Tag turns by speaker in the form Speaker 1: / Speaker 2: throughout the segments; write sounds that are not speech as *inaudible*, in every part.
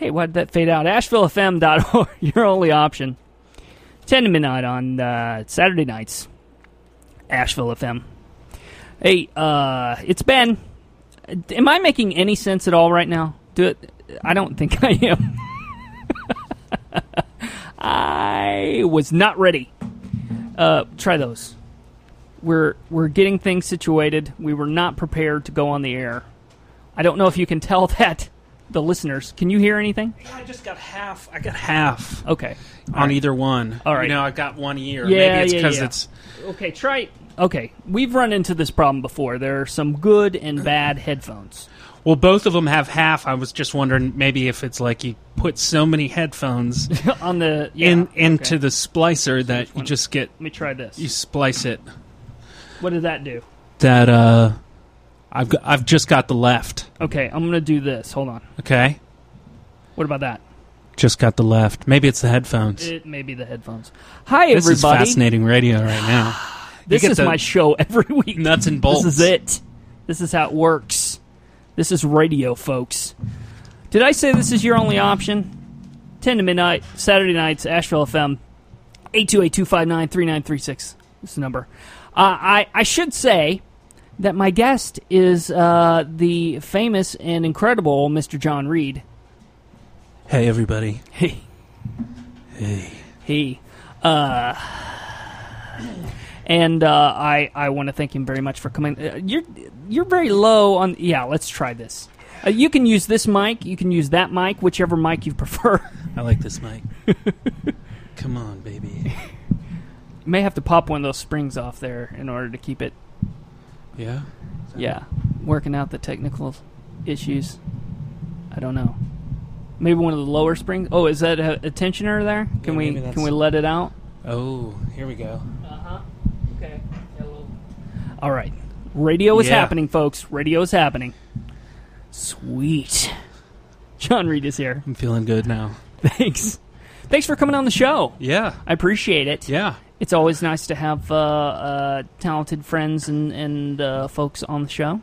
Speaker 1: why did that fade out? AshevilleFM.org, *laughs* your only option. 10 to midnight on uh, Saturday nights. Asheville FM. Hey, uh, it's Ben. Am I making any sense at all right now? Do it. I don't think I am. *laughs* I was not ready. Uh, try those. We're we're getting things situated. We were not prepared to go on the air. I don't know if you can tell *laughs* that the listeners. Can you hear anything?
Speaker 2: I just got half. I got half
Speaker 1: Okay.
Speaker 2: on either one.
Speaker 1: All right.
Speaker 2: You know, I got one ear.
Speaker 1: Yeah,
Speaker 2: Maybe it's
Speaker 1: yeah,
Speaker 2: because
Speaker 1: yeah.
Speaker 2: it's.
Speaker 1: Okay, try. Okay, we've run into this problem before. There are some good and bad headphones. *laughs*
Speaker 2: Well, both of them have half. I was just wondering maybe if it's like you put so many headphones
Speaker 1: on the *laughs* yeah,
Speaker 2: in
Speaker 1: okay.
Speaker 2: into the splicer that you
Speaker 1: one?
Speaker 2: just get
Speaker 1: Let me try this.
Speaker 2: you splice it.
Speaker 1: What did that do?
Speaker 2: That uh, I've got, I've just got the left.
Speaker 1: Okay, I'm gonna do this. Hold on.
Speaker 2: Okay,
Speaker 1: What about that?
Speaker 2: just got the left. Maybe it's the headphones.
Speaker 1: It may be the headphones. Hi
Speaker 2: this is
Speaker 1: everybody.
Speaker 2: fascinating radio right
Speaker 1: *sighs*
Speaker 2: now.
Speaker 1: This
Speaker 2: You get
Speaker 1: is
Speaker 2: the
Speaker 1: my show every week.
Speaker 2: nuts and bolts.
Speaker 1: This is it. This is how it works. This is radio, folks. Did I say this is your only option? 10 to midnight, Saturday nights, Asheville FM, 828 259 3936. This is the number. Uh, I, I should say that my guest is uh, the famous and incredible Mr. John Reed. *laughs*
Speaker 2: Hey everybody.
Speaker 1: Hey. Hey. Hey. Uh, and uh, I I want to thank him very much for coming. Uh, you're you're very low on. Yeah, let's try this. Uh, you can use this mic. You can use that mic, whichever mic you *laughs* prefer.
Speaker 2: I like this
Speaker 1: *laughs*
Speaker 2: mic. Come on, baby.
Speaker 1: you may have to pop one of those springs off there in order to keep it.
Speaker 2: Yeah.
Speaker 1: Yeah, working out the technical issues. I don't know. Maybe one of the lower springs. Oh, is that a, a tensioner there? Can
Speaker 2: Yeah,
Speaker 1: we
Speaker 2: maybe
Speaker 1: can we
Speaker 2: that's-
Speaker 1: let it out?
Speaker 2: Oh, here we go.
Speaker 1: Uh-huh. Okay. All right. Radio is
Speaker 2: Yeah.
Speaker 1: happening, folks. Radio is happening. Sweet. John Reed is here. *laughs*
Speaker 2: I'm feeling good now.
Speaker 1: Thanks. Thanks for coming on the show.
Speaker 2: Yeah.
Speaker 1: I appreciate it.
Speaker 2: Yeah.
Speaker 1: It's always nice to have uh, uh, talented friends and, and uh, folks on the show.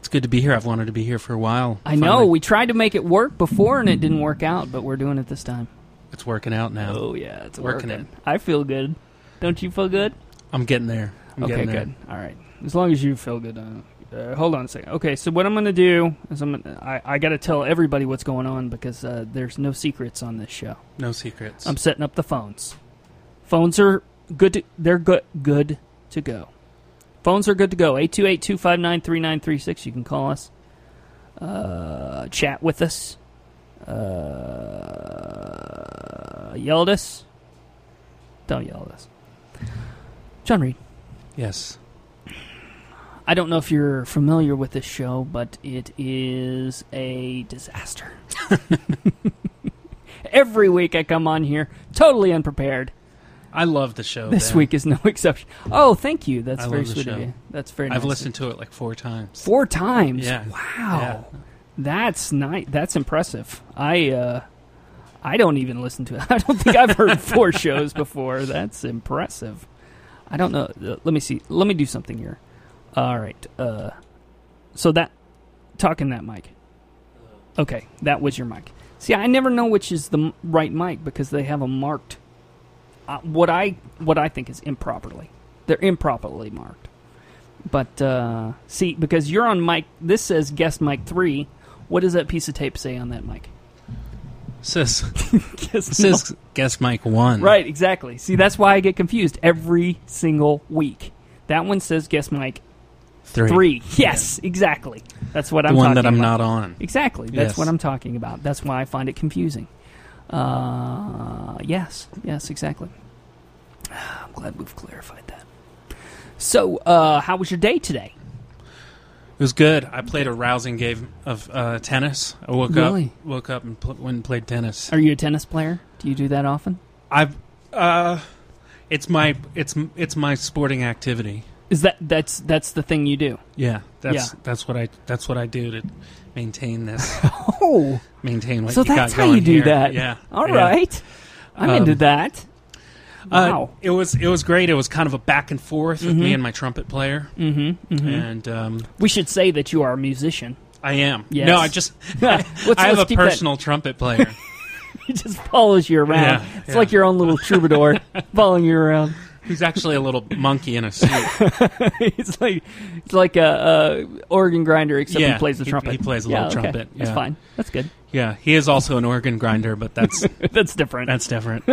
Speaker 2: It's good to be here. I've wanted to be here for a while.
Speaker 1: I know.
Speaker 2: Finally,
Speaker 1: We tried to make it work before and it didn't work out, but we're doing it this time.
Speaker 2: it's working out now.
Speaker 1: Oh, yeah. It's
Speaker 2: Working
Speaker 1: working. I feel good. Don't you feel good?
Speaker 2: I'm getting there. I'm
Speaker 1: okay,
Speaker 2: getting there.
Speaker 1: good. All right. As long as you feel good. Uh, uh, hold on a second. Okay, so what I'm going to do is I'm gonna, I, I got to tell everybody what's going on because uh, there's no secrets on this show.
Speaker 2: No secrets.
Speaker 1: I'm setting up the phones. Phones are good. To, they're good. Good to go. Phones are good to go. 828-259-3936. You can call us. Uh, chat with us. Uh, yell at us. Don't yell at us. John Reed.
Speaker 2: yes.
Speaker 1: I don't know if you're familiar with this show, but it is a disaster. *laughs* Every week I come on here totally unprepared.
Speaker 2: I love the show.
Speaker 1: This
Speaker 2: Ben.
Speaker 1: week is no *laughs* exception. Oh, thank you. That's
Speaker 2: Oh, I
Speaker 1: very
Speaker 2: love the
Speaker 1: sweet of
Speaker 2: show.
Speaker 1: you. That's very nice.
Speaker 2: I've listened to it like four times.
Speaker 1: four times.
Speaker 2: Yeah.
Speaker 1: Wow. That's nice. That's impressive. I uh I don't even listen to it. *laughs* I don't think I've heard
Speaker 2: *laughs*
Speaker 1: four shows before. That's impressive. I don't know. Uh, Let me see. Let me do something here. All right. Uh so that talking that mic. Okay, that was your mic. See, I never know which is the m- right mic because they have a marked uh, what I what I think is improperly. They're improperly marked. But uh, see, because you're on mic, this says guest mic three. What does that piece of tape say on that mic? *laughs*
Speaker 2: Sis,
Speaker 1: Guest
Speaker 2: sis, guess Mike one.
Speaker 1: Right, exactly. See, that's why I get confused every single week. That one says guest mic
Speaker 2: Three.
Speaker 1: three. Yes, exactly. That's what
Speaker 2: The
Speaker 1: I'm
Speaker 2: one
Speaker 1: talking
Speaker 2: that I'm
Speaker 1: about.
Speaker 2: not on.
Speaker 1: Exactly. That's
Speaker 2: Yes.
Speaker 1: what I'm talking about. That's why I find it confusing. Uh, yes. Yes, exactly. *sighs* I'm glad we've clarified that. So, uh, how was your day today?
Speaker 2: It was good. I played a rousing game of uh, tennis. I woke
Speaker 1: Really?
Speaker 2: up, woke up and pl- went and played tennis.
Speaker 1: Are you a tennis player? Do you do that often?
Speaker 2: I've, uh, it's my, it's, it's my sporting activity.
Speaker 1: Is that that's that's the thing you do?
Speaker 2: Yeah, that's
Speaker 1: Yeah.
Speaker 2: that's what I that's what I do to maintain this,
Speaker 1: Oh,
Speaker 2: maintain what
Speaker 1: so
Speaker 2: you
Speaker 1: that's
Speaker 2: got
Speaker 1: how
Speaker 2: going
Speaker 1: you do
Speaker 2: here.
Speaker 1: that.
Speaker 2: Yeah,
Speaker 1: All
Speaker 2: yeah.
Speaker 1: right. I'm
Speaker 2: Um,
Speaker 1: into that.
Speaker 2: Uh,
Speaker 1: Wow.
Speaker 2: it was it was great. It was kind of a back and forth with me and my trumpet player,
Speaker 1: Mm-hmm. mm-hmm.
Speaker 2: and um,
Speaker 1: We should
Speaker 2: *laughs*
Speaker 1: say that you are a musician. *laughs*
Speaker 2: I am.
Speaker 1: Yes.
Speaker 2: No, I just
Speaker 1: Let's-
Speaker 2: I have
Speaker 1: let's
Speaker 2: a
Speaker 1: keep that- *laughs*
Speaker 2: personal trumpet player.
Speaker 1: he just follows you around.
Speaker 2: Yeah,
Speaker 1: it's
Speaker 2: yeah.
Speaker 1: like your own little
Speaker 2: *laughs*
Speaker 1: troubadour following you around.
Speaker 2: He's actually a little monkey in
Speaker 1: *laughs*
Speaker 2: a suit.
Speaker 1: it's like it's like a, a organ grinder, except
Speaker 2: Yeah,
Speaker 1: he plays the
Speaker 2: he-
Speaker 1: trumpet.
Speaker 2: he plays a
Speaker 1: yeah,
Speaker 2: little
Speaker 1: okay.
Speaker 2: trumpet,
Speaker 1: That's
Speaker 2: yeah.
Speaker 1: fine. That's good. *laughs*
Speaker 2: Yeah, he is also an organ grinder, but that's
Speaker 1: That's different.
Speaker 2: that's different.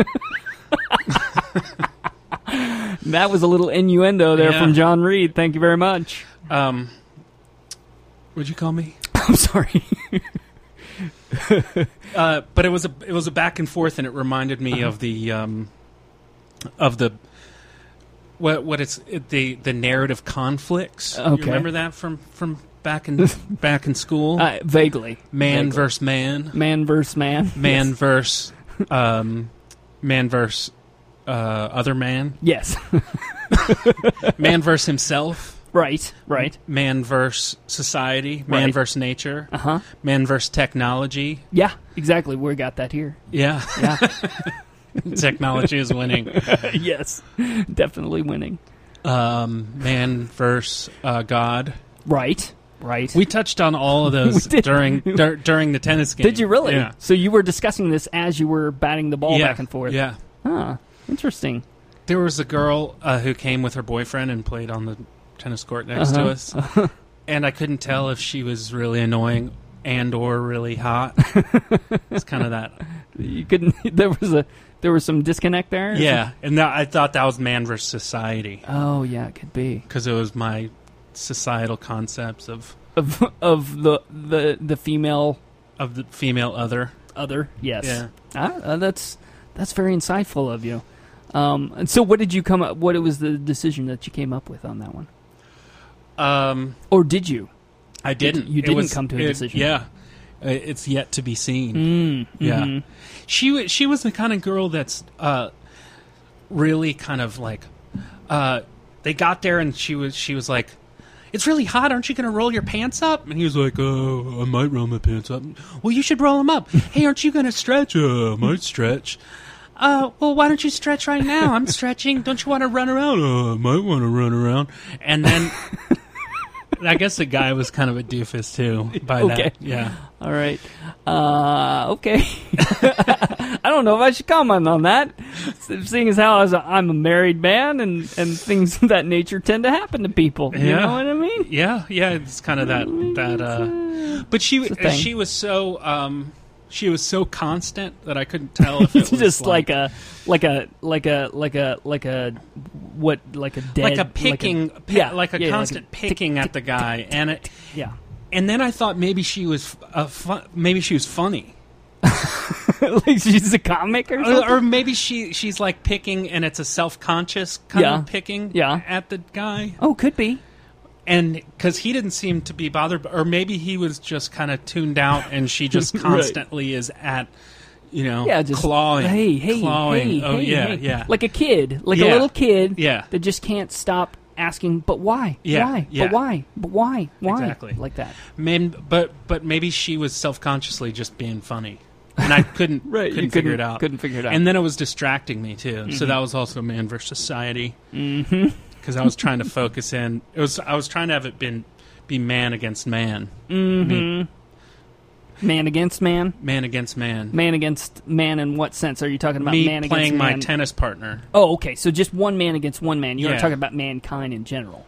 Speaker 1: that was a little innuendo there
Speaker 2: Yeah.
Speaker 1: from John Reed. Thank you very
Speaker 2: *laughs*
Speaker 1: much.
Speaker 2: Um, would you call me?
Speaker 1: I'm sorry.
Speaker 2: Uh, but it was a it was a back and forth, and it reminded me of the um, of the what what it's it, the the narrative conflicts. You
Speaker 1: Okay.
Speaker 2: remember that from from back in back in school?
Speaker 1: Uh, vaguely,
Speaker 2: man
Speaker 1: vaguely.
Speaker 2: versus man,
Speaker 1: man versus man.
Speaker 2: man versus um, man versus uh, other man,
Speaker 1: Yes. Yes.
Speaker 2: man versus himself,
Speaker 1: right. Right.
Speaker 2: man versus society, man
Speaker 1: Right.
Speaker 2: versus nature,
Speaker 1: Uh huh.
Speaker 2: man versus technology.
Speaker 1: Yeah. Exactly. We got that here.
Speaker 2: Yeah, *laughs*
Speaker 1: Yeah.
Speaker 2: technology is winning.
Speaker 1: yes. Definitely winning.
Speaker 2: Um, man versus
Speaker 1: *laughs*
Speaker 2: uh, God.
Speaker 1: Right. Right.
Speaker 2: We touched on all of those
Speaker 1: *laughs* We did.
Speaker 2: during dur- during the tennis game.
Speaker 1: Did you really?
Speaker 2: Yeah.
Speaker 1: So you were discussing this as you were batting the ball
Speaker 2: yeah.
Speaker 1: back and forth.
Speaker 2: Yeah.
Speaker 1: Huh. Interesting.
Speaker 2: There was a girl uh, who came with her boyfriend and played on the tennis court next
Speaker 1: Uh-huh.
Speaker 2: to us, and I couldn't tell if she was really annoying and or
Speaker 1: *laughs*
Speaker 2: really hot. it's kind of that.
Speaker 1: You couldn't. *laughs* There was a. There was some disconnect there.
Speaker 2: Yeah, and that, I thought that was man versus society
Speaker 1: Oh yeah, it could be
Speaker 2: because it was my societal concepts of
Speaker 1: of of the the the female
Speaker 2: of the female other.
Speaker 1: other. Yes.
Speaker 2: Yeah.
Speaker 1: Ah, uh, that's that's very insightful of you. Um, and so, what did you come up? What was the decision that you came up with on that one,
Speaker 2: Um,
Speaker 1: or did you?
Speaker 2: I didn't.
Speaker 1: you
Speaker 2: It
Speaker 1: didn't
Speaker 2: was-
Speaker 1: come to a
Speaker 2: it-
Speaker 1: decision.
Speaker 2: Yeah, Uh, it's yet to be seen.
Speaker 1: Mm,
Speaker 2: Yeah.
Speaker 1: mhm.
Speaker 2: She wa- she was the kind of girl that's uh, really kind of like uh, they got there and she was she was like. It's really hot. Aren't you going to roll your pants up? And he was like, "Oh, I might roll my pants up." Well, you should roll them
Speaker 1: *laughs*
Speaker 2: up. hey, aren't you going to stretch? Uh, I might stretch. Uh, well, why don't you stretch right now? I'm stretching. Don't you want to run around? Uh, I might want to run around.
Speaker 1: *laughs*
Speaker 2: And then, I guess the guy was kind of a doofus too. By
Speaker 1: Okay.
Speaker 2: that, yeah.
Speaker 1: All right. Uh,
Speaker 2: *laughs*
Speaker 1: okay. *laughs* I don't know if I should comment on that, seeing as how I was a, I'm a married man and, and things of that nature tend to happen to people. You
Speaker 2: Yeah.
Speaker 1: know what I mean?
Speaker 2: Yeah, yeah, it's kind of that that. Uh, but she
Speaker 1: a thing.
Speaker 2: she was so um, she was so constant that I couldn't
Speaker 1: *laughs*
Speaker 2: tell if it
Speaker 1: It's
Speaker 2: was
Speaker 1: just like, a like a like a like a like a what like a dead
Speaker 2: like a picking like a,
Speaker 1: yeah,
Speaker 2: like a
Speaker 1: yeah, like a
Speaker 2: constant
Speaker 1: tick,
Speaker 2: picking
Speaker 1: tick,
Speaker 2: at the guy, and it,
Speaker 1: yeah *laughs*
Speaker 2: and then I thought maybe she was uh, fu- maybe she was funny,
Speaker 1: like she's a comic or something.
Speaker 2: or, or maybe she she's like picking, and it's a self conscious kind
Speaker 1: Yeah.
Speaker 2: of picking
Speaker 1: Yeah.
Speaker 2: at the guy,
Speaker 1: oh, could be.
Speaker 2: and because he didn't seem to be bothered, or maybe he was just kind of tuned out, and she
Speaker 1: *laughs*
Speaker 2: just
Speaker 1: Right.
Speaker 2: constantly is at, you know,
Speaker 1: Yeah, just
Speaker 2: clawing,
Speaker 1: Hey, hey,
Speaker 2: clawing.
Speaker 1: hey,
Speaker 2: oh
Speaker 1: hey,
Speaker 2: yeah,
Speaker 1: hey.
Speaker 2: yeah,
Speaker 1: Like a kid, like a
Speaker 2: Yeah.
Speaker 1: little kid.
Speaker 2: yeah,
Speaker 1: that just can't stop asking, but why?
Speaker 2: Yeah,
Speaker 1: why?
Speaker 2: yeah.
Speaker 1: But why? But why? Why?
Speaker 2: Exactly.
Speaker 1: Like that.
Speaker 2: Man, but but maybe she was self consciously just being funny, and
Speaker 1: *laughs*
Speaker 2: I couldn't couldn't figure it out.
Speaker 1: Couldn't figure it out.
Speaker 2: And then it was distracting me too. So that was also man versus society *laughs*
Speaker 1: mm-hmm.
Speaker 2: because I was trying to focus in. It was I was trying to have it been be man against man,
Speaker 1: Mm-hmm. Man against man.
Speaker 2: man against man.
Speaker 1: Man against man. In what sense are you talking about?
Speaker 2: me
Speaker 1: man
Speaker 2: playing
Speaker 1: against
Speaker 2: my
Speaker 1: man.
Speaker 2: tennis partner.
Speaker 1: oh, okay. So just one man against one man. You're not
Speaker 2: Yeah.
Speaker 1: talking about mankind in general.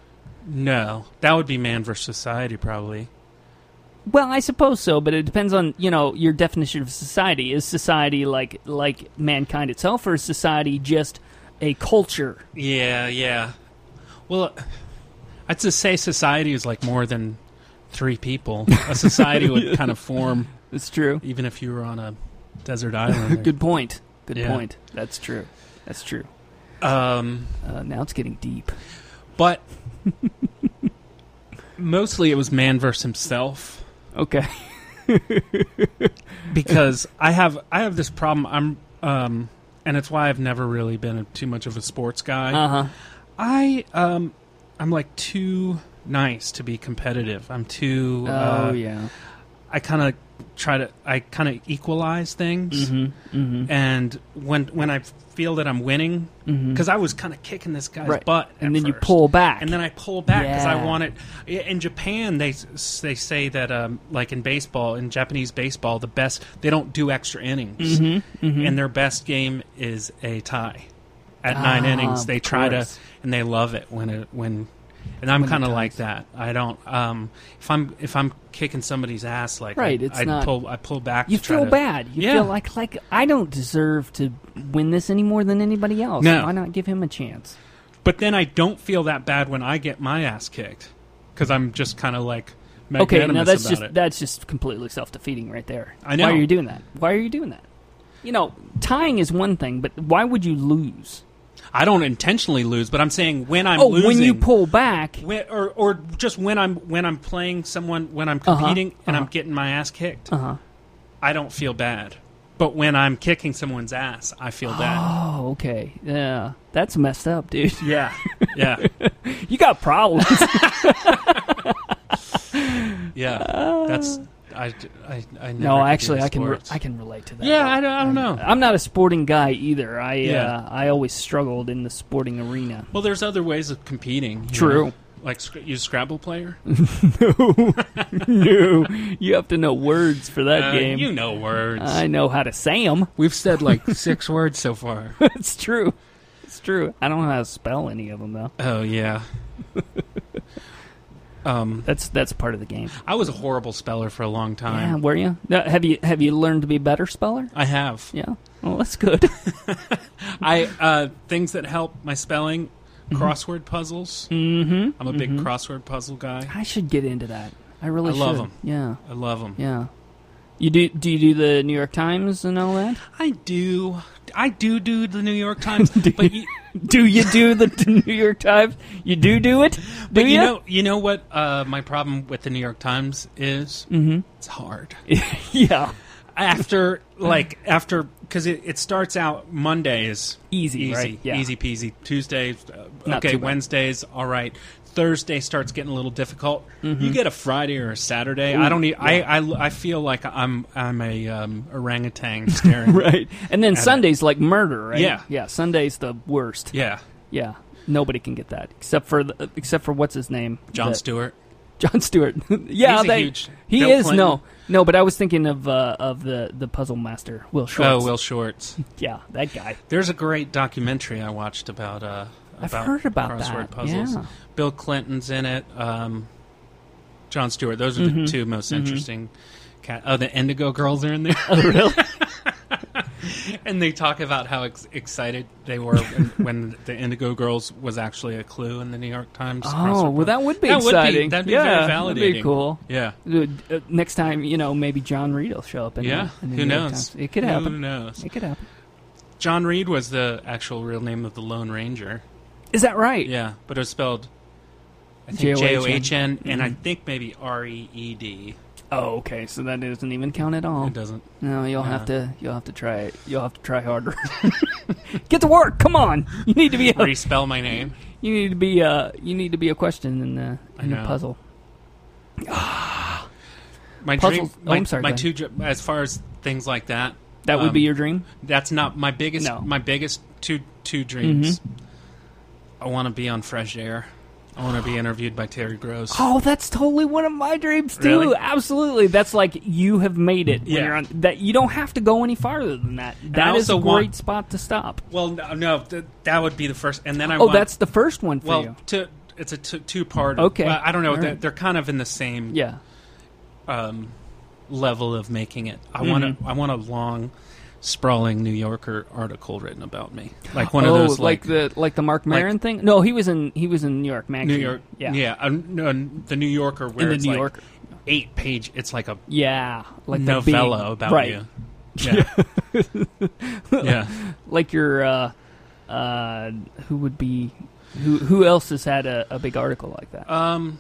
Speaker 2: No, that would be man versus society, probably.
Speaker 1: Well, I suppose so, but it depends on you know your definition of society. Is society like like mankind itself, or is society just a culture?
Speaker 2: Yeah, yeah. Well, I'd just say society is like more than three people. A society *laughs* would kind of form
Speaker 1: It's true.
Speaker 2: even if you were on a *laughs* desert island.
Speaker 1: Good point. Good
Speaker 2: Yeah.
Speaker 1: point. That's true. That's true.
Speaker 2: um,
Speaker 1: Uh, now it's getting deep.
Speaker 2: but mostly it was man versus himself *laughs*
Speaker 1: Okay.
Speaker 2: because I have I have this problem. I'm um, and it's why I've never really been a, too much of a sports guy.
Speaker 1: Uh huh.
Speaker 2: I um I'm like too nice to be competitive. I'm too
Speaker 1: Oh
Speaker 2: uh,
Speaker 1: yeah.
Speaker 2: I kind of try to I kind of equalize things.
Speaker 1: Mm-hmm.
Speaker 2: And when when I feel that I'm winning, because I was kind of kicking this guy's
Speaker 1: Mm-hmm. Right.
Speaker 2: butt, at
Speaker 1: and then you
Speaker 2: first.
Speaker 1: pull back.
Speaker 2: And then I pull back because
Speaker 1: Yeah.
Speaker 2: I want it. i- In Japan, they s- they say that um, like in baseball, in Japanese baseball, the best they don't do extra innings,
Speaker 1: Mm-hmm.
Speaker 2: and their best game is a tie. At nine
Speaker 1: Ah,
Speaker 2: innings, they
Speaker 1: of
Speaker 2: try to,
Speaker 1: course.
Speaker 2: and they love it when it when. And I'm kind of like that. I don't. Um, if I'm if I'm kicking somebody's ass, like
Speaker 1: Right,
Speaker 2: I,
Speaker 1: it's
Speaker 2: I
Speaker 1: not-
Speaker 2: pull I pull back.
Speaker 1: you
Speaker 2: to try
Speaker 1: feel
Speaker 2: to-
Speaker 1: bad. You
Speaker 2: Yeah.
Speaker 1: feel like like I don't deserve to win this any more than anybody else.
Speaker 2: No.
Speaker 1: Why not give him a chance?
Speaker 2: But then I don't feel that bad when I get my ass kicked because I'm just kind of like magnanimous
Speaker 1: Okay, now that's
Speaker 2: about
Speaker 1: just
Speaker 2: it.
Speaker 1: that's just completely self defeating right there.
Speaker 2: I know.
Speaker 1: Why are you doing that? Why are you doing that? You know, tying is one thing, but why would you lose?
Speaker 2: I don't intentionally lose, but I'm saying when I'm
Speaker 1: oh,
Speaker 2: losing,
Speaker 1: when you pull back,
Speaker 2: when- or or just when I'm when I'm playing someone when I'm
Speaker 1: Uh-huh,
Speaker 2: competing and I'm
Speaker 1: uh-huh.
Speaker 2: getting my ass kicked,
Speaker 1: uh huh.
Speaker 2: I don't feel bad. But when I'm kicking someone's ass, I feel
Speaker 1: *gasps*
Speaker 2: bad.
Speaker 1: Oh, okay. Yeah, that's messed up, dude. *laughs*
Speaker 2: Yeah, yeah,
Speaker 1: You got problems.
Speaker 2: yeah. That's I I, I
Speaker 1: no,
Speaker 2: never could do
Speaker 1: actually, I can re-
Speaker 2: sports.
Speaker 1: I can relate to that.
Speaker 2: yeah, I don't, I don't know.
Speaker 1: I'm not a sporting guy either. I
Speaker 2: Yeah.
Speaker 1: uh, I always struggled in the sporting arena.
Speaker 2: Well, there's other ways of competing. you
Speaker 1: True. *laughs*
Speaker 2: *laughs* know? Like sc- you Scrabble player.
Speaker 1: no, no, you have to know words for that
Speaker 2: Uh,
Speaker 1: game.
Speaker 2: You know words.
Speaker 1: I know how to say 'em. *laughs*
Speaker 2: We've said like *laughs* six words so far.
Speaker 1: it's true. It's true. I don't know how to spell any of them though.
Speaker 2: *laughs* Oh yeah. um,
Speaker 1: That's that's part of the game.
Speaker 2: I was a horrible speller for a long time.
Speaker 1: Yeah, were you? No, have you have you learned to be a better speller?
Speaker 2: I have.
Speaker 1: Yeah. Well, that's
Speaker 2: *laughs*
Speaker 1: good.
Speaker 2: I uh, things that help my spelling, crossword puzzles.
Speaker 1: mm-hmm.
Speaker 2: I'm a big crossword puzzle guy.
Speaker 1: I should get into that. I really
Speaker 2: I love
Speaker 1: should.
Speaker 2: 'em.
Speaker 1: Yeah.
Speaker 2: I love them.
Speaker 1: Yeah. You do? Do you do the New York Times and all that?
Speaker 2: I do. I do *laughs* do the New York Times, but you,
Speaker 1: Do you do the *laughs* New York Times? You do do it? Do
Speaker 2: but you
Speaker 1: ya? *laughs*
Speaker 2: know, you know what uh, my problem with the New York Times is? Mm-hmm. It's hard.
Speaker 1: yeah.
Speaker 2: *laughs* after like after because it, it starts out Mondays
Speaker 1: Easy,
Speaker 2: easy
Speaker 1: right? Yeah.
Speaker 2: easy peasy Tuesdays uh,
Speaker 1: Not
Speaker 2: okay
Speaker 1: too bad.
Speaker 2: Wednesdays all right Thursday starts getting a little difficult you get a Friday or a Saturday I don't e I I I I, feel like I'm I'm a um, *laughs* orangutan staring
Speaker 1: Right. And then
Speaker 2: it.
Speaker 1: Sunday's like murder, right?
Speaker 2: Yeah.
Speaker 1: Yeah. Sunday's the worst.
Speaker 2: yeah
Speaker 1: Yeah. Nobody can get that except for the, except for what's his name?
Speaker 2: John
Speaker 1: The-
Speaker 2: Stewart
Speaker 1: John Stewart. *laughs* yeah,
Speaker 2: He's a
Speaker 1: they-
Speaker 2: huge-
Speaker 1: he
Speaker 2: Bill
Speaker 1: is
Speaker 2: Clinton.
Speaker 1: no, no. But I was thinking of uh, of the the puzzle master Will Schwartz.
Speaker 2: oh Will Shorts
Speaker 1: Yeah, that guy.
Speaker 2: there's a great documentary I watched about uh
Speaker 1: I've
Speaker 2: about
Speaker 1: heard about
Speaker 2: crossword
Speaker 1: that.
Speaker 2: puzzles
Speaker 1: Yeah.
Speaker 2: Bill Clinton's in it. Um, John Stewart. Those are
Speaker 1: Mm-hmm.
Speaker 2: the two most interesting. Cat- oh, the Indigo Girls are in there. *laughs* Oh, really? and they talk about how ex- excited they were
Speaker 1: *laughs*
Speaker 2: when, when the Indigo Girls was actually a clue in the New York Times.
Speaker 1: Oh,
Speaker 2: crossword
Speaker 1: well, that would be
Speaker 2: That would be-
Speaker 1: exciting.
Speaker 2: that'd be
Speaker 1: yeah,
Speaker 2: very
Speaker 1: That'd be
Speaker 2: validating.
Speaker 1: cool.
Speaker 2: puzzle. yeah,
Speaker 1: Uh, uh, Next time, you know, maybe John Reed will show up. In
Speaker 2: yeah.
Speaker 1: The, in the
Speaker 2: Who
Speaker 1: New York
Speaker 2: knows? Um,
Speaker 1: Times. It could
Speaker 2: Who
Speaker 1: happen.
Speaker 2: knows?
Speaker 1: It could happen.
Speaker 2: John Reed was the actual real name of the Lone Ranger.
Speaker 1: Is that right?
Speaker 2: Yeah, but it was spelled. I think J O
Speaker 1: J-O-H-N.
Speaker 2: H N,
Speaker 1: Mm-hmm.
Speaker 2: and I think maybe R E E D.
Speaker 1: Oh, okay. So that doesn't even count at all.
Speaker 2: It doesn't.
Speaker 1: No, you'll
Speaker 2: Yeah.
Speaker 1: have to. You'll have to try it. You'll have to try harder. *laughs* Get to work. Come on. You need to be. out-
Speaker 2: Respell my name.
Speaker 1: You need to be. Uh, you need to be a question in the
Speaker 2: I
Speaker 1: in the
Speaker 2: know.
Speaker 1: puzzle.
Speaker 2: My
Speaker 1: Puzzles-
Speaker 2: dream.
Speaker 1: oh,
Speaker 2: My,
Speaker 1: I'm sorry,
Speaker 2: my
Speaker 1: go ahead.
Speaker 2: two. dr- As far as things like that,
Speaker 1: That would
Speaker 2: um,
Speaker 1: be your dream.
Speaker 2: That's not my biggest.
Speaker 1: No.
Speaker 2: My biggest two two dreams.
Speaker 1: Mm-hmm.
Speaker 2: I want to be on Fresh Air. I want to be interviewed by
Speaker 1: *gasps*
Speaker 2: Terry Gross.
Speaker 1: Oh, that's totally one of my dreams too.
Speaker 2: Really?
Speaker 1: Absolutely, that's like you have made it. When
Speaker 2: Yeah.
Speaker 1: you're on, that you don't have to go any farther than that. That is a
Speaker 2: also
Speaker 1: great
Speaker 2: want-
Speaker 1: spot to stop.
Speaker 2: Well, no, no th- that would be the first, and then I.
Speaker 1: Oh,
Speaker 2: want,
Speaker 1: that's the first one for
Speaker 2: well.
Speaker 1: you.
Speaker 2: To, it's a t- two part.
Speaker 1: Okay.
Speaker 2: Well, I don't know.
Speaker 1: All
Speaker 2: they're,
Speaker 1: right.
Speaker 2: they're kind of in the same
Speaker 1: Yeah,
Speaker 2: um, level of making it. I want
Speaker 1: Mm-hmm.
Speaker 2: to. I want a long, sprawling New Yorker article written about me, like one
Speaker 1: oh,
Speaker 2: of those like
Speaker 1: the like the Mark Maron thing. No, he was in he was in New York
Speaker 2: New
Speaker 1: Magazine.
Speaker 2: York,
Speaker 1: Yeah,
Speaker 2: yeah, uh, no, the New Yorker, where
Speaker 1: in the
Speaker 2: it's
Speaker 1: New
Speaker 2: like
Speaker 1: York.
Speaker 2: eight page. It's like a
Speaker 1: Yeah, like the big-
Speaker 2: novella about
Speaker 1: right, *laughs*
Speaker 2: you. Yeah, yeah.
Speaker 1: Like your uh, uh, who would be who who else has had a, a big article like that?
Speaker 2: Um,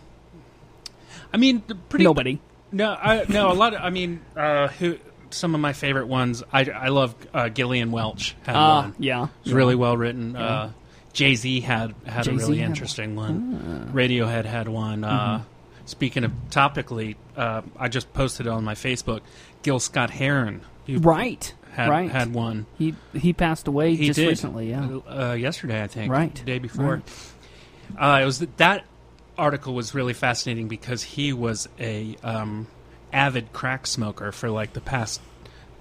Speaker 2: I mean, the pretty
Speaker 1: Nobody.
Speaker 2: No, I, no. A lot. Of, I mean, uh, who? Some of my favorite ones. I, I love uh, Gillian Welch. Had
Speaker 1: Uh,
Speaker 2: one.
Speaker 1: yeah.
Speaker 2: It's really well written. Uh, Jay Z had had
Speaker 1: Jay-Z
Speaker 2: a really
Speaker 1: had Ah.
Speaker 2: interesting one. Radiohead had one. Uh,
Speaker 1: Mm-hmm.
Speaker 2: Speaking of topically, uh, I just posted on my Facebook. Gil Scott Heron, you
Speaker 1: Right.
Speaker 2: had,
Speaker 1: right.
Speaker 2: had one.
Speaker 1: he he passed away
Speaker 2: He
Speaker 1: just
Speaker 2: did.
Speaker 1: recently. Yeah.
Speaker 2: uh, yesterday, I think.
Speaker 1: Right.
Speaker 2: The day before. Uh, it was th- that article was really fascinating because he was a um, avid crack smoker for like the past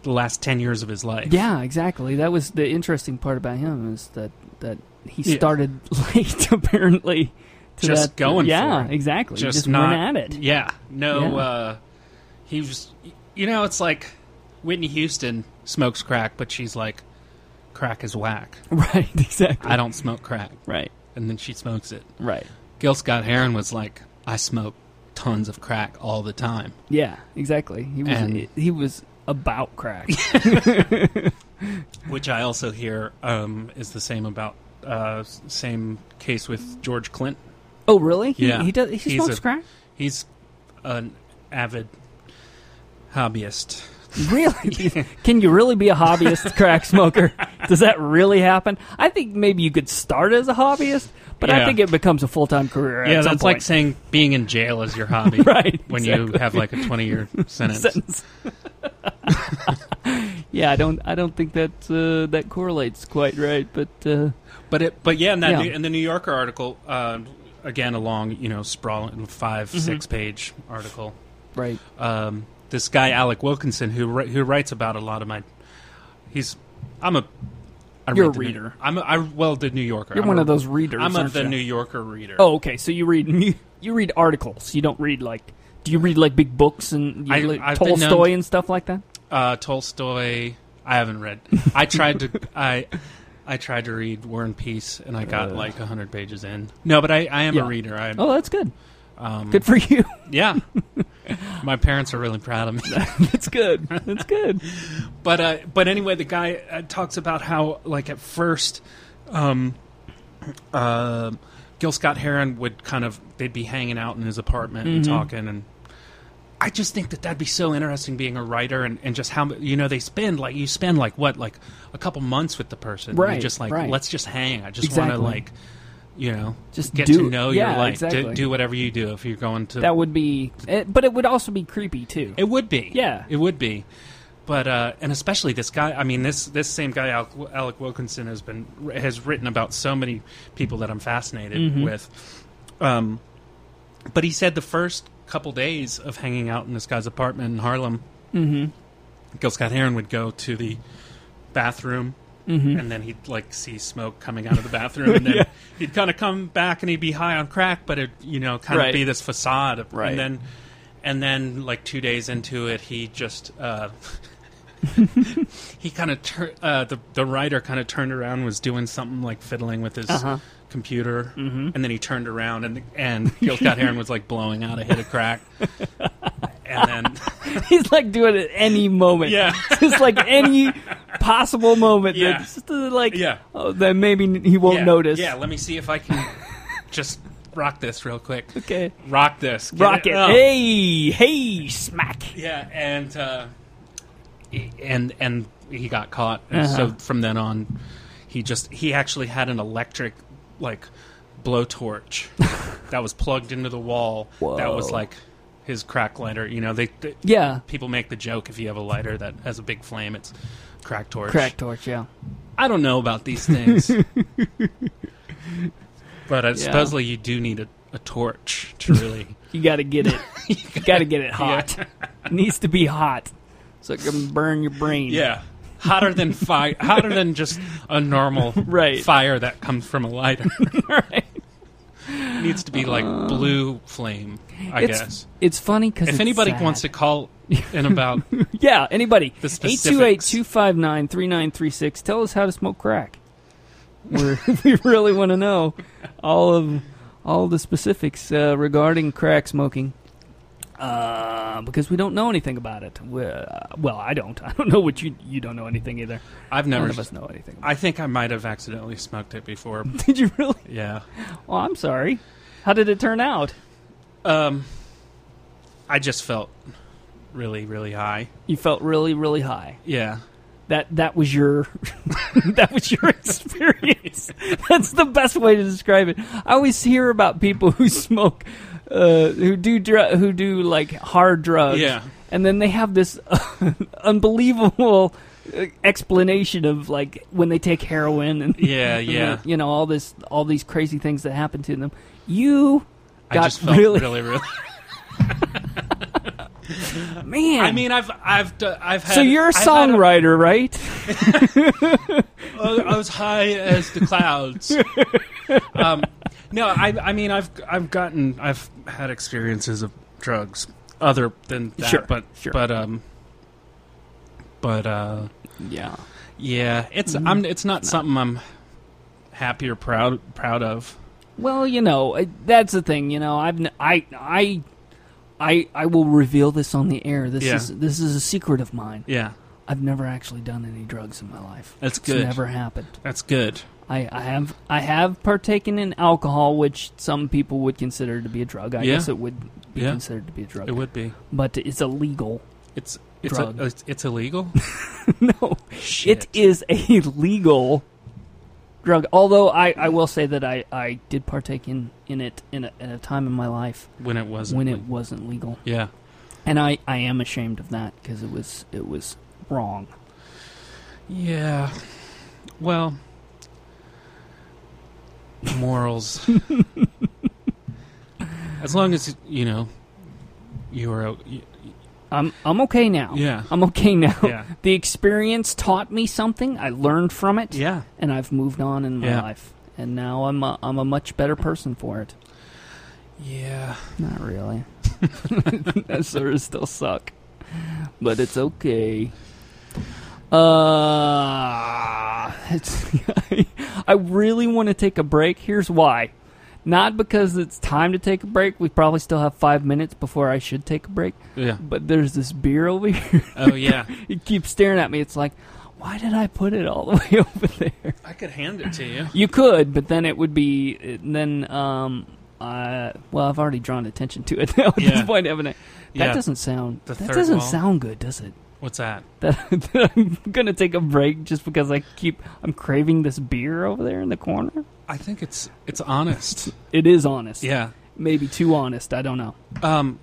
Speaker 2: the last ten years of his life.
Speaker 1: Yeah. Exactly. That was the interesting part about him is that that he
Speaker 2: Yeah.
Speaker 1: started *laughs* late apparently. To
Speaker 2: Just
Speaker 1: that,
Speaker 2: going for
Speaker 1: Yeah.
Speaker 2: it.
Speaker 1: Exactly.
Speaker 2: just,
Speaker 1: went at
Speaker 2: not
Speaker 1: it.
Speaker 2: Yeah, no.
Speaker 1: Yeah.
Speaker 2: Uh, he was. You know, it's like Whitney Houston smokes crack, but she's like, crack is whack.
Speaker 1: *laughs* Right. Exactly.
Speaker 2: I don't smoke crack,
Speaker 1: Right.
Speaker 2: and then she smokes it.
Speaker 1: Right.
Speaker 2: Gil Scott Heron was like, I smoke tons of crack all the time.
Speaker 1: Yeah. Exactly. He was
Speaker 2: And-
Speaker 1: he was about crack.
Speaker 2: which I also hear um, is the same about uh, s- same case with George Clinton.
Speaker 1: *laughs* oh really? He,
Speaker 2: Yeah.
Speaker 1: He does. He
Speaker 2: He's
Speaker 1: smokes
Speaker 2: a- *laughs*
Speaker 1: crack.
Speaker 2: He's an avid hobbyist. *laughs*
Speaker 1: Really? Can you really be a hobbyist crack smoker? Does that really happen? I think maybe you could start as a hobbyist, but I
Speaker 2: Yeah.
Speaker 1: think it becomes a full time career.
Speaker 2: yeah,
Speaker 1: at some
Speaker 2: that's like
Speaker 1: point.
Speaker 2: saying being in jail is your hobby.
Speaker 1: Right,
Speaker 2: When you
Speaker 1: exactly.
Speaker 2: have like a twenty year
Speaker 1: *laughs*
Speaker 2: sentence.
Speaker 1: sentence.
Speaker 2: *laughs*
Speaker 1: yeah, I don't. I don't think that uh, that correlates quite right. But uh,
Speaker 2: But it but yeah, in that
Speaker 1: Yeah.
Speaker 2: New, in the New Yorker article, uh, again a long, you know, sprawling 5
Speaker 1: Mm-hmm.
Speaker 2: six page article.
Speaker 1: right,
Speaker 2: um, this guy Alec Wilkinson who wri- who writes about a lot of my. He's I'm a. I
Speaker 1: You're a
Speaker 2: read the New-
Speaker 1: reader.
Speaker 2: I'm a, I well the New Yorker.
Speaker 1: you're
Speaker 2: I'm
Speaker 1: one
Speaker 2: a-
Speaker 1: of those readers.
Speaker 2: I'm a
Speaker 1: aren't
Speaker 2: the
Speaker 1: you?
Speaker 2: New Yorker reader.
Speaker 1: Oh, okay. So you read you, read articles. You don't read like. Do you read like big books and you
Speaker 2: I-
Speaker 1: like,
Speaker 2: I've been known-
Speaker 1: Tolstoy and stuff like that?
Speaker 2: uh, Tolstoy. I haven't read. I
Speaker 1: *laughs*
Speaker 2: tried to. I. I tried to read War and Peace, and I got
Speaker 1: Uh.
Speaker 2: like like hundred pages in. No, but I, I am
Speaker 1: Yeah.
Speaker 2: a reader. I,
Speaker 1: Oh, that's good.
Speaker 2: um,
Speaker 1: Good for you. *laughs*
Speaker 2: Yeah, my parents are really proud of me.
Speaker 1: that's good. That's
Speaker 2: *laughs*
Speaker 1: good.
Speaker 2: But uh, but anyway, the guy uh, talks about how like at first, um, uh, Gil Scott Heron would kind of they'd be hanging out in his apartment and
Speaker 1: Mhm.
Speaker 2: talking, and I just think that that'd be so interesting being a writer and, and just how mu- you know they spend like you spend like what like a couple months with the person,
Speaker 1: Right,
Speaker 2: You just like
Speaker 1: right.
Speaker 2: let's just hang. I just want
Speaker 1: Exactly.
Speaker 2: to like you know
Speaker 1: Just
Speaker 2: get
Speaker 1: do
Speaker 2: to
Speaker 1: it.
Speaker 2: know
Speaker 1: Yeah,
Speaker 2: your life, do,
Speaker 1: exactly.
Speaker 2: do whatever you do if you're going to
Speaker 1: That would be, eh, but it would also be creepy
Speaker 2: *laughs*
Speaker 1: too. *laughs*
Speaker 2: It would be.
Speaker 1: Yeah.
Speaker 2: It would be. But uh, and especially this guy. I mean, this this same guy, Alec, Alec Wilkinson, has been has written about so many people that I'm fascinated
Speaker 1: Mm-hmm.
Speaker 2: with. Um, but he said the first couple days of hanging out in this guy's apartment in Harlem,
Speaker 1: Mm-hmm.
Speaker 2: Gil Scott Heron would go to the bathroom.
Speaker 1: Mm-hmm.
Speaker 2: And then he'd like see smoke coming out of the bathroom, and then
Speaker 1: *laughs* Yeah.
Speaker 2: he'd kind of come back and he'd be high on crack, but it you know kind
Speaker 1: Right.
Speaker 2: of be this facade. Of,
Speaker 1: Right.
Speaker 2: And then, and then like two days into it, he just uh, *laughs* he kind of tur- uh, the the writer kind of turned around, and was doing something like fiddling with his
Speaker 1: Uh-huh. Mm-hmm.
Speaker 2: computer, and then he turned around and and *laughs* Gil Scott Heron was like blowing out a hit of crack,
Speaker 1: *laughs*
Speaker 2: and then
Speaker 1: He's like doing it any moment.
Speaker 2: Yeah.
Speaker 1: *laughs* just like any possible moment.
Speaker 2: Yeah.
Speaker 1: That's just, uh, like
Speaker 2: Yeah.
Speaker 1: oh, that maybe he won't
Speaker 2: yeah,
Speaker 1: notice.
Speaker 2: Yeah, let me see if
Speaker 1: *laughs*
Speaker 2: I can just rock this real quick.
Speaker 1: Okay.
Speaker 2: Rock this. Get Oh.
Speaker 1: Rocket.
Speaker 2: up.
Speaker 1: Hey, hey, smack.
Speaker 2: Yeah, and uh, he- and and he got caught. And So
Speaker 1: Uh-huh.
Speaker 2: from then on, he just he actually had an electric like
Speaker 1: *laughs*
Speaker 2: blowtorch that was plugged into the wall. That was
Speaker 1: Whoa.
Speaker 2: like his crack lighter. You know, they, they-
Speaker 1: Yeah.
Speaker 2: people make the joke if you have a lighter that has a big flame, it's crack torch.
Speaker 1: Crack torch. Yeah.
Speaker 2: I don't know about
Speaker 1: *laughs*
Speaker 2: these things, but uh,
Speaker 1: Yeah.
Speaker 2: supposedly you do need a, a torch
Speaker 1: *laughs*
Speaker 2: to really.
Speaker 1: You got to
Speaker 2: *laughs*
Speaker 1: get it. you got to get it hot. It needs to be hot so it can burn your brain. *laughs*
Speaker 2: Yeah. Hotter than fire, hotter than just a
Speaker 1: *laughs*
Speaker 2: normal
Speaker 1: Right.
Speaker 2: fire that comes from
Speaker 1: *laughs*
Speaker 2: a lighter. Needs to be like blue flame, I
Speaker 1: Uh. It's-
Speaker 2: guess.
Speaker 1: It's funny because
Speaker 2: If anybody wants to call in
Speaker 1: *laughs*
Speaker 2: about,
Speaker 1: Yeah, anybody.
Speaker 2: The
Speaker 1: 828
Speaker 2: specifics.
Speaker 1: 259 3936. Tell us how to smoke crack. We're, *laughs* we really want to know all of all the specifics uh, regarding crack smoking uh, because we don't know anything about it. We, uh, well, I don't. *laughs* I don't know what you you don't know anything either.
Speaker 2: I've
Speaker 1: None
Speaker 2: never.
Speaker 1: of us know anything. About
Speaker 2: I think I might have accidentally smoked it before.
Speaker 1: it. *laughs* Did you really?
Speaker 2: Yeah.
Speaker 1: Well, I'm sorry. How did it turn out?
Speaker 2: Um, I just felt really, really high.
Speaker 1: You felt really, really high.
Speaker 2: Yeah.
Speaker 1: That that was your *laughs* that was your *laughs* experience. That's the best way to describe it. I always hear about people who *laughs* smoke uh, who do dr- who do like hard drugs.
Speaker 2: Yeah.
Speaker 1: *laughs* And then they have this *laughs* unbelievable uh, explanation of like when they take heroin and
Speaker 2: Yeah,
Speaker 1: and, *laughs*
Speaker 2: yeah.
Speaker 1: you know all this all these crazy things that happen to them. You
Speaker 2: I
Speaker 1: got
Speaker 2: just felt
Speaker 1: really, *laughs*
Speaker 2: really, really.
Speaker 1: man.
Speaker 2: I mean, I've, I've, d- I've had.
Speaker 1: so you're a
Speaker 2: I've had a-
Speaker 1: songwriter, right?
Speaker 2: Uh, I was high as the
Speaker 1: *laughs*
Speaker 2: clouds. um, no, I, I mean, I've, I've gotten, I've had experiences of drugs other than that,
Speaker 1: Sure,
Speaker 2: but,
Speaker 1: sure.
Speaker 2: but, um, but, uh,
Speaker 1: Yeah.
Speaker 2: yeah, it's,
Speaker 1: Mm-hmm.
Speaker 2: I'm, it's not something I'm happy or proud, proud of.
Speaker 1: Well, you know, I- that's the thing. You know, I've n- I I I I will reveal this on the air. This
Speaker 2: Yeah.
Speaker 1: is this is a secret of mine.
Speaker 2: Yeah,
Speaker 1: I've never actually done any drugs in my life.
Speaker 2: That's
Speaker 1: It's
Speaker 2: good.
Speaker 1: never happened.
Speaker 2: that's good.
Speaker 1: I, I have I have partaken in alcohol, which some people would consider to be a drug. I
Speaker 2: Yeah.
Speaker 1: guess it would be
Speaker 2: Yeah.
Speaker 1: considered to be a drug,
Speaker 2: It would be.
Speaker 1: but it's illegal. *laughs*
Speaker 2: It's, it's,
Speaker 1: Drug.
Speaker 2: a, it's, it's illegal.
Speaker 1: no,
Speaker 2: Shit.
Speaker 1: it is a legal drug. Although I, I will say that I, I did partake in, in it in a, in a time in my life
Speaker 2: when it wasn't.
Speaker 1: when it wasn't legal,
Speaker 2: yeah.
Speaker 1: and I, I am ashamed of that because it was it was wrong.
Speaker 2: Yeah. Well, *laughs* morals. as long as you know you are. o- y-
Speaker 1: I'm I'm okay now.
Speaker 2: Yeah.
Speaker 1: I'm okay now.
Speaker 2: *laughs* Yeah.
Speaker 1: The experience taught me something. I learned from it.
Speaker 2: Yeah.
Speaker 1: and I've moved on in my
Speaker 2: Yeah.
Speaker 1: life, and now I'm a, I'm a much better person for it.
Speaker 2: Yeah.
Speaker 1: Not really. *laughs* that sort of still suck, but it's okay. Uh, *laughs* it's, I really want to take a break. Here's why. Not because it's time to take a break. We probably still have five minutes before I should take a break.
Speaker 2: *laughs* Yeah.
Speaker 1: But there's this beer over *laughs* here.
Speaker 2: Oh yeah.
Speaker 1: it keeps staring at me. It's like, why did I put it all the *laughs* way over there?
Speaker 2: I could hand it to you.
Speaker 1: You could, but then it would be it- then. Um, uh, well, I've already drawn attention to it *laughs* now at this
Speaker 2: Yeah.
Speaker 1: point, haven't I? That
Speaker 2: Yeah.
Speaker 1: doesn't sound.
Speaker 2: The
Speaker 1: that
Speaker 2: third
Speaker 1: doesn't
Speaker 2: wall.
Speaker 1: sound good, does it? *laughs*
Speaker 2: What's that?
Speaker 1: That, that I'm gonna take a break just because I keep I'm craving this beer over there in the corner.
Speaker 2: I think it's it's honest.
Speaker 1: It is honest.
Speaker 2: Yeah.
Speaker 1: maybe too honest. I don't know.
Speaker 2: Um,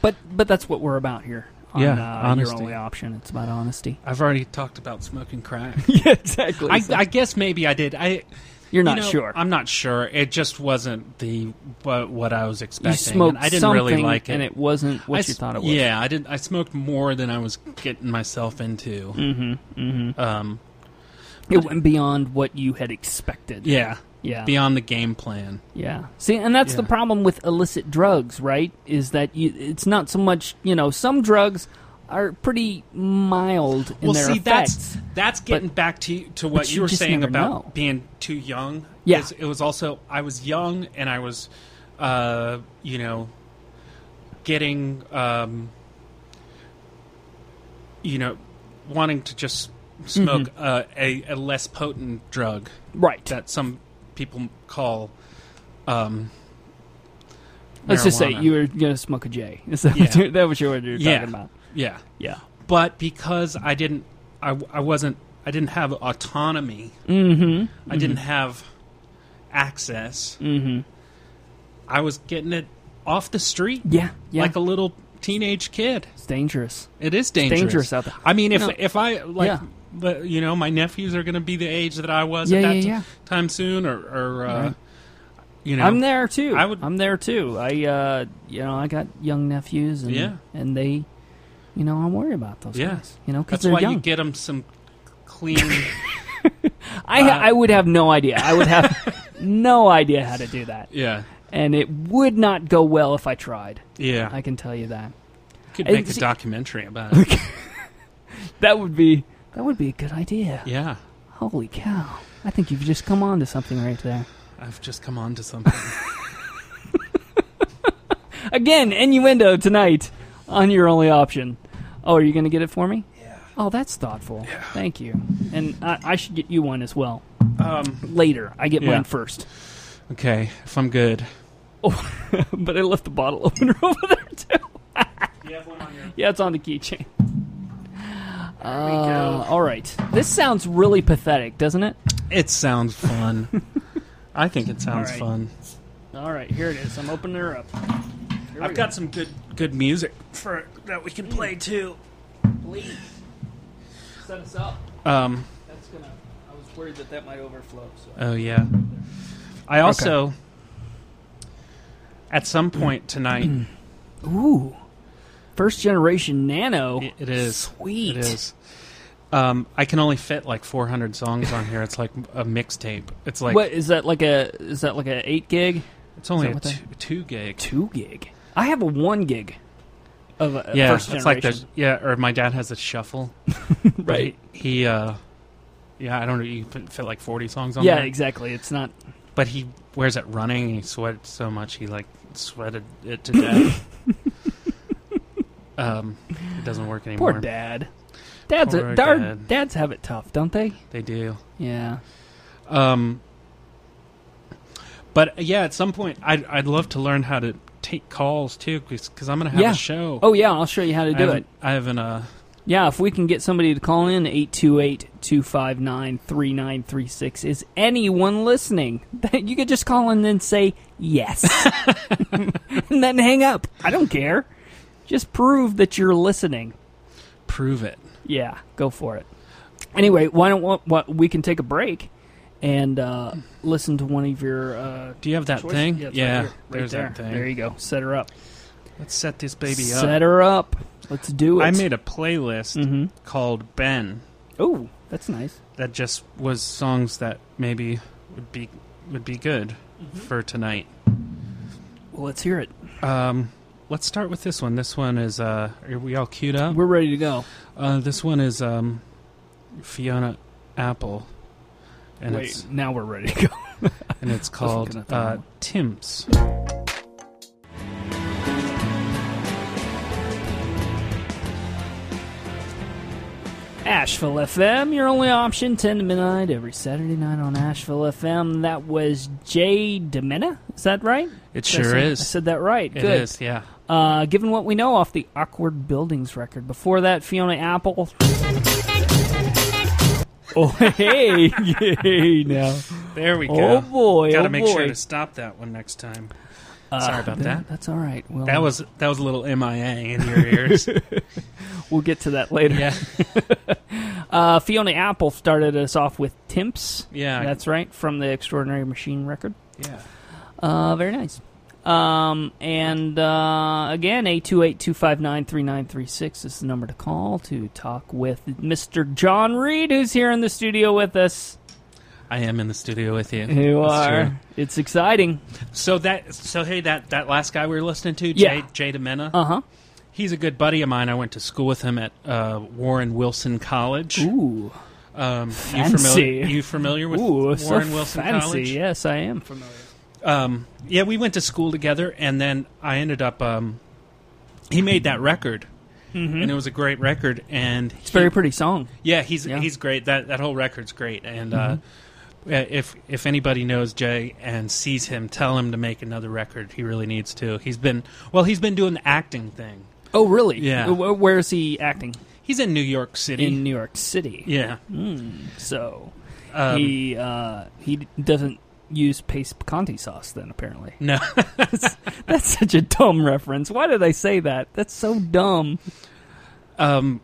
Speaker 1: But but that's what we're about here. On,
Speaker 2: Yeah,
Speaker 1: uh, your
Speaker 2: honesty.
Speaker 1: only option. It's about
Speaker 2: *laughs*
Speaker 1: honesty.
Speaker 2: I've already talked about smoking crack.
Speaker 1: yeah, exactly.
Speaker 2: I,
Speaker 1: So
Speaker 2: I guess maybe I did. I
Speaker 1: you're not
Speaker 2: you know,
Speaker 1: sure.
Speaker 2: I'm not sure. It just wasn't the what, what I was
Speaker 1: you
Speaker 2: expecting.
Speaker 1: smoked
Speaker 2: I didn't
Speaker 1: something,
Speaker 2: really like it.
Speaker 1: and it wasn't what
Speaker 2: I
Speaker 1: you
Speaker 2: s-
Speaker 1: thought it was.
Speaker 2: Yeah, I didn't. I smoked more than I was getting myself into.
Speaker 1: Mm-hmm. Mm-hmm.
Speaker 2: Um,
Speaker 1: It went beyond what you had expected.
Speaker 2: yeah,
Speaker 1: Yeah.
Speaker 2: beyond the game plan.
Speaker 1: yeah. See, and that's the
Speaker 2: Yeah.
Speaker 1: problem with illicit drugs, right? Is that you, it's not so much, you know, some drugs are pretty mild in
Speaker 2: well,
Speaker 1: their
Speaker 2: see,
Speaker 1: effects.
Speaker 2: that's that's getting back to to what
Speaker 1: but
Speaker 2: you,
Speaker 1: you
Speaker 2: were
Speaker 1: just
Speaker 2: saying
Speaker 1: never
Speaker 2: about
Speaker 1: know.
Speaker 2: being too young.
Speaker 1: Yeah.
Speaker 2: Is- it was also I was young and I was, uh, you know, getting, um, you know, wanting to just smoke
Speaker 1: Mm-hmm.
Speaker 2: uh, a, a less potent drug.
Speaker 1: right.
Speaker 2: that some people call. Um,
Speaker 1: Let's just say
Speaker 2: marijuana.
Speaker 1: you were going to smoke a J. *laughs* Is that, what
Speaker 2: Yeah.
Speaker 1: you that was your word you were
Speaker 2: Yeah.
Speaker 1: talking about?
Speaker 2: Yeah,
Speaker 1: Yeah.
Speaker 2: but because I didn't, I, I wasn't, I didn't have autonomy.
Speaker 1: Mm
Speaker 2: I didn't have access.
Speaker 1: hmm. Mm
Speaker 2: I was getting it off the street
Speaker 1: hmm. Yeah. Yeah.
Speaker 2: like a little teenage kid.
Speaker 1: it's dangerous.
Speaker 2: It is
Speaker 1: It's
Speaker 2: dangerous.
Speaker 1: dangerous out there.
Speaker 2: I mean, if
Speaker 1: No.
Speaker 2: if I like.
Speaker 1: Yeah.
Speaker 2: But you know, my nephews are going to be the age that I was
Speaker 1: Yeah,
Speaker 2: at that
Speaker 1: yeah,
Speaker 2: t-
Speaker 1: yeah.
Speaker 2: time soon, or, or uh,
Speaker 1: Right.
Speaker 2: you know,
Speaker 1: I'm there too. I
Speaker 2: I would-
Speaker 1: am there too. I, uh, you know, I got young nephews, and
Speaker 2: Yeah.
Speaker 1: and they, you know, I'm worried about those
Speaker 2: Yeah.
Speaker 1: guys. You know, because
Speaker 2: that's
Speaker 1: they're
Speaker 2: why
Speaker 1: young.
Speaker 2: you get them some
Speaker 1: *laughs*
Speaker 2: clean
Speaker 1: I
Speaker 2: Uh,
Speaker 1: I would have no idea. I would *laughs* have no idea how to do that,
Speaker 2: Yeah,
Speaker 1: and it would not go well if I tried.
Speaker 2: yeah.
Speaker 1: I can tell you that.
Speaker 2: could
Speaker 1: I-
Speaker 2: make a
Speaker 1: see-
Speaker 2: documentary
Speaker 1: *laughs*
Speaker 2: about it.
Speaker 1: That would be that would be a good idea.
Speaker 2: yeah,
Speaker 1: Holy cow! I think you've just come on to something right there.
Speaker 2: I've just come on
Speaker 1: *laughs*
Speaker 2: to something.
Speaker 1: Again, innuendo tonight on your only option. Oh, are you going to get it for me?
Speaker 2: yeah.
Speaker 1: Oh, that's thoughtful. Thank you. And I, I should get you one as well
Speaker 2: Um.
Speaker 1: later. I get
Speaker 2: Yeah.
Speaker 1: mine first.
Speaker 2: Okay, if I'm good.
Speaker 1: Oh, *laughs* but I left the bottle opener over there too.
Speaker 2: You have one on your.
Speaker 1: *laughs* Yeah, it's on the keychain.
Speaker 2: we
Speaker 1: Uh, all right. This sounds really pathetic, doesn't it?
Speaker 2: It sounds fun. I think it sounds
Speaker 1: All right.
Speaker 2: fun.
Speaker 1: All right, here it is. I'm opening her up.
Speaker 2: I've got some good good music for that we can play too.
Speaker 1: Please set us up.
Speaker 2: Um,
Speaker 1: That's gonna. I was worried that that might overflow. So.
Speaker 2: oh yeah. I also at some
Speaker 1: *clears throat*
Speaker 2: point tonight
Speaker 1: Ooh, first generation Nano.
Speaker 2: it- it is
Speaker 1: sweet.
Speaker 2: It is. Um, I can only fit like 400 songs on here. It's like a mixtape. It's like
Speaker 1: what is that like a? Is that like a eight gig,
Speaker 2: it's only
Speaker 1: is
Speaker 2: a
Speaker 1: that
Speaker 2: two,
Speaker 1: what
Speaker 2: two gig.
Speaker 1: two gig? I have a one gig. Of a a
Speaker 2: yeah,
Speaker 1: Uh, first
Speaker 2: it's
Speaker 1: generation.
Speaker 2: like the yeah. Or my dad has
Speaker 1: *laughs*
Speaker 2: a shuffle. He uh, yeah. I don't know. You can fit like 40 songs on.
Speaker 1: Yeah,
Speaker 2: there.
Speaker 1: exactly. It's not.
Speaker 2: but he wears it running and he sweats so much he like sweated it to death.
Speaker 1: *laughs*
Speaker 2: um, it doesn't work anymore.
Speaker 1: Poor dad. Dads,
Speaker 2: Poor
Speaker 1: are, dar-
Speaker 2: dad.
Speaker 1: dads have it tough, don't they?
Speaker 2: They do.
Speaker 1: Yeah.
Speaker 2: Um, but uh, yeah, at some point, I'd I'd love to learn how to take calls too, because I'm gonna have
Speaker 1: Yeah.
Speaker 2: a show.
Speaker 1: Oh yeah, I'll show you how to
Speaker 2: I
Speaker 1: do
Speaker 2: haven't-
Speaker 1: it.
Speaker 2: I haven't. Uh,
Speaker 1: Yeah, if we can get somebody to call in 828-259-3936 is anyone listening? *laughs* You could just call in and say
Speaker 2: *laughs*
Speaker 1: yes. and then hang up. I don't care. Just prove that you're listening.
Speaker 2: prove it.
Speaker 1: Yeah, go for it. Anyway, why don't what, what we can take a break and uh, listen to one of your uh,
Speaker 2: Do you have that
Speaker 1: choice-
Speaker 2: thing?
Speaker 1: Yeah, it's
Speaker 2: yeah
Speaker 1: right here, right
Speaker 2: there's
Speaker 1: there.
Speaker 2: that thing.
Speaker 1: There you go. Set her up.
Speaker 2: Let's set this baby
Speaker 1: Set her up. Let's do
Speaker 2: up.
Speaker 1: it.
Speaker 2: I made a playlist
Speaker 1: Mhm.
Speaker 2: called Ben
Speaker 1: Oh, that's nice.
Speaker 2: that just was songs that maybe would be would be good
Speaker 1: Mm-hmm.
Speaker 2: for tonight.
Speaker 1: Well, let's hear it.
Speaker 2: Um, let's start with this one. This one is uh, are we all queued up?
Speaker 1: We're ready to go.
Speaker 2: Uh, this one is um, Fiona Apple, and
Speaker 1: Wait,
Speaker 2: it's
Speaker 1: now we're ready to go. *laughs*
Speaker 2: and it's called
Speaker 1: gonna throw
Speaker 2: uh,
Speaker 1: one.
Speaker 2: Timps.
Speaker 1: Asheville FM, your only option, 10 to midnight every Saturday night on Asheville FM. That was Jay Demena. Is that right?
Speaker 2: It
Speaker 1: Did I
Speaker 2: sure
Speaker 1: say- I
Speaker 2: is.
Speaker 1: said that right.
Speaker 2: It
Speaker 1: Good.
Speaker 2: is. Yeah.
Speaker 1: Uh, given what we know off the Awkward Buildings record. Before that, Fiona
Speaker 2: *laughs*
Speaker 1: Apple. Oh, hey. Yay, now.
Speaker 2: There we
Speaker 1: Oh,
Speaker 2: go.
Speaker 1: boy.
Speaker 2: Got to
Speaker 1: oh,
Speaker 2: make
Speaker 1: boy.
Speaker 2: sure to stop that one next time.
Speaker 1: Uh,
Speaker 2: Sorry about that.
Speaker 1: That's all right. Well,
Speaker 2: That was that was a little MIA in your
Speaker 1: *laughs*
Speaker 2: ears.
Speaker 1: We'll get to that later.
Speaker 2: yeah.
Speaker 1: Uh, Fiona Apple started us off with Timps.
Speaker 2: Yeah.
Speaker 1: That's right, from the Extraordinary Machine record.
Speaker 2: yeah.
Speaker 1: Uh, very nice. Um, and uh, again, 828-259-3936 is the number to call to talk with Mr. John Reed, who's here in the studio with us.
Speaker 2: I am in the studio with you.
Speaker 1: You
Speaker 2: That's
Speaker 1: are.
Speaker 2: true.
Speaker 1: It's exciting.
Speaker 2: So that so hey that that last guy we were listening to,
Speaker 1: Yeah.
Speaker 2: Jay Jay Demena.
Speaker 1: Uh-huh.
Speaker 2: He's a good buddy of mine. I went to school with him at uh, Warren Wilson College.
Speaker 1: Ooh.
Speaker 2: Um, You,
Speaker 1: Fancy.
Speaker 2: familiar, you familiar with
Speaker 1: Ooh,
Speaker 2: Warren
Speaker 1: so
Speaker 2: Wilson
Speaker 1: fancy.
Speaker 2: College?
Speaker 1: Yes, I am familiar.
Speaker 2: Um, yeah, we went to school together, and then I ended up. Um, he made that record, and it was a great record. And
Speaker 1: Mm-hmm. It's a very pretty song.
Speaker 2: yeah, he's
Speaker 1: Yeah. Mm-hmm.
Speaker 2: he's great. That that whole record's great. And uh, uh, if if anybody knows Jay and sees him, tell him to make another record. He really needs to. He's been well. He's been doing the acting thing.
Speaker 1: Oh, really?
Speaker 2: Yeah.
Speaker 1: Wh- Where is he acting?
Speaker 2: He's in New York City.
Speaker 1: In New York City. Hmm.
Speaker 2: yeah.
Speaker 1: So
Speaker 2: Um,
Speaker 1: he uh, he d- doesn't use paste Conti sauce then apparently.
Speaker 2: no.
Speaker 1: *laughs* That's such a dumb reference. Why did I say that? That's so dumb.
Speaker 2: um,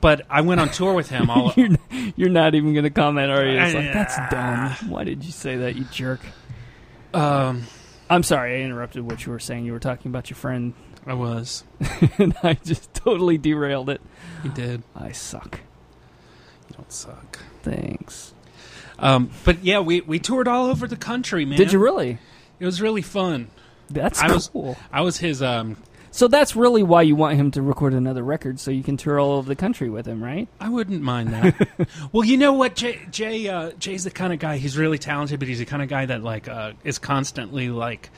Speaker 2: but I went on tour with him. All
Speaker 1: *laughs* You're, you're not even going to comment, are you? It's like,
Speaker 2: I- uh,
Speaker 1: that's dumb. Why did you say that, you jerk?
Speaker 2: um,
Speaker 1: I'm sorry, I interrupted what you were saying. You were talking about your friend, *laughs*
Speaker 2: I was.
Speaker 1: and I just totally derailed it.
Speaker 2: He did.
Speaker 1: I suck.
Speaker 2: You don't suck.
Speaker 1: Thanks.
Speaker 2: Um, but yeah, we, we toured all over the country, man.
Speaker 1: Did you really?
Speaker 2: It was really fun.
Speaker 1: That's
Speaker 2: I was-
Speaker 1: cool.
Speaker 2: I was his. Um,
Speaker 1: so that's really why you want him to record another record, so you can tour all over the country with him, right?
Speaker 2: I wouldn't mind that.
Speaker 1: *laughs*
Speaker 2: well, you know what, Jay? Jay uh, Jay's the kind of guy. He's really talented, but he's the kind of guy that like uh, is constantly like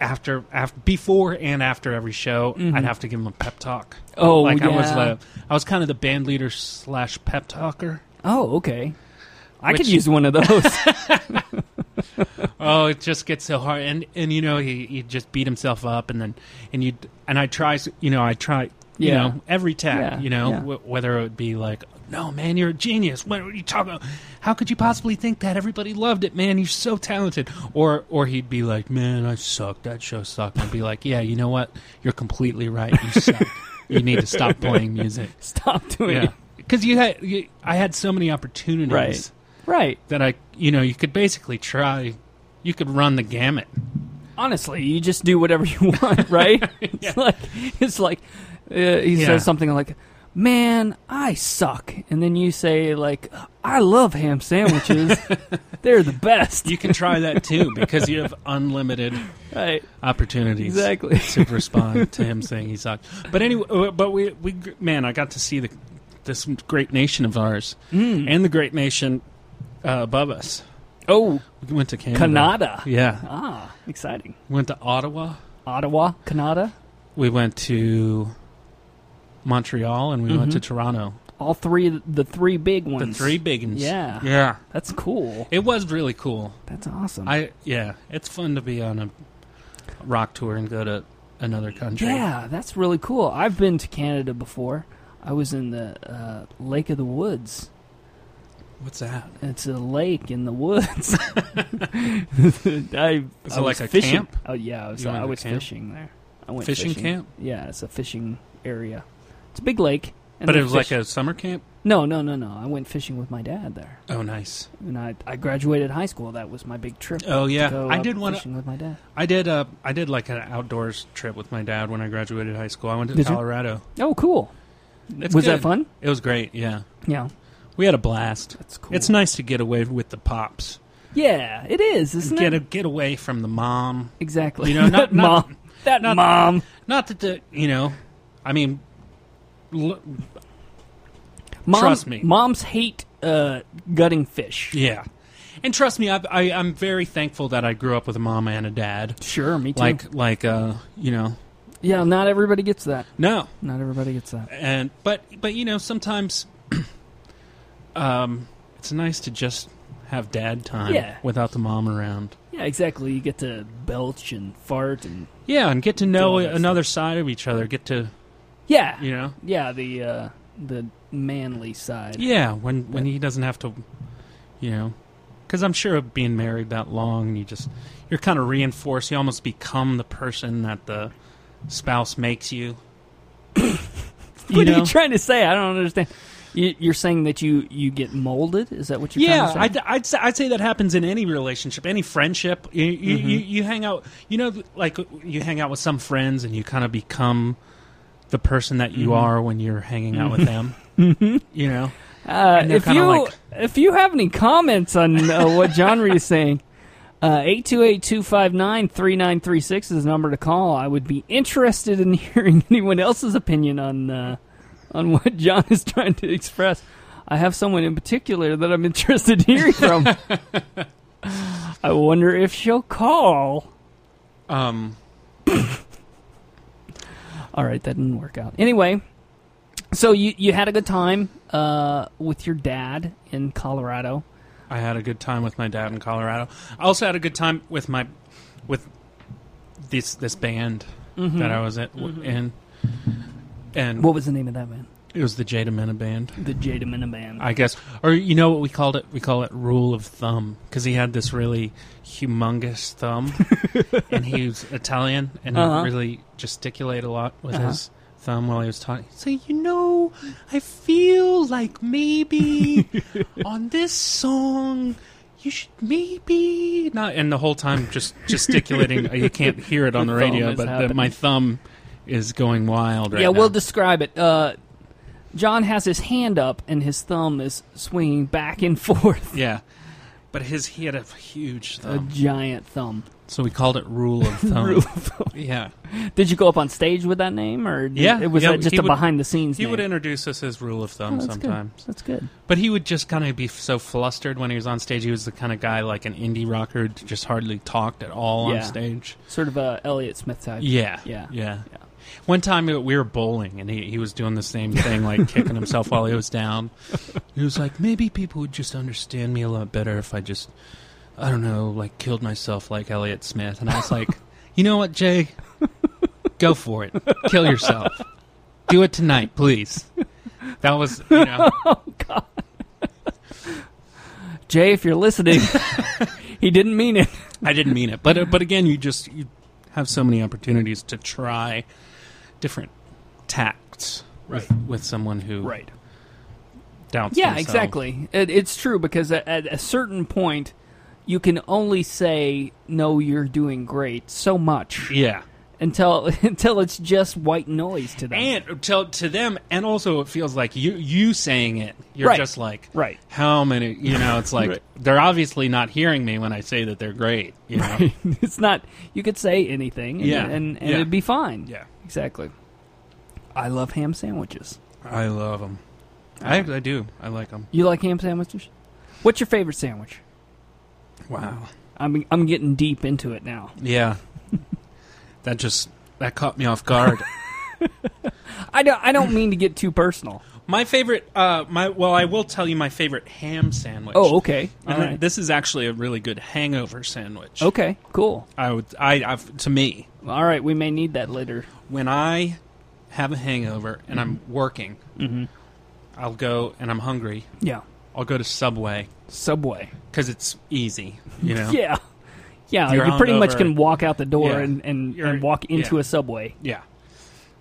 Speaker 2: after after before and after every show. I'd have to give him a pep talk.
Speaker 1: Mm-hmm. Oh,
Speaker 2: like I was
Speaker 1: yeah.
Speaker 2: uh, I was kind of the band leader slash pep talker.
Speaker 1: Oh, okay. I could
Speaker 2: Which-
Speaker 1: use one of those.
Speaker 2: *laughs* Oh, it just gets so hard, and and you know he he just beat himself up, and then and you and I try, you know, I try, you
Speaker 1: Yeah.
Speaker 2: know, every tap,
Speaker 1: Yeah,
Speaker 2: you know,
Speaker 1: yeah.
Speaker 2: wh- whether it would be like No, man, you're a genius. What are you talking about? How could you possibly think that? Everybody loved it, man. You're so talented. Or or he'd be like, Man, I suck. That show sucked. And I'd be like, Yeah, you know what? You're completely right.
Speaker 1: *laughs*
Speaker 2: You suck. you need to stop playing music.
Speaker 1: Stop doing
Speaker 2: Yeah.
Speaker 1: it.
Speaker 2: Because you had, you, I had so many opportunities
Speaker 1: Right. Right.
Speaker 2: that I, you know, you could basically try, you could run the gamut.
Speaker 1: honestly, you just do whatever you want,
Speaker 2: *laughs*
Speaker 1: right? It's like it's like uh, he
Speaker 2: Yeah.
Speaker 1: says something like, "Man, I suck," and then you say like, "I love ham
Speaker 2: *laughs*
Speaker 1: sandwiches. They're the best."
Speaker 2: You can try that too because you have unlimited
Speaker 1: right?
Speaker 2: opportunities.
Speaker 1: Exactly.
Speaker 2: to respond to him saying he sucked. But anyway, uh, but we we man, I got to see the this great nation of ours
Speaker 1: Mm.
Speaker 2: and the great nation uh, above us.
Speaker 1: Oh,
Speaker 2: We went to Canada.
Speaker 1: Canada.
Speaker 2: Yeah,
Speaker 1: Ah, exciting.
Speaker 2: went to Ottawa.
Speaker 1: Ottawa, Canada.
Speaker 2: We went to Montreal and we went
Speaker 1: Mhm.
Speaker 2: to Toronto.
Speaker 1: All three, the three big
Speaker 2: The
Speaker 1: ones.
Speaker 2: three big ones.
Speaker 1: Yeah.
Speaker 2: yeah.
Speaker 1: That's cool.
Speaker 2: It was really cool.
Speaker 1: That's awesome.
Speaker 2: I yeah, it's fun to be on a rock tour and go to another country.
Speaker 1: Yeah, that's really cool. I've been to Canada before. I was in the uh, Lake of the Woods.
Speaker 2: What's that?
Speaker 1: It's a lake in the woods. *laughs* I,
Speaker 2: Is
Speaker 1: I
Speaker 2: it
Speaker 1: was
Speaker 2: like a
Speaker 1: fishing.
Speaker 2: camp?
Speaker 1: Oh yeah, I was,
Speaker 2: You went
Speaker 1: I
Speaker 2: to
Speaker 1: was
Speaker 2: camp?
Speaker 1: fishing there. I went
Speaker 2: Fishing camp?
Speaker 1: Yeah, it's a fishing area. It's a big lake. and
Speaker 2: But
Speaker 1: they
Speaker 2: it was
Speaker 1: fish-
Speaker 2: like a summer camp.
Speaker 1: no, no, no, no. I went fishing with my dad there,
Speaker 2: Oh, nice.
Speaker 1: and I I graduated high school. That was my big trip.
Speaker 2: Oh yeah,
Speaker 1: to go
Speaker 2: I
Speaker 1: out
Speaker 2: did want to
Speaker 1: fishing with my dad.
Speaker 2: I did. Uh, I did like an outdoors trip with my dad when I graduated high school. I went to
Speaker 1: Did you?
Speaker 2: Colorado.
Speaker 1: Oh, cool.
Speaker 2: It's
Speaker 1: was
Speaker 2: good.
Speaker 1: that fun?
Speaker 2: It was great. Yeah,
Speaker 1: Yeah,
Speaker 2: we had a blast.
Speaker 1: that's cool.
Speaker 2: It's nice to get away with the pops.
Speaker 1: Yeah, it is, isn't
Speaker 2: get
Speaker 1: it?
Speaker 2: A, get away from the mom.
Speaker 1: exactly.
Speaker 2: You
Speaker 1: *laughs*
Speaker 2: know, not not,
Speaker 1: mom. That
Speaker 2: not-
Speaker 1: mom.
Speaker 2: not that the you know. I mean, l-
Speaker 1: Mom-
Speaker 2: Trust me.
Speaker 1: Moms hate uh, gutting fish.
Speaker 2: yeah, and trust me, I, I I'm very thankful that I grew up with a mom and a dad.
Speaker 1: Sure, me too.
Speaker 2: Like like uh you know
Speaker 1: yeah, not everybody gets that.
Speaker 2: no
Speaker 1: Not everybody gets that.
Speaker 2: and but but you know sometimes *clears throat* um it's nice to just have dad time
Speaker 1: Yeah.
Speaker 2: without the mom around
Speaker 1: Yeah, exactly. You get to belch and fart and
Speaker 2: yeah and get to
Speaker 1: all
Speaker 2: know
Speaker 1: that
Speaker 2: another side of each other get to
Speaker 1: yeah,
Speaker 2: you know
Speaker 1: yeah. The uh, the manly side.
Speaker 2: yeah when when he doesn't have to you know because i'm sure of being married that long and you just you're kind of reinforced you almost become the person that the spouse makes you you
Speaker 1: *laughs* what are
Speaker 2: know?
Speaker 1: you trying to say? I don't understand. You, you're saying that you you get molded. Is that what you're
Speaker 2: yeah,
Speaker 1: trying to
Speaker 2: I'd,
Speaker 1: say?
Speaker 2: I'd, say, I'd say that happens in any relationship, any friendship. You, you, you, you hang out, you know, like you hang out with some friends and you kind of become the person that you
Speaker 1: Mhm.
Speaker 2: are when you're hanging out with them. You know?
Speaker 1: Uh,
Speaker 2: and they're
Speaker 1: if
Speaker 2: kinda
Speaker 1: you
Speaker 2: like-
Speaker 1: if you have any comments on uh, what genre is saying. uh, Eight two eight two five nine three nine three six is the number to call. I would be interested in *laughs* hearing anyone else's opinion on uh, on what *laughs* John is trying to express. I have someone in particular that I'm *laughs* interested in hearing from. I wonder if she'll call.
Speaker 2: Um,
Speaker 1: All right, that didn't work out. Anyway, so you you had a good time uh, with your dad in Colorado.
Speaker 2: I had a good time with my dad in Colorado. I also had a good time with my with this this band
Speaker 1: Mhm.
Speaker 2: Mm-hmm. that I was at, in, and
Speaker 1: What was the name of that band?
Speaker 2: it was the Jada Mena band.
Speaker 1: The Jada Minna Band.
Speaker 2: I guess, or you know what we called it? We call it rule of thumb because he had this really
Speaker 1: *laughs*
Speaker 2: humongous thumb, and he was Italian and
Speaker 1: Uh-huh.
Speaker 2: really gesticulate a lot with
Speaker 1: Uh-huh.
Speaker 2: his thumb while he was talking. So you know, I feel
Speaker 1: *laughs*
Speaker 2: like maybe on this song. You should maybe not, and the whole time just
Speaker 1: *laughs*
Speaker 2: gesticulating. you can't hear it on the,
Speaker 1: The thumb
Speaker 2: radio,
Speaker 1: is
Speaker 2: but the,
Speaker 1: happening.
Speaker 2: my thumb is going wild right
Speaker 1: yeah,
Speaker 2: now.
Speaker 1: we'll describe it. Uh, John has his hand up and his thumb is swinging back and *laughs* forth.
Speaker 2: yeah, but his he had a huge
Speaker 1: A
Speaker 2: thumb.
Speaker 1: giant thumb.
Speaker 2: So we called it Rule
Speaker 1: *laughs*
Speaker 2: of Thumb.
Speaker 1: Rule
Speaker 2: Yeah.
Speaker 1: Did you go up on stage with that name, or did-
Speaker 2: Yeah,
Speaker 1: it was
Speaker 2: yeah,
Speaker 1: that just
Speaker 2: he
Speaker 1: a
Speaker 2: would-
Speaker 1: behind the scenes?
Speaker 2: He
Speaker 1: name?
Speaker 2: would introduce us as Rule of
Speaker 1: Oh,
Speaker 2: Thumb
Speaker 1: that's
Speaker 2: sometimes.
Speaker 1: Good. That's good.
Speaker 2: But he would just kind of be so flustered when he was on stage. He was the kind of guy like an indie rocker who just hardly talked at all
Speaker 1: Yeah.
Speaker 2: on stage.
Speaker 1: Sort of a Elliott Smith type.
Speaker 2: Yeah.
Speaker 1: Yeah.
Speaker 2: Yeah.
Speaker 1: Yeah.
Speaker 2: One time uh, we were bowling and he, he was doing the same thing,
Speaker 1: *laughs*
Speaker 2: like kicking himself while he was down. He was like, maybe people would just understand me a lot better if I just, I don't know, like killed myself like Elliot Smith. And I
Speaker 1: *laughs*
Speaker 2: was like, you know what, Jay? Go for it. Kill yourself. Do it tonight, please. That was, you know,
Speaker 1: Jay, if you're
Speaker 2: *laughs*
Speaker 1: listening, *laughs* he didn't mean it.
Speaker 2: I didn't mean it, but uh, but again, you just you have so many opportunities to try different tacts with, with someone who doubts.
Speaker 1: Yeah,
Speaker 2: themselves.
Speaker 1: exactly. It, it's true because at, at a certain point, you can only say no. You're doing great so much
Speaker 2: Yeah,
Speaker 1: until *laughs* until it's just white noise to them.
Speaker 2: and to, to them, and also it feels like you you saying it. You're
Speaker 1: Right.
Speaker 2: just like
Speaker 1: right.
Speaker 2: how many? You know, it's like
Speaker 1: Right.
Speaker 2: they're obviously not hearing me when I say that they're great. You know,
Speaker 1: *laughs* it's not. You could say anything. And,
Speaker 2: Yeah.
Speaker 1: And, and
Speaker 2: Yeah.
Speaker 1: it'd be fine.
Speaker 2: yeah,
Speaker 1: Exactly. I love ham sandwiches.
Speaker 2: I love them. I I do. I like them.
Speaker 1: You like ham sandwiches? What's your favorite sandwich?
Speaker 2: Wow.
Speaker 1: I'm I'm getting deep into it now.
Speaker 2: Yeah, that just that caught me off guard.
Speaker 1: I don't I don't mean to get too
Speaker 2: *laughs*
Speaker 1: personal.
Speaker 2: My favorite, uh, my well, I will tell you my favorite ham sandwich.
Speaker 1: Oh, okay. All
Speaker 2: And
Speaker 1: right.
Speaker 2: This is actually a really good hangover sandwich.
Speaker 1: Okay. Cool.
Speaker 2: I would, I, I've, to me,
Speaker 1: All right. We may need that later.
Speaker 2: when I have a hangover and I'm working,
Speaker 1: Mhm.
Speaker 2: I'll go and I'm hungry.
Speaker 1: Yeah.
Speaker 2: I'll go to Subway
Speaker 1: Subway.
Speaker 2: because it's easy. You
Speaker 1: *laughs*
Speaker 2: know,
Speaker 1: Yeah. Yeah.
Speaker 2: You're
Speaker 1: you pretty much
Speaker 2: hungover.
Speaker 1: can walk out the door
Speaker 2: Yeah.
Speaker 1: and, and,
Speaker 2: You're-
Speaker 1: and walk into
Speaker 2: yeah.
Speaker 1: a subway.
Speaker 2: Yeah.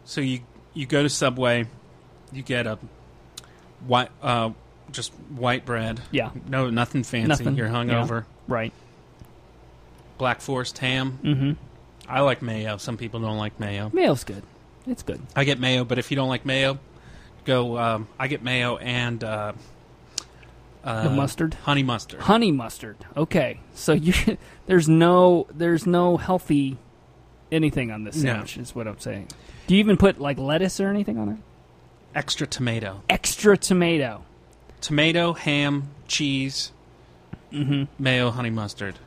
Speaker 2: So you you go to Subway, you get a white, uh, just white bread.
Speaker 1: Yeah.
Speaker 2: No, nothing fancy.
Speaker 1: Nothing.
Speaker 2: You're
Speaker 1: Yeah.
Speaker 2: hungover.
Speaker 1: Right.
Speaker 2: Black Forest ham.
Speaker 1: Mm-hmm.
Speaker 2: I like mayo. Some people don't like mayo.
Speaker 1: Mayo's good. It's good.
Speaker 2: I get mayo, but if you don't like mayo, go. Um, I get mayo and uh, uh,
Speaker 1: The mustard?
Speaker 2: honey mustard.
Speaker 1: Honey mustard. Okay. So you *laughs* there's no there's no healthy anything on this
Speaker 2: No.
Speaker 1: sandwich is what I'm saying. Do you even put like lettuce or anything on it?
Speaker 2: Extra tomato,
Speaker 1: Extra tomato.
Speaker 2: tomato, ham, cheese,
Speaker 1: Mm-hmm.
Speaker 2: mayo, honey mustard.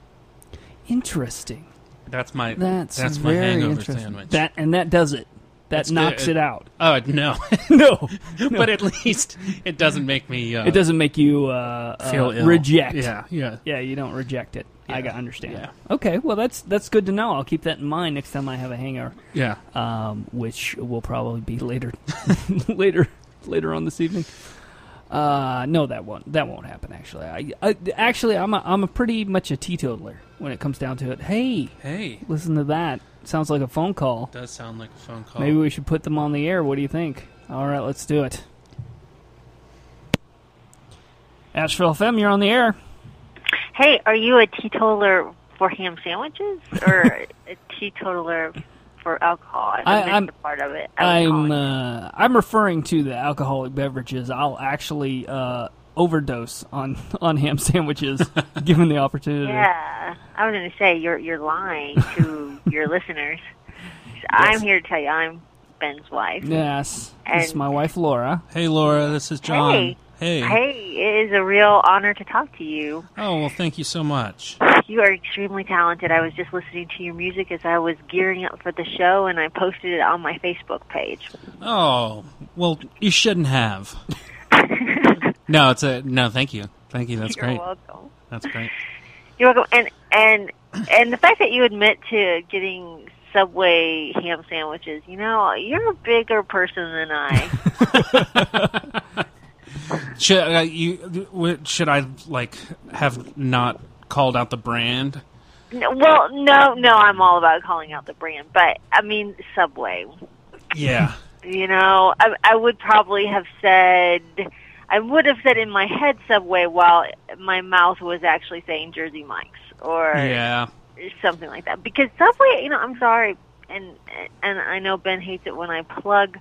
Speaker 1: Interesting.
Speaker 2: That's my.
Speaker 1: That's,
Speaker 2: That's my
Speaker 1: very
Speaker 2: hangover
Speaker 1: interesting.
Speaker 2: sandwich.
Speaker 1: That and that does it. That
Speaker 2: That's
Speaker 1: knocks
Speaker 2: good.
Speaker 1: it out.
Speaker 2: oh no,
Speaker 1: *laughs*
Speaker 2: *laughs*
Speaker 1: no,
Speaker 2: but at least it doesn't make me. Uh,
Speaker 1: it doesn't make you uh, uh,
Speaker 2: feel ill.
Speaker 1: reject.
Speaker 2: Yeah, yeah.
Speaker 1: Yeah, you don't reject it. I
Speaker 2: Yeah.
Speaker 1: got understand.
Speaker 2: Yeah.
Speaker 1: Okay, well that's that's good to know. I'll keep that in mind next time I have a hangover,
Speaker 2: Yeah,
Speaker 1: um, which will probably be later, *laughs* later, later on this evening. Uh, no, that won't that won't happen. Actually, I, I actually I'm a, I'm a pretty much a teetotaler when it comes down to it. Hey,
Speaker 2: Hey,
Speaker 1: listen to that. Sounds like a phone call.
Speaker 2: does sound like a phone call.
Speaker 1: Maybe we should put them on the air. What do you think? All right, let's do it. Asheville FM, you're on the air.
Speaker 3: Hey, are you a teetotaler for ham sandwiches
Speaker 2: *laughs*
Speaker 3: or a teetotaler for alcohol? I,
Speaker 1: I-
Speaker 3: missed
Speaker 1: I'm-
Speaker 3: a part of it. I was
Speaker 1: I'm
Speaker 3: calling.
Speaker 1: uh, I'm referring to the alcoholic beverages. I'll actually uh, overdose on *laughs* on ham
Speaker 3: *laughs*
Speaker 1: sandwiches given the opportunity.
Speaker 3: yeah, I was going to say you're you're lying
Speaker 1: *laughs*
Speaker 3: to your listeners. I'm here to tell you I'm Ben's wife.
Speaker 1: Yes, it's
Speaker 3: And-
Speaker 1: my wife Laura.
Speaker 2: hey, Laura, this is John.
Speaker 3: Hey. Hey, it is a real honor to talk to you.
Speaker 2: Oh well, thank you so much.
Speaker 3: You are extremely talented. I was just listening to your music as I was gearing up for the show, and I posted it on my Facebook page.
Speaker 2: Oh well, you shouldn't
Speaker 3: *laughs*
Speaker 2: have. no, it's a no. Thank you, thank you. That's
Speaker 3: You're
Speaker 2: great.
Speaker 3: welcome.
Speaker 2: That's great.
Speaker 3: You're welcome. And and and the fact that you admit to getting Subway ham sandwiches, you know, you're a bigger person than I.
Speaker 2: *laughs* Should uh, you? w- Should I like have not called out the brand?
Speaker 3: No, well, no, no, I'm all about calling out the brand, but I mean Subway. *laughs*
Speaker 2: Yeah.
Speaker 3: You know, I, I would probably have said, I would have said in my head Subway while my mouth was actually saying Jersey Mike's or
Speaker 2: Yeah.
Speaker 3: something like that. Because Subway, you know, I'm sorry, and and I know Ben hates it when I plug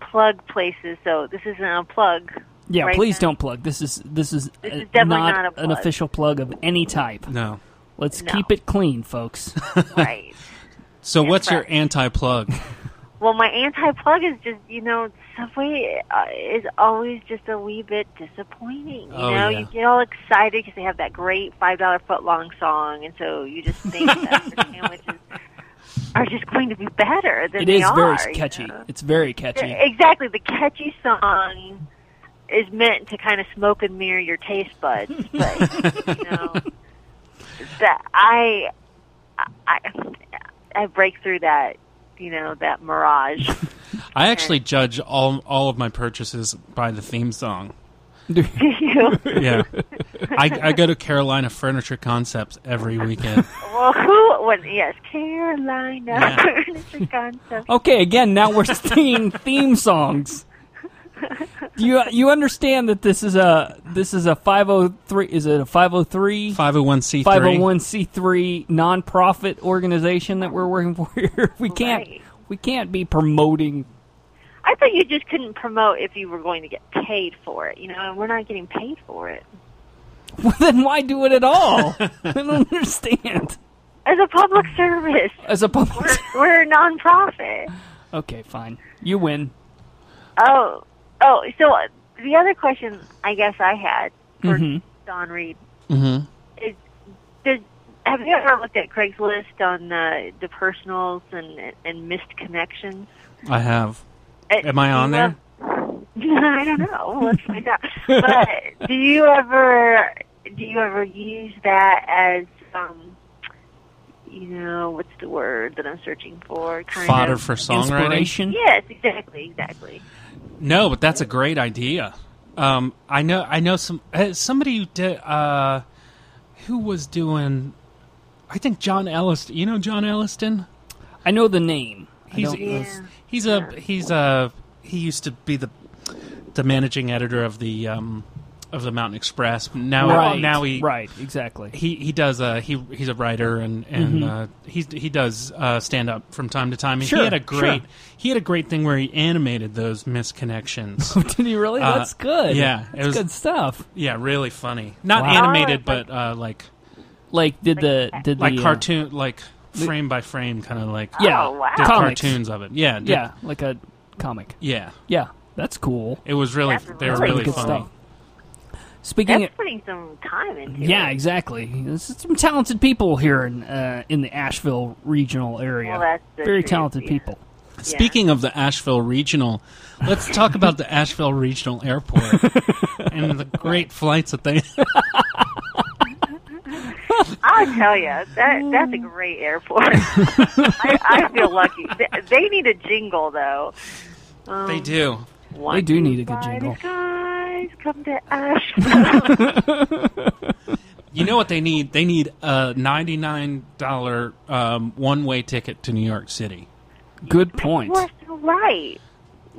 Speaker 3: plug places. So this isn't
Speaker 1: *laughs*
Speaker 3: a plug.
Speaker 1: Yeah,
Speaker 3: Right
Speaker 1: please
Speaker 3: now.
Speaker 1: don't plug. This is this is, uh,
Speaker 3: is definitely not a
Speaker 1: an
Speaker 3: plug.
Speaker 1: official plug of any type.
Speaker 2: No.
Speaker 1: Let's
Speaker 3: No.
Speaker 1: keep it clean, folks.
Speaker 3: Right.
Speaker 2: So what's your
Speaker 3: right. *laughs*
Speaker 2: anti-plug?
Speaker 3: well, my anti plug is just you know Subway uh, is always just a wee bit disappointing. You
Speaker 2: Oh,
Speaker 3: know,
Speaker 2: yeah.
Speaker 3: you get all excited because they have that great five dollar foot long song, and so you just think that
Speaker 1: *laughs*
Speaker 3: the sandwiches are just going to be better than
Speaker 1: it
Speaker 3: they
Speaker 1: is
Speaker 3: are.
Speaker 1: very
Speaker 3: you
Speaker 1: catchy.
Speaker 3: know?
Speaker 1: It's very catchy.
Speaker 3: E, Exactly. The catchy song is meant to kind of smoke and mirror your taste buds, but you know that I, I I break through that you know that mirage.
Speaker 2: I actually judge *laughs* all all of my purchases by the theme song.
Speaker 3: you
Speaker 2: Yeah. I, I go to Carolina Furniture Concepts every
Speaker 3: *laughs*
Speaker 2: weekend.
Speaker 3: Well, who would? Yes, Carolina
Speaker 2: Yeah.
Speaker 3: *laughs* Furniture
Speaker 1: *laughs*
Speaker 3: Concept.
Speaker 1: Okay, again, now we're *laughs* singing theme
Speaker 3: *laughs*
Speaker 1: songs. Do you you understand that this is a this is a 503 is it a 503
Speaker 2: 501c3.
Speaker 1: 501c3 nonprofit organization that we're working for here. *laughs* We can't
Speaker 3: Right.
Speaker 1: we can't be promoting *laughs*
Speaker 3: I thought you just couldn't promote if you were going to get paid for it, you know, and we're not getting paid for it.
Speaker 1: Well, then why do it at all? I
Speaker 3: *laughs*
Speaker 1: don't understand.
Speaker 3: As a public service,
Speaker 1: As a public,
Speaker 3: we're, we're a nonprofit.
Speaker 1: *laughs* okay, fine. You win.
Speaker 3: Oh, oh. So uh, the other question I guess I had for
Speaker 2: Mm-hmm.
Speaker 3: Don Reed
Speaker 2: Mhm.
Speaker 3: is: does, Have you ever looked at Craigslist on the the personals and and missed connections?
Speaker 2: I have.
Speaker 3: Uh,
Speaker 2: Am I
Speaker 3: do
Speaker 2: on
Speaker 3: you
Speaker 2: there?
Speaker 3: ev- *laughs* I don't know. Let's find out. But do you ever do you ever use that as um, you know what's the word that I'm searching for? Kind
Speaker 2: Fodder
Speaker 3: of-
Speaker 2: for songwriting?
Speaker 1: Inspiration.
Speaker 3: Yes, exactly, exactly.
Speaker 2: No, but that's a great idea. Um, I know. I know some uh, somebody who did uh, who was doing. I think John Elliston. You know John Elliston.
Speaker 1: I know the name. I
Speaker 2: He's
Speaker 1: don't-
Speaker 3: Yeah.
Speaker 2: he's a he's a he used to be the the managing editor of the um, of the Mountain Express. Now
Speaker 1: right
Speaker 2: now he
Speaker 1: right
Speaker 2: *laughs*
Speaker 1: exactly. *laughs*
Speaker 2: he he does uh he he's a writer and and uh, he he does uh, stand up from time to time.
Speaker 1: Mm-hmm.
Speaker 2: And
Speaker 1: Sure,
Speaker 2: he had a great
Speaker 1: sure.
Speaker 2: he had a great thing where he animated those
Speaker 1: *laughs*
Speaker 2: misconnections.
Speaker 1: Did he really?
Speaker 2: Uh,
Speaker 1: That's good.
Speaker 2: yeah, it
Speaker 1: that's
Speaker 2: was-
Speaker 1: good stuff.
Speaker 2: yeah, really funny. Not
Speaker 1: Wow.
Speaker 2: animated,
Speaker 3: Oh, like-
Speaker 2: but uh, like
Speaker 1: Like did the did
Speaker 2: like
Speaker 1: the, uh,
Speaker 2: cartoon, like frame by frame, kind of like
Speaker 1: Yeah,
Speaker 3: Oh, wow.
Speaker 2: did
Speaker 1: comics.
Speaker 2: cartoons of it. Yeah, did-
Speaker 1: Yeah, like a comic.
Speaker 2: yeah.
Speaker 1: Yeah, that's cool.
Speaker 2: It was really
Speaker 3: That's
Speaker 2: they were
Speaker 1: That's
Speaker 3: They're
Speaker 1: pretty
Speaker 2: really
Speaker 1: good
Speaker 2: funny.
Speaker 1: stuff. Speaking
Speaker 3: That's putting some time
Speaker 1: of,
Speaker 3: into
Speaker 1: yeah,
Speaker 3: it.
Speaker 1: exactly. There's some talented people here in uh, in the Asheville regional area.
Speaker 3: Well, that's the
Speaker 1: Very
Speaker 3: truth,
Speaker 1: talented
Speaker 3: yeah.
Speaker 1: people.
Speaker 2: Speaking of the Asheville Regional, let's talk about the Asheville Regional
Speaker 1: *laughs*
Speaker 2: Airport and the great flights that they *laughs*
Speaker 3: I'll tell you that that's a great
Speaker 2: *laughs*
Speaker 3: airport. I, I feel lucky. They, they need a jingle though. Um,
Speaker 2: they do.
Speaker 3: one
Speaker 1: They do need a good
Speaker 3: by the
Speaker 1: jingle.
Speaker 3: Guys,
Speaker 1: *laughs*
Speaker 3: come to Asheville.
Speaker 2: You know what they need? They need a ninety-nine dollar um, one-way ticket to New York City.
Speaker 1: Good point.
Speaker 3: You're so right.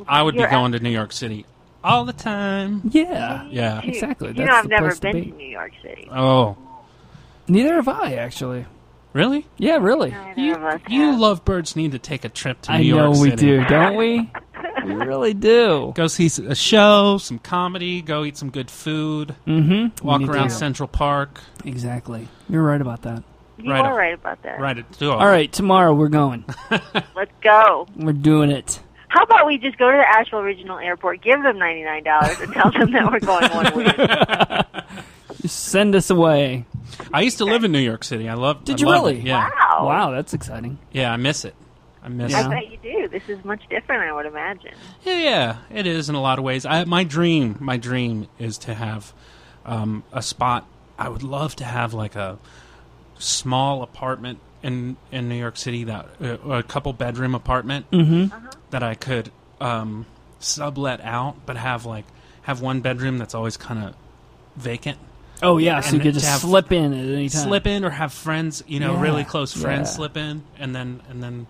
Speaker 2: I would
Speaker 3: You're
Speaker 2: be going to New York City all the time.
Speaker 1: Yeah.
Speaker 2: Yeah.
Speaker 3: You-
Speaker 1: Exactly,
Speaker 3: You
Speaker 1: that's
Speaker 3: know, I've
Speaker 1: the
Speaker 3: never
Speaker 1: place to
Speaker 3: been
Speaker 1: be.
Speaker 3: to New York City.
Speaker 2: Oh,
Speaker 1: Neither have I actually.
Speaker 2: really?
Speaker 1: Yeah, really.
Speaker 3: Neither
Speaker 2: You
Speaker 3: of us
Speaker 2: you
Speaker 3: have.
Speaker 2: lovebirds need to take a trip to
Speaker 1: I
Speaker 2: New
Speaker 1: know
Speaker 2: York
Speaker 1: we
Speaker 2: City.
Speaker 1: do, don't
Speaker 3: *laughs*
Speaker 1: we? we really do.
Speaker 2: Go see s- a show, some comedy. Go eat some good food.
Speaker 1: Mm-hmm.
Speaker 2: Walk around Central Park.
Speaker 1: Exactly. You're right about that.
Speaker 3: you
Speaker 2: right
Speaker 3: are
Speaker 2: up.
Speaker 3: right about that.
Speaker 2: Right at door.
Speaker 1: All right, tomorrow we're going.
Speaker 3: Let's go.
Speaker 1: We're doing it.
Speaker 3: How about we just go to the Asheville Regional Airport, give them ninety nine dollars, and tell them that we're going one
Speaker 2: *laughs*
Speaker 3: week.
Speaker 1: Just send us away.
Speaker 2: I used to live in New York City. I love.
Speaker 1: Did
Speaker 2: I
Speaker 1: you
Speaker 2: love
Speaker 1: really?
Speaker 2: It. Yeah.
Speaker 3: Wow.
Speaker 1: Wow, that's exciting.
Speaker 2: Yeah. I miss it. I miss
Speaker 1: Yeah.
Speaker 2: it.
Speaker 3: I bet you do. This is much different, I would imagine.
Speaker 2: Yeah, yeah, it is in a lot of ways. I, my dream, my dream is to have um, a spot. I would love to have like a small apartment in in New York City that uh, a couple bedroom apartment
Speaker 1: Mm-hmm.
Speaker 2: that I could um, sublet out, but have like have one bedroom that's always kind of vacant.
Speaker 1: Oh yeah, so
Speaker 2: And
Speaker 1: you could
Speaker 2: to
Speaker 1: just
Speaker 2: have-
Speaker 1: slip in at any time.
Speaker 2: Slip in or have friends, you know,
Speaker 1: Yeah,
Speaker 2: really close friends
Speaker 1: yeah.
Speaker 2: slip in, and then and then,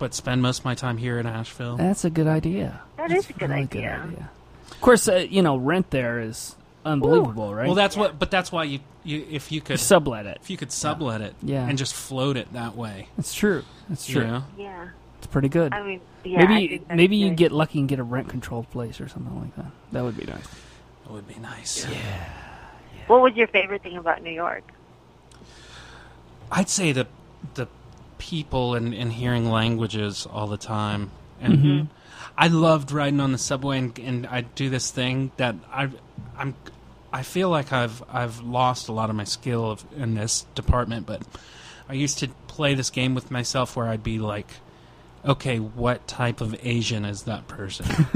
Speaker 2: but spend most of my time here in Asheville.
Speaker 1: That's a good idea.
Speaker 3: That is a good
Speaker 1: Really
Speaker 3: idea.
Speaker 1: Of course, uh, you know rent there is unbelievable, right?
Speaker 2: Well, that's what, but that's why you, you if you could
Speaker 1: sublet it.
Speaker 2: if you could sublet it
Speaker 1: Yeah.
Speaker 2: and just float it that way
Speaker 1: That's true. That's
Speaker 2: you
Speaker 1: true.
Speaker 2: know?
Speaker 3: Yeah.
Speaker 1: It's pretty good.
Speaker 3: I mean, Um, yeah. I
Speaker 1: maybe
Speaker 3: think that's
Speaker 1: maybe you
Speaker 3: good.
Speaker 1: get lucky and get a rent controlled place or something like that. That would be nice.
Speaker 2: it would be nice
Speaker 3: What was your favorite thing about New York?
Speaker 2: i'd say the the people and, and hearing languages all the time and i loved riding on the subway and, and i do this thing that i i'm i feel like i've i've lost a lot of my skill of, in this department but i used to play this game with myself where i'd be like okay, what type of Asian is that person?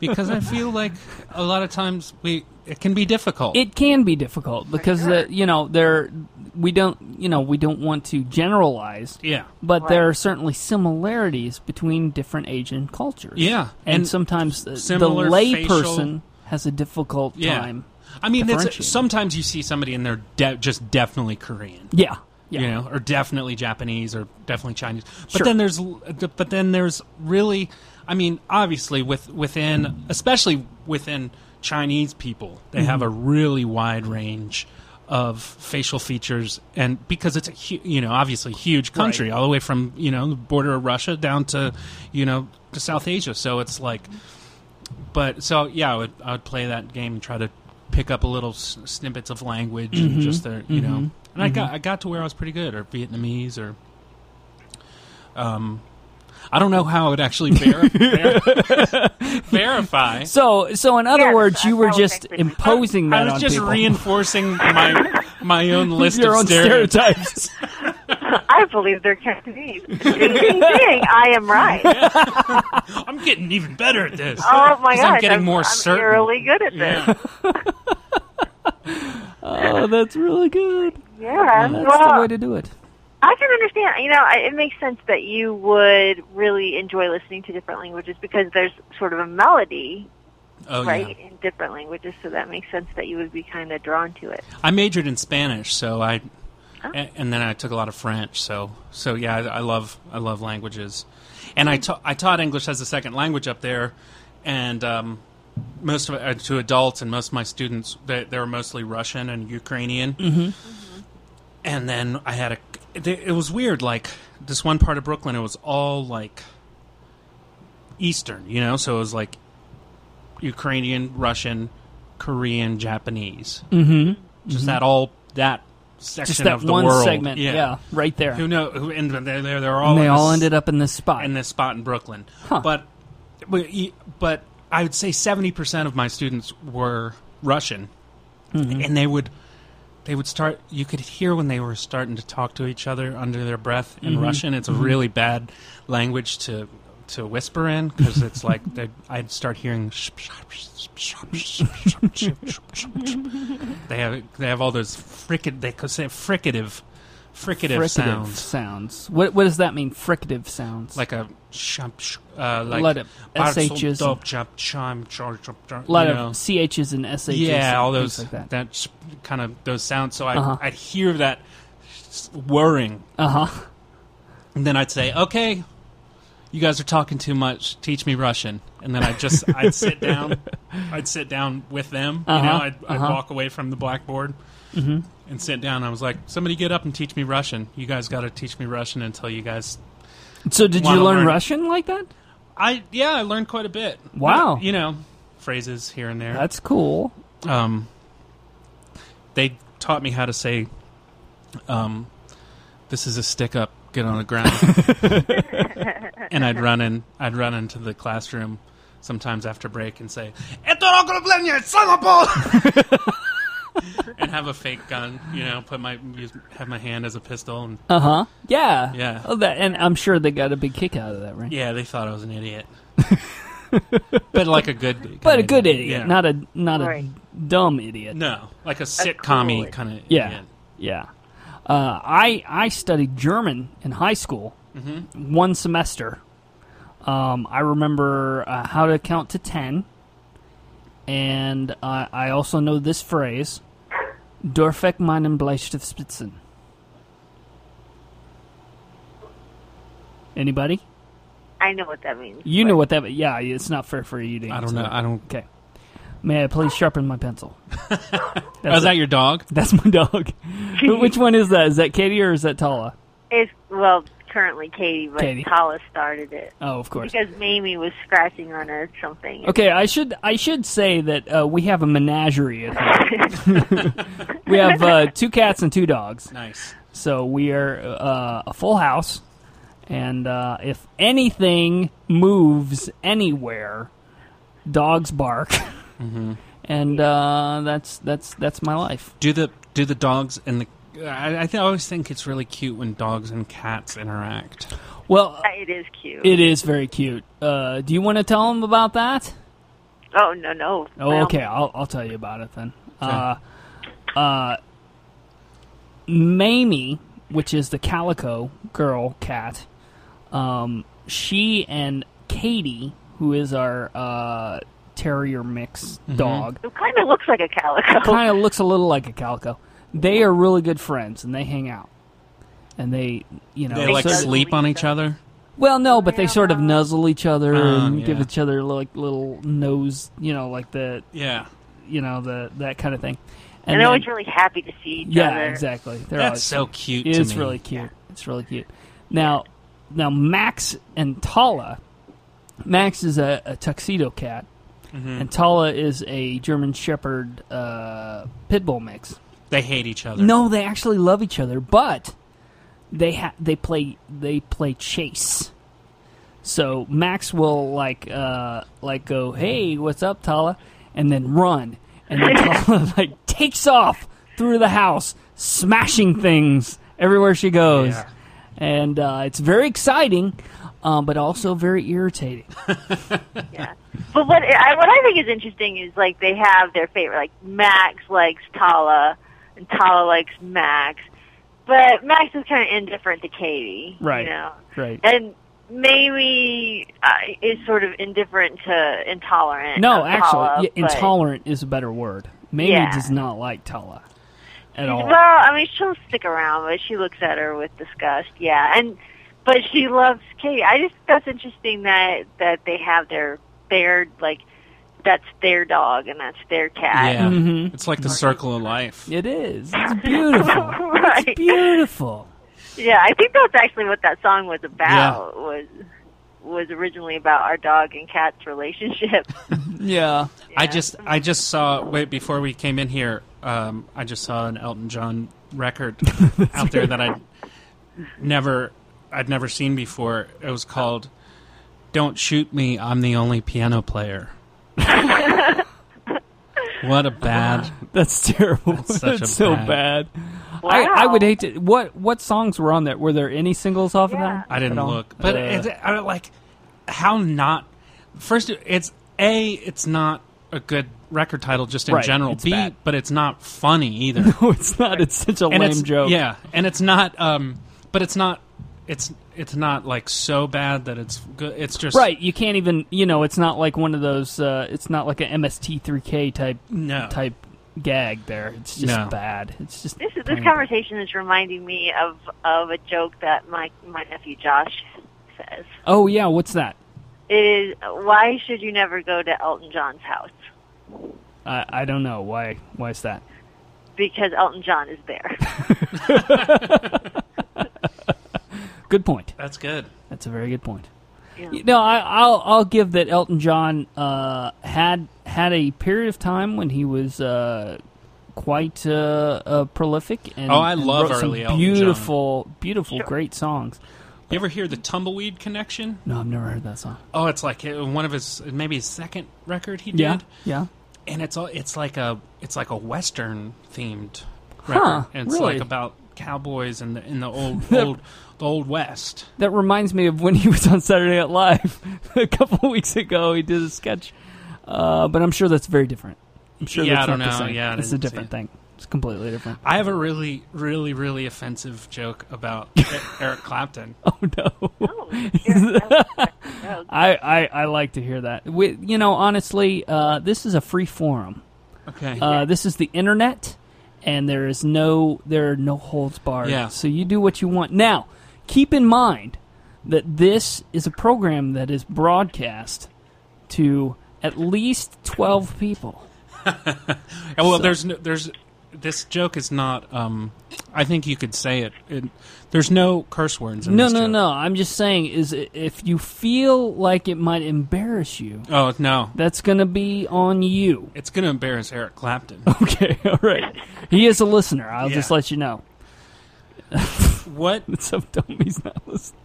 Speaker 2: because I feel like a lot of times we it can be difficult.
Speaker 1: It can be difficult because uh, you know there we don't you know we don't want to generalize,
Speaker 2: yeah.
Speaker 1: but there are certainly similarities between different Asian cultures.
Speaker 2: Yeah.
Speaker 1: and,
Speaker 2: And
Speaker 1: sometimes uh, the
Speaker 2: similar
Speaker 1: lay
Speaker 2: facial-
Speaker 1: person has a difficult
Speaker 2: Yeah.
Speaker 1: time.
Speaker 2: I mean,
Speaker 1: Differentiate.
Speaker 2: it's, sometimes you see somebody and they're de- just definitely Korean,
Speaker 1: Yeah. Yeah.
Speaker 2: you know, or definitely Japanese or definitely Chinese. But
Speaker 1: Sure.
Speaker 2: then there's, l- but then there's really, I mean, obviously with within, especially within Chinese people, they have a
Speaker 1: Mm-hmm.
Speaker 2: really wide range of facial features, and because it's a hu- you know obviously huge country, all the way from you know the border of Russia down to you know to South Asia, so it's like but so yeah, I would I would play that game and try to pick up a little s- snippets of language
Speaker 1: Mm-hmm.
Speaker 2: and just their you know. And I got I got to where I was pretty good, or Vietnamese, or um, I don't know how I would actually
Speaker 1: *laughs*
Speaker 2: ver- ver- verify.
Speaker 1: So, so in other
Speaker 3: Yes,
Speaker 1: words, you
Speaker 3: I
Speaker 1: were
Speaker 3: know
Speaker 1: just
Speaker 3: exactly.
Speaker 1: imposing that
Speaker 2: I was
Speaker 1: on
Speaker 2: just
Speaker 1: people.
Speaker 2: reinforcing my
Speaker 1: *laughs*
Speaker 2: my own list
Speaker 1: your
Speaker 2: of
Speaker 1: own
Speaker 2: stereotypes.
Speaker 1: stereotypes.
Speaker 3: I believe they're Cantonese. *laughs* ding, ding, ding. I am right.
Speaker 2: *laughs* I'm getting even better at this.
Speaker 3: Oh
Speaker 2: 'Cause
Speaker 3: my gosh.
Speaker 2: I'm getting more certain.
Speaker 3: eerily good at this.
Speaker 2: Yeah. *laughs*
Speaker 1: oh, that's really good.
Speaker 3: Yeah.
Speaker 1: That's
Speaker 3: well,
Speaker 1: the way to do it.
Speaker 3: I can understand. You know, I, it makes sense that you would really enjoy listening to different languages because there's sort of a melody,
Speaker 2: Oh, yeah.
Speaker 3: right, in different languages. So that makes sense that you would be kind of drawn to it.
Speaker 2: I majored in Spanish, so I, a- and then I took a lot of French. So, so yeah, I, I love I love languages, and I ta- I taught English as a second language up there, and um, most of uh, to adults and most of my students they, they were mostly Russian and Ukrainian,
Speaker 1: Mm-hmm.
Speaker 2: and then I had a it, it was weird like this one part of Brooklyn it was all like Eastern, you know, so it was like Ukrainian, Russian, Korean, Japanese just that all that section
Speaker 1: Mm-hmm. Just that
Speaker 2: of the
Speaker 1: one
Speaker 2: world.
Speaker 1: segment. Yeah. right there.
Speaker 2: Who know? Who and they're, they're, they're all
Speaker 1: and they
Speaker 2: in
Speaker 1: all
Speaker 2: this,
Speaker 1: ended up in this spot.
Speaker 2: in this spot in Brooklyn.
Speaker 1: Huh.
Speaker 2: But but you- but I would say seventy percent of my students were Russian, and they would they would start. You could hear when they were starting to talk to each other under their breath in Russian. It's a really bad language to. To whisper in because it's like they- I'd start hearing. they have they have all those fricative they could say fricative, fricative,
Speaker 1: fricative
Speaker 2: sounds
Speaker 1: What, what does that mean? Fricative sounds.
Speaker 2: like a shum- sh- uh, like
Speaker 1: Lot of
Speaker 2: bar- som-
Speaker 1: SHs.
Speaker 2: dop- chop- chime, char- chop- char-
Speaker 1: a lot
Speaker 2: you
Speaker 1: of
Speaker 2: know.
Speaker 1: chs and shs. and
Speaker 2: yeah, all
Speaker 1: things
Speaker 2: those
Speaker 1: like that.
Speaker 2: s- kind of those sounds. So I
Speaker 1: Uh-huh.
Speaker 2: I'd hear that s- whirring,
Speaker 1: Uh
Speaker 2: *laughs*
Speaker 1: huh.
Speaker 2: and then I'd say, "Okay, you guys are talking too much. Teach me Russian." And then I
Speaker 1: *laughs*
Speaker 2: would just I'd sit down, I'd sit down with them. You know,
Speaker 1: Uh-huh, Mm-hmm.
Speaker 2: I'd, I'd walk away from the blackboard. And sit down. I was like, "Somebody get up and teach me Russian. You guys got to teach me Russian until you guys
Speaker 1: So did you
Speaker 2: Wanna
Speaker 1: learn
Speaker 2: learn-
Speaker 1: Russian like that?
Speaker 2: I yeah, I learned quite a bit.
Speaker 1: Wow.
Speaker 2: you know, phrases here and there.
Speaker 1: That's cool.
Speaker 2: Um, they taught me how to say, um, "This is a stick up. Get on the ground." and I'd run in. I'd run into the classroom sometimes after break and say, "Это ограбление, son of a-" and have a fake gun. You know, put my use, have my hand as a pistol and.
Speaker 1: Uh huh. Yeah.
Speaker 2: Yeah.
Speaker 1: Oh, that, and I'm sure they got a big kick out of that, right?
Speaker 2: Yeah, they thought I was an idiot. but like a good, kind
Speaker 1: But a
Speaker 2: of
Speaker 1: good idiot,
Speaker 2: Yeah.
Speaker 1: not a not
Speaker 3: Right.
Speaker 1: a dumb idiot.
Speaker 2: No, like a sitcom
Speaker 3: cool.
Speaker 2: kind of
Speaker 1: Yeah, yeah. Uh, I I studied German in high school,
Speaker 2: Mm-hmm.
Speaker 1: one semester. Um, I remember uh, how to count to ten, and uh, I also know this phrase: "Dorfek meinen Bleistift spitzen." Anybody?
Speaker 3: I know what that means.
Speaker 1: You
Speaker 3: but-
Speaker 1: know what that? Yeah, it's not fair for you to.
Speaker 2: I don't
Speaker 1: answer
Speaker 2: know.
Speaker 1: that.
Speaker 2: I don't.
Speaker 1: Okay. May I please sharpen my
Speaker 2: *laughs*
Speaker 1: pencil?
Speaker 2: Oh, is
Speaker 1: it.
Speaker 2: that your dog?
Speaker 1: That's my *laughs* dog. But Which one is that? Is that Katie or is that Tala?
Speaker 3: It's well, currently Katie, but
Speaker 1: Katie.
Speaker 3: Tala started it
Speaker 1: Oh, of course.
Speaker 3: because Mamie was scratching on her something.
Speaker 1: Okay, I should I should say that uh, we have a menagerie at home. *laughs* we have uh, two cats and two dogs,
Speaker 2: Nice.
Speaker 1: so we are uh, a full house. And uh, if anything moves anywhere, dogs bark, Mm-hmm. *laughs* and uh, that's that's that's my life.
Speaker 2: Do the do the dogs and the? I, I, th- I always think it's really cute when dogs and cats interact.
Speaker 1: Well,
Speaker 3: It is cute.
Speaker 1: it is very cute. Uh, do you want to tell them about that?
Speaker 3: oh no no.
Speaker 1: Oh,
Speaker 3: Well,
Speaker 1: okay. I'll, I'll tell you about it then. Uh, uh, Mamie, which is the calico girl cat, um, she and Katie, who is our uh, terrier mix
Speaker 2: Mm-hmm.
Speaker 1: dog.
Speaker 3: It kind of looks like a calico.
Speaker 1: Kind of looks a little like a calico. They are really good friends and they hang out. And they, you know,
Speaker 2: They like
Speaker 1: sort of-
Speaker 2: sleep on each other.
Speaker 1: well, no, but they sort of nuzzle each other
Speaker 2: Oh,
Speaker 1: and give
Speaker 2: yeah.
Speaker 1: each other like little nose, you know, like the,
Speaker 2: Yeah,
Speaker 1: you know, the that kind of thing.
Speaker 3: *laughs* and
Speaker 1: then-
Speaker 3: they're always really happy to see each
Speaker 1: yeah,
Speaker 3: other.
Speaker 1: exactly. They're
Speaker 2: that's
Speaker 1: always-
Speaker 2: so cute.
Speaker 1: It
Speaker 2: to
Speaker 1: is
Speaker 2: me.
Speaker 1: really cute. It's really cute. Now, now Max and Tala. Max is a, a tuxedo cat,
Speaker 2: Mm-hmm.
Speaker 1: and Tala is a German Shepherd uh, pit bull mix.
Speaker 2: They hate each other.
Speaker 1: No, they actually love each other, but they ha- they play they play chase. So Max will like uh, like go, hey, what's up, Tala, and then run, and
Speaker 3: *laughs*
Speaker 1: then Tala like takes off through the house, smashing things everywhere she goes,
Speaker 2: Yeah.
Speaker 1: and uh, it's very exciting, um, but also very irritating.
Speaker 3: Yeah. But what I, what I think is interesting is like they have their favorite. Like Max likes Tala, and Tala likes Max, but Max is kind of indifferent to Katie.
Speaker 1: Right.
Speaker 3: You know?
Speaker 1: Right?
Speaker 3: And Mamie uh, is sort of indifferent to intolerant.
Speaker 1: No,
Speaker 3: of
Speaker 1: actually,
Speaker 3: *laughs* Tala,
Speaker 1: yeah,
Speaker 3: but-
Speaker 1: intolerant is a better word. Mamie
Speaker 3: Yeah.
Speaker 1: does not like Tala at all.
Speaker 3: Well, I mean, she'll stick around, but she looks at her with disgust. Yeah, and but she loves Katie. I just think that's interesting that that they have their their like that's their dog and that's their cat.
Speaker 2: Yeah,
Speaker 1: Mhm.
Speaker 2: it's like the circle of life.
Speaker 1: It is. It's beautiful.
Speaker 3: *laughs* right.
Speaker 1: beautiful.
Speaker 3: Yeah, I think that's actually what that song was about. Was was originally about our dog and cat's relationship.
Speaker 1: Yeah.
Speaker 2: I just I just saw wait before we came in here. Um, I just saw an Elton John
Speaker 1: *laughs*
Speaker 2: record out there that I never I'd never seen before. It was called "Don't Shoot Me, I'm the Only Piano Player." what
Speaker 1: *laughs*
Speaker 2: a bad!
Speaker 1: That's terrible. That's,
Speaker 2: such a
Speaker 1: so bad.
Speaker 2: bad-
Speaker 1: *laughs* I, I would
Speaker 3: Wow.
Speaker 1: hate to. What what songs were on that? Were there any singles off
Speaker 3: Yeah.
Speaker 1: of that?
Speaker 2: I didn't
Speaker 1: at all?
Speaker 2: look, but
Speaker 1: Uh, *laughs*
Speaker 2: it's, I don't like how not. First, it's a it's not a good record title just in
Speaker 1: Right,
Speaker 2: general.
Speaker 1: it's
Speaker 2: B,
Speaker 1: bad.
Speaker 2: but it's not funny either.
Speaker 1: no, oh, it's not. It's such a lame
Speaker 2: it's,
Speaker 1: joke.
Speaker 2: Yeah, and it's not. Um, but it's not. It's it's not like so bad that it's good. It's just
Speaker 1: Right. You can't even. You know, it's not like one of those. Uh, it's not like an MST3K type
Speaker 2: No.
Speaker 1: type gag. There. It's just
Speaker 2: Uh. No.
Speaker 1: bad. It's just.
Speaker 3: This is this
Speaker 1: plain-
Speaker 3: conversation is reminding me of of a joke that my my nephew Josh says.
Speaker 1: Oh yeah. What's that?
Speaker 3: It is why should you never go to Elton John's house
Speaker 1: I I don't know why. Why is that?
Speaker 3: because Elton John is there.
Speaker 1: Good point.
Speaker 2: That's good.
Speaker 1: That's a very good point.
Speaker 3: Yeah.
Speaker 1: You know, I, I'll I'll give that Elton John uh, had had a period of time when he was uh, quite uh, uh, prolific and
Speaker 2: Oh, I
Speaker 1: and
Speaker 2: love
Speaker 1: wrote
Speaker 2: early
Speaker 1: some
Speaker 2: Elton
Speaker 1: beautiful, beautiful, great songs.
Speaker 2: You ever hear the Tumbleweed Connection?
Speaker 1: No, I've never heard that song.
Speaker 2: Oh, it's like uh, one of his maybe his second record he did,
Speaker 1: Yeah, yeah.
Speaker 2: and it's all it's like a it's like a western themed
Speaker 1: Huh,
Speaker 2: record. and it's
Speaker 1: really?
Speaker 2: like about cowboys and the in
Speaker 1: *laughs*
Speaker 2: the old old the old west.
Speaker 1: That reminds me of when he *laughs* was on Saturday Night Live *laughs* a couple of weeks ago. He did a sketch, uh, but I'm sure that's very different. I'm sure
Speaker 2: Yeah,
Speaker 1: that's
Speaker 2: I don't
Speaker 1: not the
Speaker 2: know.
Speaker 1: same.
Speaker 2: Yeah, I
Speaker 1: it's a
Speaker 2: didn't see
Speaker 1: different
Speaker 2: it.
Speaker 1: thing. It's completely different. *laughs*
Speaker 2: I have a really really really offensive joke about E-, Eric Clapton.
Speaker 1: Oh no.
Speaker 3: Oh, yeah, that was a
Speaker 1: *laughs*
Speaker 3: joke.
Speaker 1: I, I, I like to hear that. We, you know, honestly, uh, this is a free forum.
Speaker 2: Okay.
Speaker 1: Uh, this is the internet, and there is no there are no holds barred.
Speaker 2: Yeah.
Speaker 1: So you do what you want. Now, keep in mind that this is a program that is broadcast to at least twelve people.
Speaker 2: Oh, well, there's no, there's this joke is not. Um, I think you could say it. it there's no curse words. In
Speaker 1: No,
Speaker 2: this
Speaker 1: no,
Speaker 2: joke.
Speaker 1: no. I'm just saying is i- if you feel like it might embarrass you,
Speaker 2: Oh no,
Speaker 1: that's going to be on you. *laughs*
Speaker 2: it's gonna embarrass Eric Clapton.
Speaker 1: Okay, all right. He is a listener. I'll
Speaker 2: Yeah.
Speaker 1: just let you know.
Speaker 2: what
Speaker 1: so dumb he's not listening.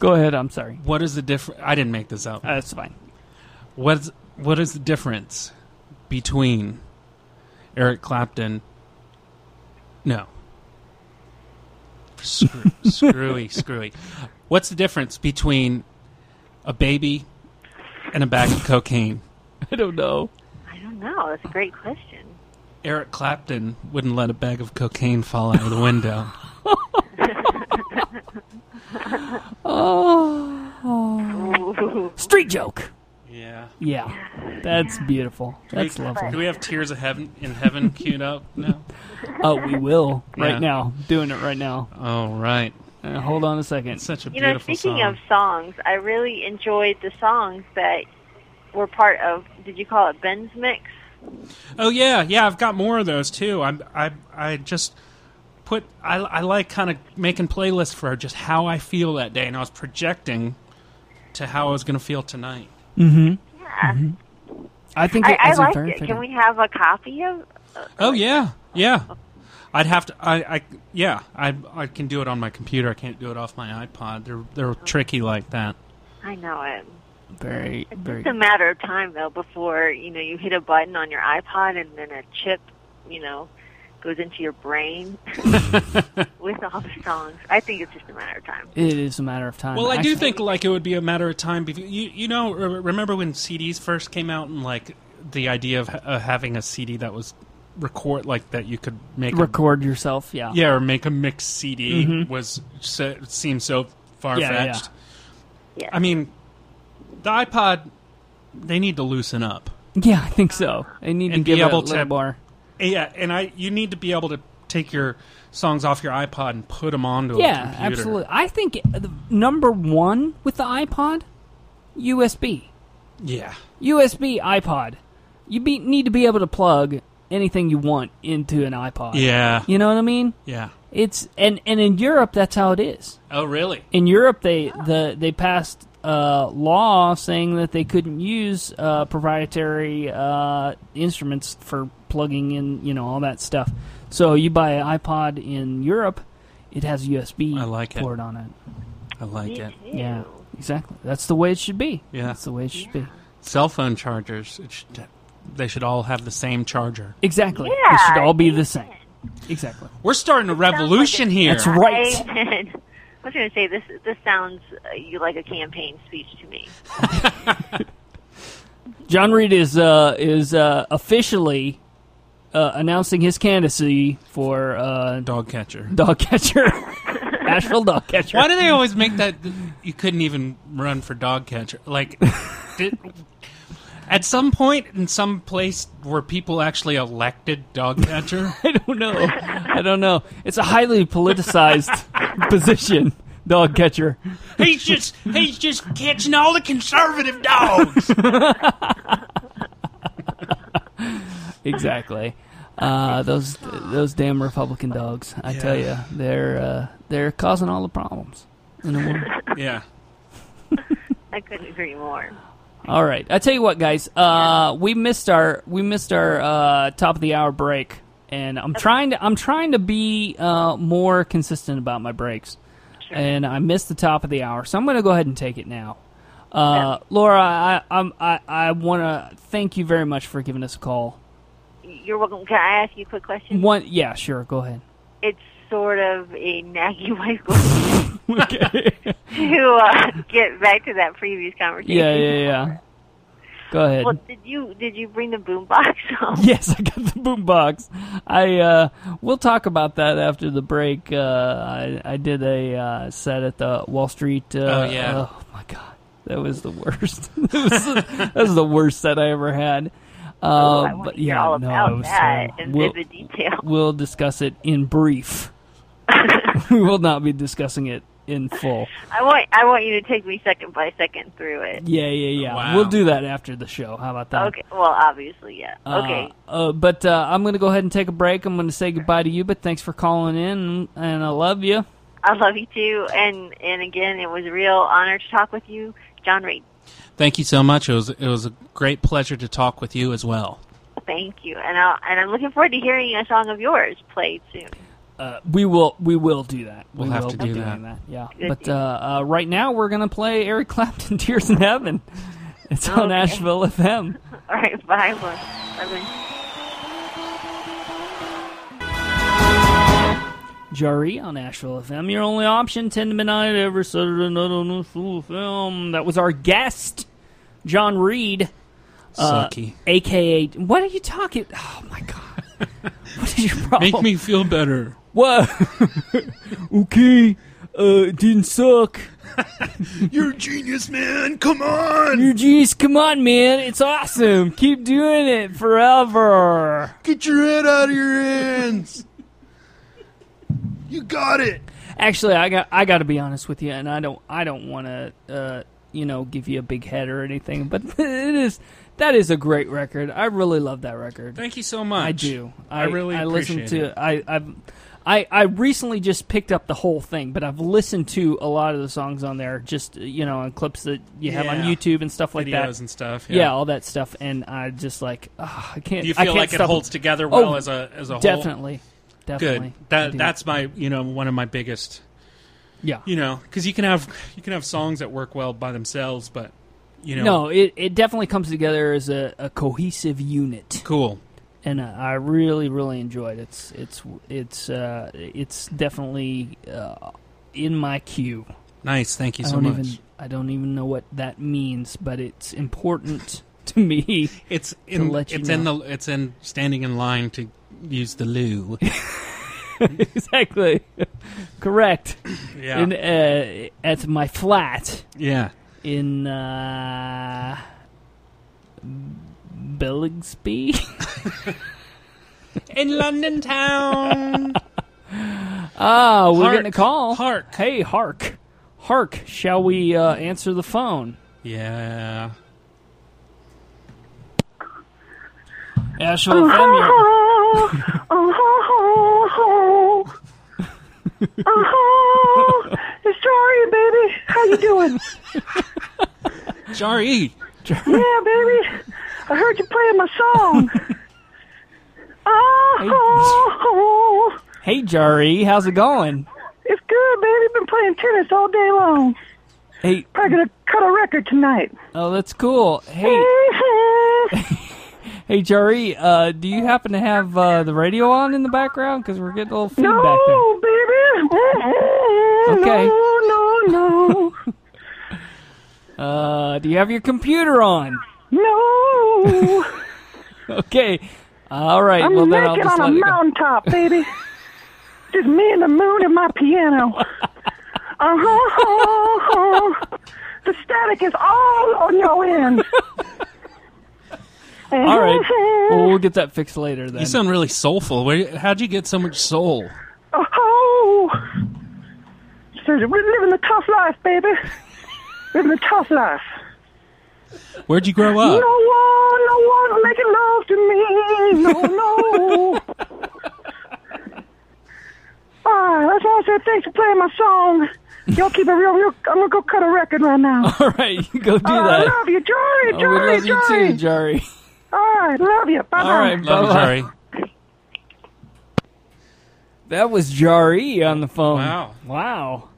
Speaker 1: Go ahead. I'm sorry.
Speaker 2: What is the difference? I didn't make this up.
Speaker 1: Uh, That's fine. *laughs*
Speaker 2: What's what is the difference between Eric Clapton? No.
Speaker 1: *laughs*
Speaker 2: Screw, screwy, screwy. What's the difference between a baby and a bag of cocaine?
Speaker 1: I don't know.
Speaker 3: I don't know. That's a great question.
Speaker 2: Eric Clapton wouldn't let a bag of cocaine fall out of the window.
Speaker 1: Oh,
Speaker 3: Ooh.
Speaker 1: street joke.
Speaker 3: Oh.
Speaker 2: Yeah. *laughs* Yeah.
Speaker 1: Yeah, that's beautiful. That's
Speaker 2: Do we-
Speaker 1: lovely.
Speaker 2: Do we have Tears of Heaven in Heaven queued up now?
Speaker 1: Oh, we will right
Speaker 2: Yeah.
Speaker 1: now. Doing it right now.
Speaker 2: Oh, right.
Speaker 1: Uh, hold on a second.
Speaker 2: Such a
Speaker 3: You
Speaker 2: beautiful
Speaker 3: know, speaking
Speaker 2: song.
Speaker 3: of songs, I really enjoyed the songs that were part of. Did you call it Ben's mix?
Speaker 2: Oh yeah, yeah. I've got more of those too. I'm I I just put I I like kind of making playlists for just how I feel that day, and I was projecting to how I was going to feel tonight.
Speaker 3: Yeah,
Speaker 1: I think
Speaker 3: I,
Speaker 1: it
Speaker 3: I
Speaker 1: is a
Speaker 3: liked
Speaker 1: very
Speaker 3: it.
Speaker 1: fitting-
Speaker 3: Can we have a copy of?
Speaker 2: Oh yeah, yeah. I'd have to. I, I yeah. I I can do it on my computer. I can't do it off my iPod. They're they're tricky like that.
Speaker 3: I know it.
Speaker 1: Very, very.
Speaker 3: It's a matter of time though before you know you hit a button on your iPod and then a chip, you know, goes into
Speaker 1: *laughs*
Speaker 3: your brain with all the songs. I think it's just a matter of time.
Speaker 1: It is a matter of time.
Speaker 2: Well, I do
Speaker 1: Actually-
Speaker 2: think like it would be a matter of time. Before, you you know re- remember when CDs first came out and like the idea of ha- uh, having a CD that was record like that you could make a
Speaker 1: record yourself. Yeah.
Speaker 2: yeah, or make a mixed CD was so, seemed so far fetched.
Speaker 3: Yeah.
Speaker 2: I mean, the iPod, they need to loosen up.
Speaker 1: Yeah, I think so. I need to
Speaker 2: And be
Speaker 1: give it a
Speaker 2: able
Speaker 1: little
Speaker 2: to-
Speaker 1: more.
Speaker 2: Yeah, and I you need to be able to take your songs off your iPod and put them onto a
Speaker 1: Yeah,
Speaker 2: computer.
Speaker 1: absolutely. I think the number one with the iPod, USB,
Speaker 2: Yeah,
Speaker 1: USB iPod. You be, need to be able to plug anything you want into an iPod.
Speaker 2: yeah,
Speaker 1: You know what I mean?
Speaker 2: yeah.
Speaker 1: It's and and in Europe that's how it is.
Speaker 2: Oh, really?
Speaker 1: in Europe, they the they passed a law saying that they couldn't use uh, proprietary uh, instruments for plugging in, you know, all that stuff. So you buy an iPod in Europe, it has USB
Speaker 2: I like it.
Speaker 1: port on it.
Speaker 2: I like it.
Speaker 1: Yeah, exactly. That's the way it should be.
Speaker 2: Yeah.
Speaker 1: that's the way it should be.
Speaker 2: Cell phone chargers. It should, they should all have the same charger.
Speaker 1: Exactly. it
Speaker 3: Yeah,
Speaker 1: should all be the same. Exactly.
Speaker 2: We're starting a revolution here.
Speaker 1: That's right.
Speaker 3: I, was going to say this. This sounds uh, you like a campaign speech to me.
Speaker 1: John Reed is uh, is uh, officially uh, announcing his candidacy for uh,
Speaker 2: Dog catcher.
Speaker 1: dog catcher, Asheville dog catcher.
Speaker 2: Why do they always make that? You couldn't even run for dog catcher. *laughs* Like, did, at some point in some place were people actually elected dog *laughs* catcher?
Speaker 1: I don't know. I don't know. It's a highly *laughs* politicized position, dog catcher.
Speaker 2: he's just he's just catching all the conservative *laughs* dogs.
Speaker 1: Exactly. Uh, those those damn Republican dogs. I tell you,
Speaker 2: Yeah.
Speaker 1: they're uh, they're causing all the problems in the world.
Speaker 2: yeah,
Speaker 3: I couldn't agree more.
Speaker 1: All right. I tell you what, guys. Uh, we missed our we missed our uh, top of the hour break, and I'm trying to I'm trying to be uh, more consistent about my breaks. And I missed the top of the hour, so I'm going to go ahead and take it now. Uh, Laura, I I'm, I I want to thank you very much for giving us a call.
Speaker 3: You're welcome. Can I ask you a quick question?
Speaker 1: One, yeah, sure, go
Speaker 3: *laughs*
Speaker 1: ahead.
Speaker 3: It's sort of a *laughs* naggy white question to uh, get back to that previous
Speaker 1: *laughs*
Speaker 3: conversation.
Speaker 1: Yeah, yeah, yeah. Go ahead.
Speaker 3: Well, did you did you bring the boombox *laughs* home?
Speaker 1: *laughs* Yes, I got the boombox. I uh, we'll talk about that after the break. Uh, I I did a uh, set at the Wall Street. Uh,
Speaker 2: Oh, yeah.
Speaker 1: Oh my god, that was the worst. *laughs* that, was, that was the worst set I ever had.
Speaker 3: Oh, I
Speaker 1: Uh,
Speaker 3: wanna
Speaker 1: but
Speaker 3: hear
Speaker 1: yeah,
Speaker 3: all
Speaker 1: no,
Speaker 3: about
Speaker 1: it was,
Speaker 3: that
Speaker 1: uh,
Speaker 3: in
Speaker 1: we'll,
Speaker 3: vivid detail. *laughs*
Speaker 1: we'll discuss it in brief. *laughs* we will not be discussing it in full.
Speaker 3: I want I want you to take me second by second through it.
Speaker 1: Yeah, yeah, yeah.
Speaker 2: Wow.
Speaker 1: We'll do that after the show. How about that?
Speaker 3: Okay. Well, obviously, yeah.
Speaker 1: Uh,
Speaker 3: Okay.
Speaker 1: Uh, but uh, I'm going to go ahead and take a break. I'm going to say goodbye to you, but thanks for calling in, and I love you.
Speaker 3: I love you too. And and again, it was a real honor to talk with you, John Reed.
Speaker 2: thank you so much. It was it was a great pleasure to talk with you as well.
Speaker 3: Thank you. And I and I'm looking forward to hearing a song of yours played soon. *laughs*
Speaker 1: Uh, we will we will do that.
Speaker 2: We'll
Speaker 1: we
Speaker 2: have
Speaker 1: will
Speaker 2: to
Speaker 1: be
Speaker 2: do
Speaker 1: doing
Speaker 2: that.
Speaker 1: Yeah.
Speaker 3: Good
Speaker 1: But
Speaker 3: deal.
Speaker 1: uh, uh, right now we're going to play Eric *laughs* Clapton Tears in Heaven. It's on
Speaker 3: Okay.
Speaker 1: Asheville FM.
Speaker 3: All right. Bye. Lynn. Bye. Lynn.
Speaker 1: Jari on Asheville FM, your only option, 10 to midnight every Saturday night on Asheville FM. That was our guest, John Reed, uh,
Speaker 2: Sucky.
Speaker 1: aka. What are you talking? Oh my god! *laughs*
Speaker 2: oh.
Speaker 1: what is your problem?
Speaker 2: Make me feel better.
Speaker 1: What? *laughs* okay. uh, it didn't suck.
Speaker 2: You're a genius, man. Come on.
Speaker 1: Your genius, come on, man. It's awesome. Keep doing it forever.
Speaker 2: Get your head out of your hands. You got it.
Speaker 1: Actually, I got I got to be honest with you, and I don't I don't want to uh, you know give you a big head or anything, but *laughs* it is that is a great record. I really love that record.
Speaker 2: Thank you so much.
Speaker 1: I do. I,
Speaker 2: I really
Speaker 1: I listen
Speaker 2: appreciate
Speaker 1: to
Speaker 2: it.
Speaker 1: I I've, I I recently just picked up the whole thing, but I've listened to a lot of the songs on there, just you know, on clips that you have on
Speaker 2: Yeah.
Speaker 1: YouTube and stuff like
Speaker 2: Videos
Speaker 1: that.
Speaker 2: and stuff.
Speaker 1: yeah. all that stuff, and I just like ugh, I can't.
Speaker 2: Do you
Speaker 1: I
Speaker 2: feel
Speaker 1: can't
Speaker 2: like it
Speaker 1: stop-
Speaker 2: holds together
Speaker 1: Oh,
Speaker 2: well as a as a whole?
Speaker 1: Definitely, definitely.
Speaker 2: Good.
Speaker 1: I
Speaker 2: That
Speaker 1: do.
Speaker 2: that's my you know one of my biggest
Speaker 1: yeah.
Speaker 2: you know because you can have you can have songs that work well by themselves, but you know
Speaker 1: No, it, it definitely comes together as a, a cohesive unit,
Speaker 2: cool.
Speaker 1: and uh, I really really enjoy it. It's it's it's uh, it's definitely uh, in my queue.
Speaker 2: Nice. Thank you
Speaker 1: I
Speaker 2: so
Speaker 1: don't
Speaker 2: much.
Speaker 1: even I don't even know what that means, but it's important *laughs* to me.
Speaker 2: It's in
Speaker 1: let you
Speaker 2: it's in the it's in standing in line to use
Speaker 1: *laughs*
Speaker 2: the loo.
Speaker 1: exactly, *laughs* correct.
Speaker 2: yeah.
Speaker 1: In, uh, at my flat
Speaker 2: yeah.
Speaker 1: in uh, Billingsby.
Speaker 2: In London *laughs* town.
Speaker 1: Ah, we're
Speaker 2: Hark.
Speaker 1: getting a call.
Speaker 2: Hark.
Speaker 1: Hey, hark. Hark, shall we uh, answer the phone?
Speaker 2: yeah.
Speaker 4: *laughs*
Speaker 1: Asheville FM, you're-
Speaker 4: Oh, Sorry, Oh, baby. How you doing?
Speaker 2: Sorry.
Speaker 4: Yeah, baby. I heard you playing my song. Oh,
Speaker 1: Hey, Jari, how's it going?
Speaker 4: it's good, baby. Been playing tennis all day long.
Speaker 1: Hey,
Speaker 4: Probably gonna cut a record tonight.
Speaker 1: oh, that's cool. Hey, hey, Jari, uh, do you happen to have uh, the radio on in the background? Because we're getting a little feedback there.
Speaker 4: No, baby.
Speaker 1: Okay.
Speaker 4: No, no, no,
Speaker 1: Uh, do you have your computer on? *laughs*
Speaker 4: no.
Speaker 1: Okay. All right,
Speaker 4: I'm
Speaker 1: well, then I'll
Speaker 4: naked
Speaker 1: just
Speaker 4: on a
Speaker 1: let you go.
Speaker 4: mountaintop, baby.
Speaker 1: *laughs*
Speaker 4: just me and the moon and my piano. Uh huh. Uh-huh. the static is all on your end.
Speaker 1: *laughs* All right. Well, we'll get that fixed later then.
Speaker 2: You sound really soulful. Where, how'd you get so much soul?
Speaker 4: Oh, Says we're living the tough life, baby. Living the tough life.
Speaker 2: Where'd you grow up?
Speaker 4: No one, no one making love to me. No,
Speaker 1: *laughs*
Speaker 4: no. Ah, that's all I said. Thanks for playing my song. Y'all keep it real, real. I'm gonna go cut a record right now.
Speaker 1: *laughs* All right, you go do
Speaker 4: I
Speaker 1: that.
Speaker 4: love you, Jory,
Speaker 1: Oh, we
Speaker 4: Jory,
Speaker 1: love you
Speaker 4: Jory.
Speaker 1: too, Jari.
Speaker 4: all right, love you. Bye,
Speaker 1: All right,
Speaker 2: Love you,
Speaker 1: bye-bye.
Speaker 2: Jari.
Speaker 1: That was Jari on the phone.
Speaker 2: Wow.
Speaker 1: Wow.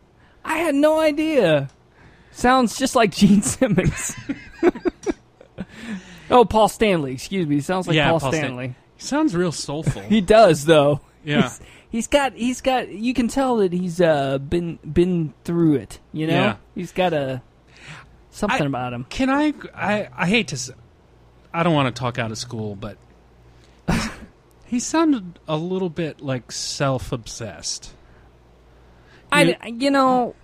Speaker 1: I had no idea. Sounds just like Gene *laughs* Simmons. oh, Paul Stanley. Excuse me. Sounds like
Speaker 2: Yeah,
Speaker 1: Paul,
Speaker 2: Paul Stan-
Speaker 1: Stanley.
Speaker 2: He sounds real soulful.
Speaker 1: He does though.
Speaker 2: Yeah.
Speaker 1: He's, he's got he's got you can tell that he's uh been been through it, you know?
Speaker 2: Yeah.
Speaker 1: He's got a something
Speaker 2: I-
Speaker 1: about him.
Speaker 2: *laughs* Can I, I? I hate to. s- I don't want to talk out of school, but *laughs* he sounded a little bit like self-obsessed.
Speaker 1: I you know,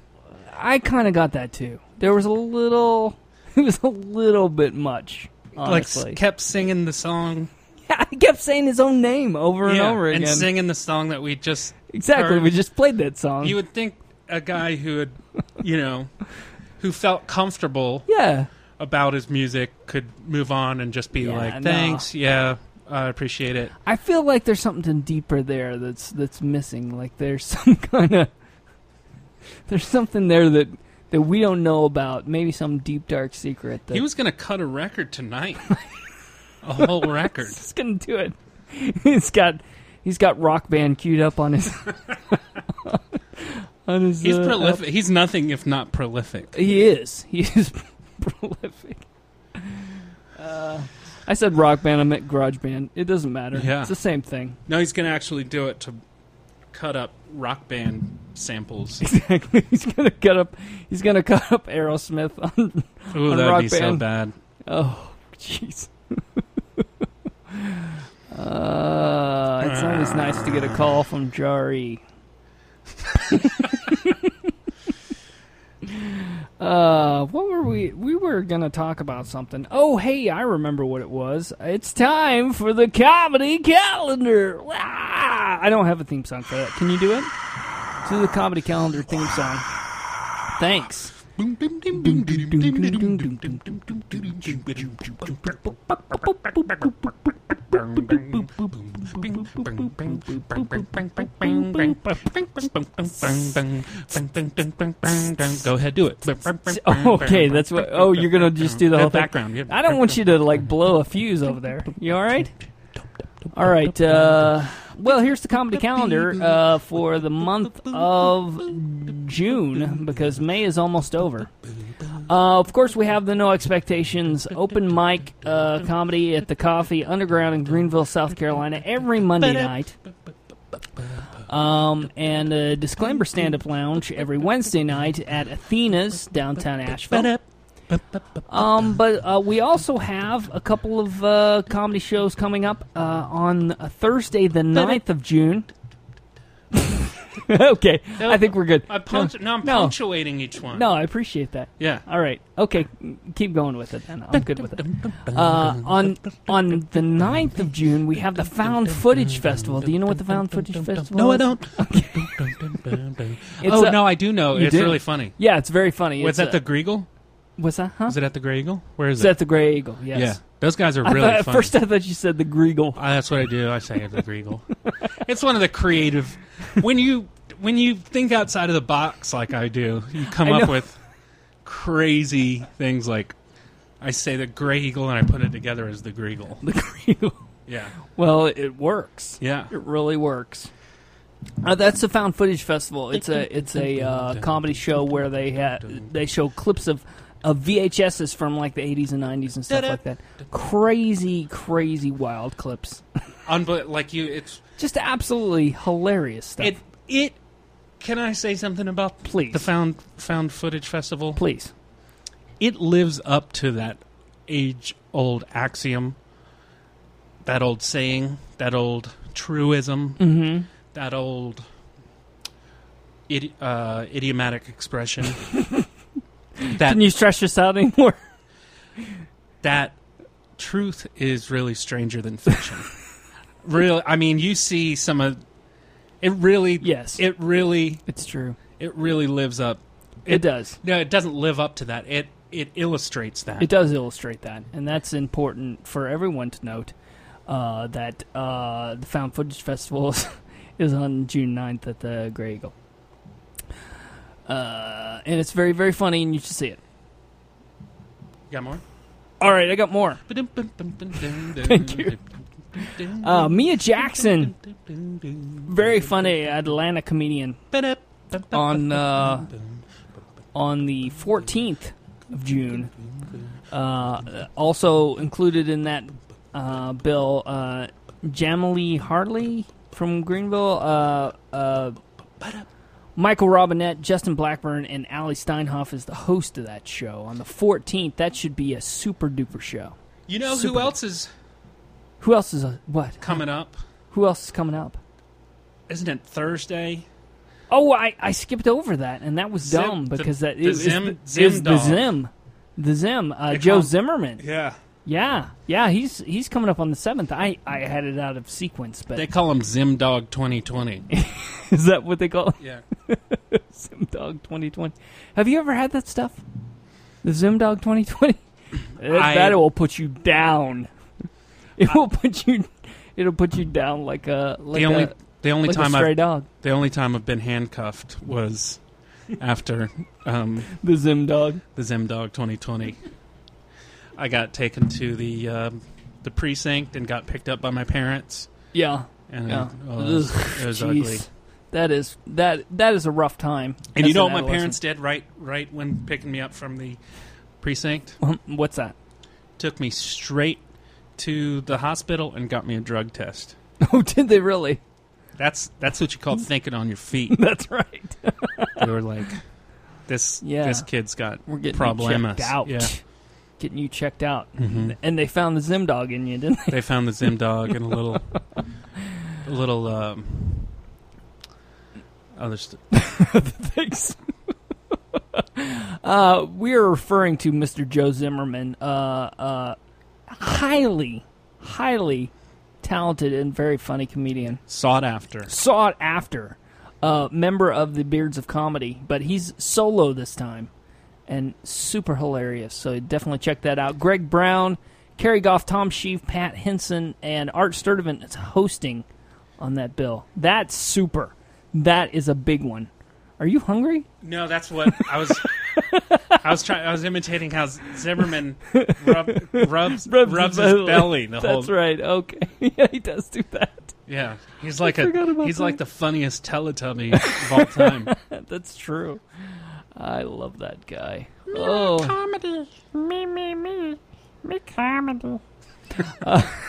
Speaker 1: I kind of got that too. There was a little *laughs* it was a little bit much. Honestly.
Speaker 2: Like s- kept singing the song
Speaker 1: *laughs* I kept saying his own name over and
Speaker 2: Yeah,
Speaker 1: over again.
Speaker 2: and singing the song that we just.
Speaker 1: exactly,
Speaker 2: heard.
Speaker 1: we just played that song.
Speaker 2: You would think a guy who had, you know, who felt comfortable
Speaker 1: yeah,
Speaker 2: about his music could move on and just be
Speaker 1: Yeah,
Speaker 2: like,
Speaker 1: no.
Speaker 2: "Thanks, yeah, I appreciate it."
Speaker 1: I feel like there's something deeper there that's that's missing. Like there's *laughs* some kind of there's something there that that we don't know about. Maybe some deep dark secret. That
Speaker 2: He was going to cut a record *laughs* tonight, a whole record.
Speaker 1: he's gonna do it. *laughs* He's got he's got rock band queued up on his *laughs* on his.
Speaker 2: He's
Speaker 1: uh,
Speaker 2: prolific. He's nothing if not prolific.
Speaker 1: He is. *laughs* He is prolific. Uh, I said rock band. I meant garage band. It doesn't matter.
Speaker 2: Yeah.
Speaker 1: It's the same thing. *laughs*
Speaker 2: No, he's going to actually do it to cut up rock band samples.
Speaker 1: Exactly. He's gonna cut up. He's gonna cut up Aerosmith on.
Speaker 2: Ooh,
Speaker 1: On
Speaker 2: that'd
Speaker 1: Rock
Speaker 2: be so
Speaker 1: Band.
Speaker 2: bad.
Speaker 1: Oh, jeez. uh, it's always nice to get a call from Jari. Uh, what were we? We were gonna talk about something. Oh, hey, I remember what it was. It's time for the comedy calendar. Ah, I don't have a theme song for that. Can you do it? Do the comedy calendar theme song. Thanks.
Speaker 2: Go
Speaker 1: *laughs*
Speaker 2: ahead, do it.
Speaker 1: Oh, Okay, that's what. Oh, you're gonna just do the whole
Speaker 2: That
Speaker 1: thing.
Speaker 2: background, yeah.
Speaker 1: I don't want you to like blow a fuse over there. You all right? All right. Uh, well, here's the comedy calendar uh, for the month of June because May is almost over. Uh, of course, we have the No Expectations open mic uh, comedy at the Coffee Underground in Greenville, South Carolina, every Monday night. Um, and uh, Disclaimer Stand Up Lounge every Wednesday night at Athena's downtown Asheville. Um, but uh, we also have a couple of uh, comedy shows coming up uh, on uh, Thursday, the 9th of June. *laughs* okay, I think we're good.
Speaker 2: I punch. No, I'm
Speaker 1: No.
Speaker 2: punctuating each one.
Speaker 1: No, I appreciate that.
Speaker 2: Yeah.
Speaker 1: All right. Okay. Keep going with it. Then I'm good with it. Uh, on on the 9th of June, we have the Found Footage Festival. Do you know what the Found Footage Festival?
Speaker 2: No, I
Speaker 1: is?
Speaker 2: don't.
Speaker 1: *laughs* It's
Speaker 2: oh
Speaker 1: a-
Speaker 2: no, I do know.
Speaker 1: You
Speaker 2: It's
Speaker 1: do?
Speaker 2: really funny.
Speaker 1: Yeah, it's very funny.
Speaker 2: Was
Speaker 1: It's
Speaker 2: that
Speaker 1: a-
Speaker 2: the Griegel?
Speaker 1: What's that? Huh?
Speaker 2: Is it at the Grey Eagle? Where is
Speaker 1: It's
Speaker 2: it?
Speaker 1: at the Gray Eagle. Yes.
Speaker 2: Yeah, those guys are
Speaker 1: I
Speaker 2: really
Speaker 1: thought- *laughs* at
Speaker 2: funny.
Speaker 1: first, I thought you said the Griegel.
Speaker 2: Uh, that's what I do. I say at the Griegel. it's one of the creative. When you when you think outside of the box like I do, you come
Speaker 1: I
Speaker 2: up
Speaker 1: know.
Speaker 2: with crazy things like. I say the Grey Eagle and I put it together as the Griegel.
Speaker 1: The Griegel.
Speaker 2: Yeah,
Speaker 1: *laughs* Well, it works.
Speaker 2: yeah.
Speaker 1: It really works. Uh, that's the Found Footage Festival. It's a it's a uh, comedy show where they ha- they show clips of of VHSs from like the 80s and 90s and stuff like that. Crazy, crazy wild clips.
Speaker 2: Unbel- like you, it's
Speaker 1: Just absolutely hilarious stuff.
Speaker 2: it it. Can I say something about
Speaker 1: Please.
Speaker 2: the found found footage festival?
Speaker 1: Please.
Speaker 2: it lives up to that age old axiom, that old saying, that old truism,
Speaker 1: Mm-hmm.
Speaker 2: that old idi- uh,
Speaker 1: *laughs*
Speaker 2: idiomatic expression. that
Speaker 1: Can you stress this out anymore? *laughs*
Speaker 2: that truth is really stranger than fiction. really, I mean, you see some of it. Really,
Speaker 1: Yes.
Speaker 2: it really,
Speaker 1: it's true.
Speaker 2: it really lives up.
Speaker 1: It, does.
Speaker 2: No, it doesn't live up to that. It it illustrates that.
Speaker 1: It does illustrate that, and that's important for everyone to note uh, that uh, the Found Footage Festival is, *laughs* is on June 9th at the Grey Eagle. Uh, and it's very, very funny, and you should see it.
Speaker 2: Got more?
Speaker 1: All right, I got more.
Speaker 2: Thank
Speaker 1: you. Uh, Mia Jackson, very funny Atlanta comedian, on uh, on the 14th of June. Uh, also included in that uh, bill, uh, Jamily Hartley from Greenville, uh, uh, Michael Robinette, Justin Blackburn, and Ali Steinhoff is the host of that show on the 14th. That should be a super duper show.
Speaker 2: You know who
Speaker 1: Super.
Speaker 2: else is
Speaker 1: Who else is uh what?
Speaker 2: coming up?
Speaker 1: Who else is coming up?
Speaker 2: Isn't it Thursday?
Speaker 1: Oh, I, I skipped over that, and that was
Speaker 2: Zim-
Speaker 1: dumb
Speaker 2: the-
Speaker 1: because that
Speaker 2: the
Speaker 1: is
Speaker 2: Zim-
Speaker 1: the,
Speaker 2: Zim
Speaker 1: is the
Speaker 2: dog. um,
Speaker 1: Zim, the Zim, uh,
Speaker 2: They
Speaker 1: Joe
Speaker 2: call-
Speaker 1: Zimmerman.
Speaker 2: Yeah.
Speaker 1: Yeah, yeah, he's he's coming up on the seventh. I, I had it out of sequence, but *laughs*
Speaker 2: They call him Zim Dog 2020.
Speaker 1: is that what they call it?
Speaker 2: yeah.
Speaker 1: Zim *laughs* Dog Twenty Twenty? Have you ever had that stuff? The Zim Dog Twenty *clears throat* Twenty.
Speaker 2: I-
Speaker 1: That will put you down. It will put you. It'll put you down like a like
Speaker 2: the only
Speaker 1: a
Speaker 2: the only
Speaker 1: like a
Speaker 2: time
Speaker 1: stray
Speaker 2: I've
Speaker 1: dog.
Speaker 2: the only time I've been handcuffed was after um,
Speaker 1: The Zim Dog.
Speaker 2: the Zim Dog 2020. I got taken to the um, the precinct and got picked up by my parents.
Speaker 1: Yeah.
Speaker 2: And
Speaker 1: Yeah.
Speaker 2: oh, it was,
Speaker 1: Ugh,
Speaker 2: it was
Speaker 1: jeez.
Speaker 2: ugly.
Speaker 1: That is that that is a rough time.
Speaker 2: And
Speaker 1: as
Speaker 2: you know
Speaker 1: an
Speaker 2: what my parents
Speaker 1: adolescent.
Speaker 2: did right right when picking me up from the precinct?
Speaker 1: *laughs* What's that?
Speaker 2: Took me straight to the hospital and got me a drug test.
Speaker 1: Oh, did they really?
Speaker 2: That's that's what you *laughs* call thinking on your *laughs* feet.
Speaker 1: That's right.
Speaker 2: They were like, this
Speaker 1: Yeah.
Speaker 2: this kid's got
Speaker 1: We're getting you
Speaker 2: problemas.
Speaker 1: checked out.
Speaker 2: Yeah,
Speaker 1: *laughs* Getting you checked out,
Speaker 2: Mhm.
Speaker 1: and they found the Zim dog in you, didn't they?
Speaker 2: *laughs* they found the Zim dog and a little a little um, other st-
Speaker 1: *laughs* Thanks. uh, we are referring to Mr. Joe Zimmerman, uh, uh, highly, highly talented and very funny comedian
Speaker 2: Sought after.
Speaker 1: sought after uh, member of the Beards of Comedy, but he's solo this time and super hilarious. So definitely check that out. Greg Brown, Kerry Goff, Tom Sheaf, Pat Henson, and Art Sturdivant is hosting on that bill. That's super. That is a big one. Are you hungry?
Speaker 2: No, that's what I was. I was trying. I was imitating how Zimmerman rub, *laughs* rubs
Speaker 1: Rubs
Speaker 2: rubs,
Speaker 1: his
Speaker 2: his
Speaker 1: belly.
Speaker 2: belly. The whole
Speaker 1: That's right. Okay. *laughs* yeah, he does do that.
Speaker 2: yeah. He's like a
Speaker 1: forgot about
Speaker 2: he's
Speaker 1: that.
Speaker 2: like the funniest Teletubby of all
Speaker 1: *laughs*
Speaker 2: time.
Speaker 1: That's true. I love that guy. Oh.
Speaker 2: Comedy.
Speaker 5: Me, me, me. Me comedy.
Speaker 2: Wow.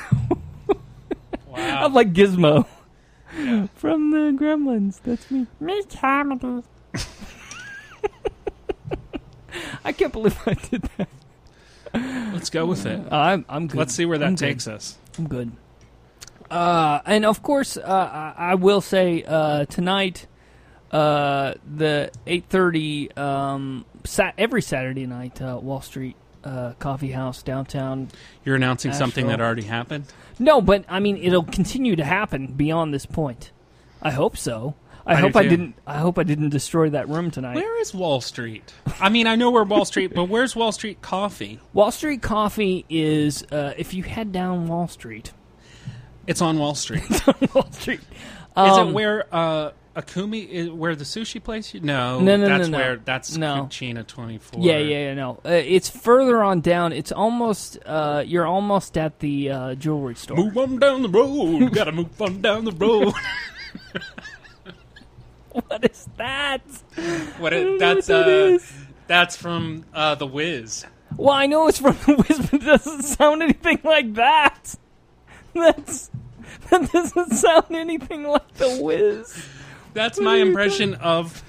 Speaker 1: I'm like Gizmo *laughs* from the Gremlins. That's me.
Speaker 5: Me comedy.
Speaker 1: *laughs* I can't believe I did that.
Speaker 2: Let's go with it.
Speaker 1: I'm, I'm good.
Speaker 2: Let's see where that
Speaker 1: I'm good.
Speaker 2: takes us.
Speaker 1: I'm good. Uh, and of course, uh, I- I will say uh, tonight, uh, the eight thirty um, sat every Saturday night, uh, Wall Street uh, Coffee House downtown.
Speaker 2: You're announcing something
Speaker 1: Asheville.
Speaker 2: that already happened.
Speaker 1: No, but I mean it'll continue to happen beyond this point. I hope so. I,
Speaker 2: I do
Speaker 1: hope I
Speaker 2: too.
Speaker 1: didn't. I hope I didn't destroy that room tonight.
Speaker 2: Where is Wall Street? I mean, I know where Wall Street, but where's Wall Street Coffee?
Speaker 1: Wall Street Coffee is uh, if you head down Wall Street.
Speaker 2: It's on Wall Street.
Speaker 1: Wall Street. Um,
Speaker 2: is it where uh, Akumi is where the sushi place? You no,
Speaker 1: No, no,
Speaker 2: that's
Speaker 1: no, no.
Speaker 2: where that's
Speaker 1: No.
Speaker 2: Kuchina twenty four.
Speaker 1: Yeah, yeah, yeah. No, uh, it's further on down. It's almost. Uh, you're almost at the uh, jewelry store.
Speaker 2: Move on down the road. Gotta move on down the road.
Speaker 1: *laughs* What is that?
Speaker 2: what
Speaker 1: don't know
Speaker 2: it, that's
Speaker 1: what that
Speaker 2: uh,
Speaker 1: is.
Speaker 2: that's from uh, the Wiz.
Speaker 1: Well, I know it's from the Wiz, but it doesn't sound anything like that. *laughs* That's that doesn't sound anything like the Wiz.
Speaker 2: That's my impression of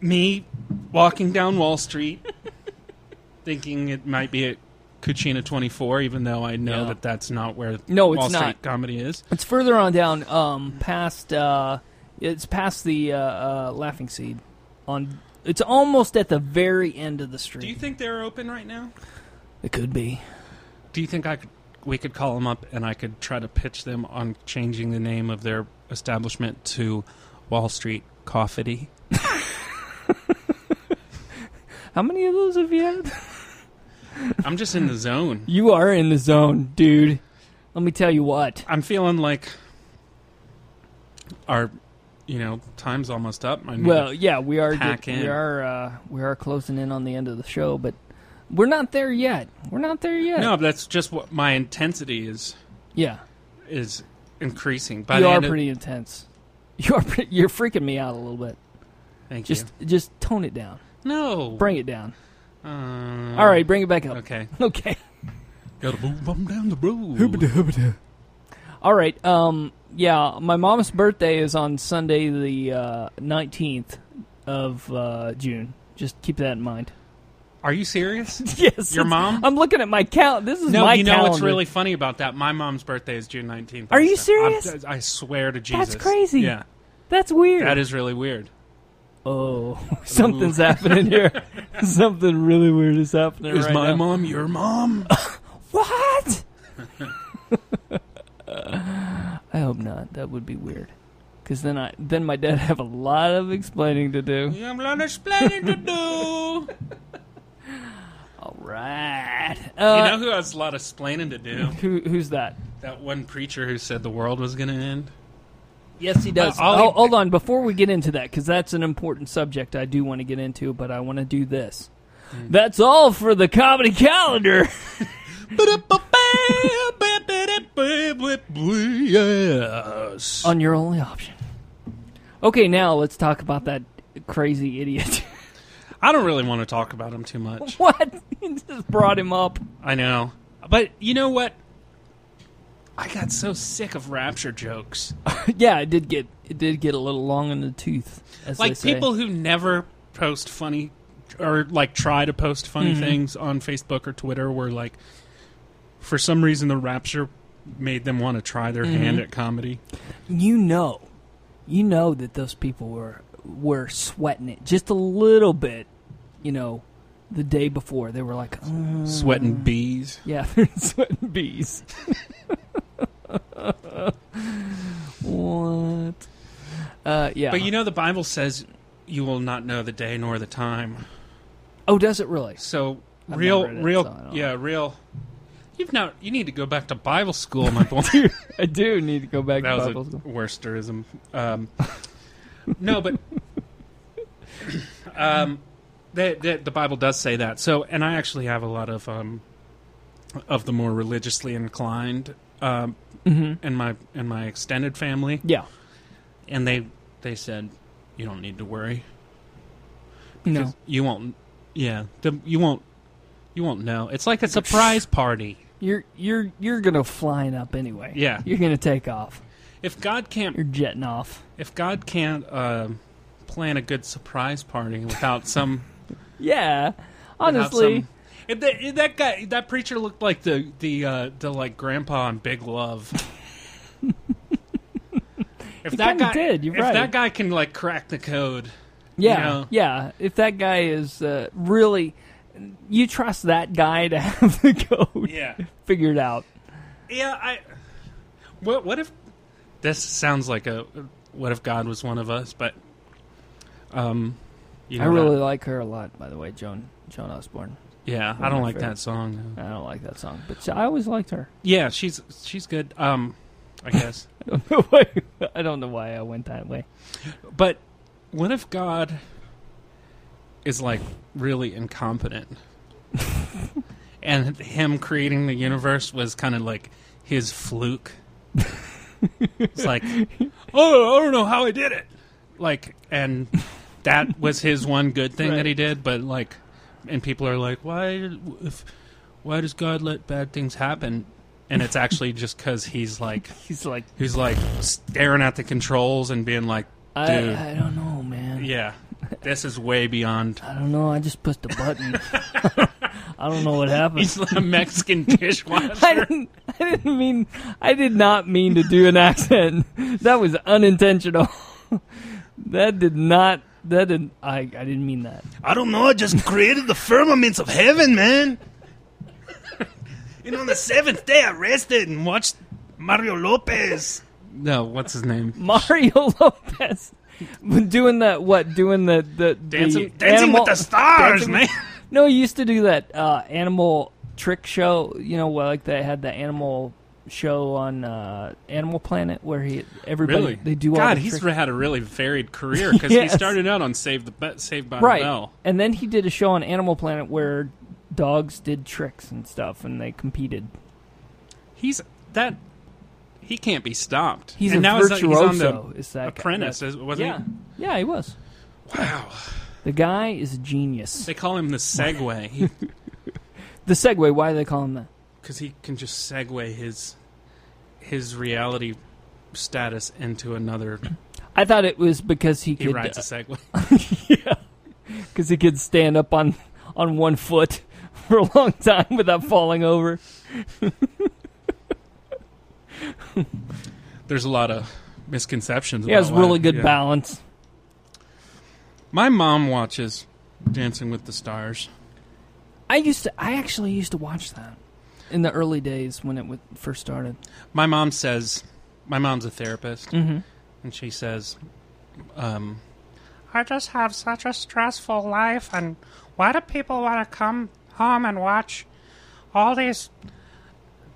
Speaker 2: me walking down Wall Street,
Speaker 1: *laughs*
Speaker 2: thinking it might be at Kuchina twenty four, even though I know
Speaker 1: Yeah.
Speaker 2: that that's not where
Speaker 1: No, it's
Speaker 2: Wall Street
Speaker 1: not.
Speaker 2: comedy is.
Speaker 1: It's further on down, um, past. Uh, it's past the uh, uh, Laughing Seed. On it's almost at the very end of the street.
Speaker 2: Do you think they're open right now?
Speaker 1: it could be.
Speaker 2: Do you think I could, we could call them up and I could try to pitch them on changing the name of their establishment to Wall Street Coffee?
Speaker 1: How many of those have you had?
Speaker 2: I'm just in the zone.
Speaker 1: *laughs* You are in the zone, dude. Let me tell you what.
Speaker 2: I'm feeling like our, you know, time's almost up. I need
Speaker 1: Well, yeah, we are
Speaker 2: Pack in.
Speaker 1: we are uh, we are closing in on the end of the show, but we're not there yet. We're not there yet.
Speaker 2: no, but that's just what my intensity is
Speaker 1: Yeah,
Speaker 2: is increasing. By
Speaker 1: you
Speaker 2: the
Speaker 1: are
Speaker 2: end of-
Speaker 1: pretty intense. *laughs* You are pretty, you're freaking me out a little bit.
Speaker 2: thank
Speaker 1: Just just tone it down.
Speaker 2: you. No.
Speaker 1: Bring it down.
Speaker 2: Uh,
Speaker 1: All right, bring it back up.
Speaker 2: Okay.
Speaker 1: *laughs* Okay.
Speaker 2: Gotta move 'em down the road.
Speaker 1: All right. Um. Yeah, my mom's birthday is on Sunday, the uh, nineteenth of uh, June. Just keep that in mind. *laughs*
Speaker 2: Are you serious?
Speaker 1: Yes. it's-
Speaker 2: Your mom?
Speaker 1: I'm looking at my count. This is
Speaker 2: No,
Speaker 1: my
Speaker 2: you know what's
Speaker 1: calendar.
Speaker 2: really funny about that? My mom's birthday is June nineteenth.
Speaker 1: Are you serious?
Speaker 2: I, swear to Jesus,
Speaker 1: That's crazy.
Speaker 2: Yeah,
Speaker 1: That's weird.
Speaker 2: that is really weird.
Speaker 1: oh, *laughs* something's happening
Speaker 2: *laughs*
Speaker 1: here. Something really weird is happening
Speaker 2: Is
Speaker 1: right
Speaker 2: my
Speaker 1: now.
Speaker 2: mom your mom? *laughs*
Speaker 1: What? *laughs* I hope not. That would be weird. Because then I then my dad have a lot of explaining to do.
Speaker 2: I'm not explaining to do.
Speaker 1: All right.
Speaker 2: you
Speaker 1: Uh,
Speaker 2: know who has a lot of explaining to do?
Speaker 1: who who's that?
Speaker 2: That one preacher who said the world was going to end.
Speaker 1: Yes, he does.
Speaker 2: Uh, I'll-
Speaker 1: oh, hold on. Before we get into that, because that's an important subject I do want to get into, but I want to do this. That's all for the comedy calendar. *laughs*
Speaker 2: Yes.
Speaker 1: on your only option. Okay, now let's talk about that crazy idiot. *laughs*
Speaker 2: I don't really want to talk about him too much.
Speaker 1: what? You just brought him up.
Speaker 2: I know, but you know what? I got so sick of rapture jokes.
Speaker 1: *laughs* yeah, it did get it did get a little long in the tooth. As they
Speaker 2: like
Speaker 1: say.
Speaker 2: people who never post funny or like try to post funny
Speaker 1: Mm-hmm.
Speaker 2: things on Facebook or Twitter were like for some reason the rapture made them want to try their
Speaker 1: Mm-hmm.
Speaker 2: hand at comedy.
Speaker 1: you know, you know that those people were were sweating it just a little bit you know, the day before they were like, "Uh,
Speaker 6: Sweating bees.
Speaker 1: yeah, *laughs* they're sweating bees. what? Uh, yeah.
Speaker 2: But you know, the Bible says you will not know the day nor the time.
Speaker 1: oh, does it really?
Speaker 2: So
Speaker 1: I've
Speaker 2: real,
Speaker 1: not read it,
Speaker 2: real,
Speaker 1: so I don't
Speaker 2: yeah, real. You've not. You need to go back to Bible school,
Speaker 1: *laughs*
Speaker 2: my boy.
Speaker 1: I do need to go back
Speaker 2: that
Speaker 1: to
Speaker 2: was a
Speaker 1: Bible school.
Speaker 2: worsterism. Um, no, but *coughs* um, the, the the Bible does say that. So, and I actually have a lot of um, of the more religiously inclined um,
Speaker 1: hmm
Speaker 2: in my in my extended family,
Speaker 1: Yeah.
Speaker 2: and they they said you don't need to worry.
Speaker 1: No.
Speaker 2: 'Cause you won't. Yeah, the, you won't. You won't know. It's like a surprise party.
Speaker 1: You're you're you're gonna flying up anyway.
Speaker 2: Yeah.
Speaker 1: You're gonna take off.
Speaker 2: If God can't
Speaker 1: You're jetting off.
Speaker 2: if God can't uh, plan a good surprise party without some
Speaker 1: Yeah.
Speaker 2: without
Speaker 1: *laughs* Honestly.
Speaker 2: some- And that, and that guy, that preacher looked like the the uh, the like grandpa in Big Love.
Speaker 1: *laughs*
Speaker 2: if
Speaker 1: He
Speaker 2: that
Speaker 1: kinda
Speaker 2: guy
Speaker 1: did, you're
Speaker 2: if
Speaker 1: right.
Speaker 2: that guy can like crack the code,
Speaker 1: Yeah,
Speaker 2: know?
Speaker 1: yeah. If that guy is uh, really, you trust that guy to *laughs* have the code
Speaker 2: yeah,
Speaker 1: figured out.
Speaker 2: yeah. I what what if this sounds like a what if God was one of us? But um, you know
Speaker 1: I really
Speaker 2: that-
Speaker 1: like her a lot, by the way, Joan Joan Osborne.
Speaker 2: yeah. I
Speaker 1: of
Speaker 2: don't
Speaker 1: my
Speaker 2: like that
Speaker 1: favorites.
Speaker 2: song. though.
Speaker 1: I don't like that song, but I always liked her. *laughs*
Speaker 2: Yeah, she's she's good. Um, I guess.
Speaker 1: I don't know why. I don't know why I went that way.
Speaker 2: But what if God is like really incompetent? and him creating the universe was kind of like his fluke. it's like, oh, I don't know how I did it. Like, and that was his one good thing
Speaker 1: Right.
Speaker 2: that he did. But like, and people are like, why? If, why does God let bad things happen? And it's actually just because he's like,
Speaker 1: He's like,
Speaker 2: who's like staring at the controls and being like, Dude.
Speaker 6: uh,
Speaker 1: I, I don't know, man.
Speaker 2: yeah, this is
Speaker 6: *laughs*
Speaker 2: way beyond.
Speaker 1: I don't know. I just pushed a *laughs* button. I don't know what happened.
Speaker 2: He's a *laughs* Mexican dishwasher.
Speaker 1: *laughs* I didn't. I didn't mean. I did not mean to do an accent. *laughs* That was unintentional. *laughs* that did not. That did. I. I didn't mean *laughs* that.
Speaker 6: *laughs* I don't know. I just created the firmaments of heaven, man. and on the seventh day, I rested and watched Mario Lopez.
Speaker 2: No, what's his name?
Speaker 1: Mario *laughs* Lopez doing that. What doing the the
Speaker 2: Dancing-
Speaker 1: the
Speaker 6: Dancing
Speaker 1: animal,
Speaker 6: with the stars,
Speaker 1: Dancing
Speaker 6: man.
Speaker 1: with- No, he used to do that uh, animal trick show. You know, where, like they had the animal show on uh, Animal Planet where he everybody
Speaker 2: Really?
Speaker 1: they do all
Speaker 2: God,
Speaker 1: the
Speaker 2: he's
Speaker 1: trick-
Speaker 2: had a really varied
Speaker 6: *laughs*
Speaker 2: career because
Speaker 1: Yes.
Speaker 2: he started out on Save the Be- Saved by
Speaker 1: right.
Speaker 2: the Bell.
Speaker 1: And then he did a show on Animal Planet where dogs did tricks and stuff, and they competed.
Speaker 2: He's that. He can't be stopped.
Speaker 1: He's
Speaker 2: and
Speaker 1: a
Speaker 2: now he's-
Speaker 1: virtuoso.
Speaker 2: he's on
Speaker 1: is
Speaker 2: the
Speaker 1: that guy.
Speaker 2: Apprentice, is- wasn't
Speaker 1: Yeah,
Speaker 2: he?
Speaker 1: yeah, he was.
Speaker 2: Wow.
Speaker 1: The guy is a genius.
Speaker 2: They call him
Speaker 1: *laughs*
Speaker 2: the Segway
Speaker 1: The segue. Why do they call him that?
Speaker 2: because he can just segue his his reality status into another.
Speaker 1: I thought it was because he
Speaker 2: He
Speaker 1: could
Speaker 2: rides a Segway. *laughs*
Speaker 1: because he could stand up on on one foot *laughs* for a long time without falling over.
Speaker 2: There's a lot of misconceptions.
Speaker 1: He has
Speaker 2: about why-
Speaker 1: really good
Speaker 2: yeah.
Speaker 1: balance.
Speaker 2: My mom watches Dancing with the Stars.
Speaker 1: I used to. I actually used to watch that in the early days when it w- first started.
Speaker 2: My mom says, my mom's a therapist,
Speaker 1: Mm-hmm.
Speaker 2: and she says, um,
Speaker 7: I just have such a stressful life, and why do people want to come home and watch all these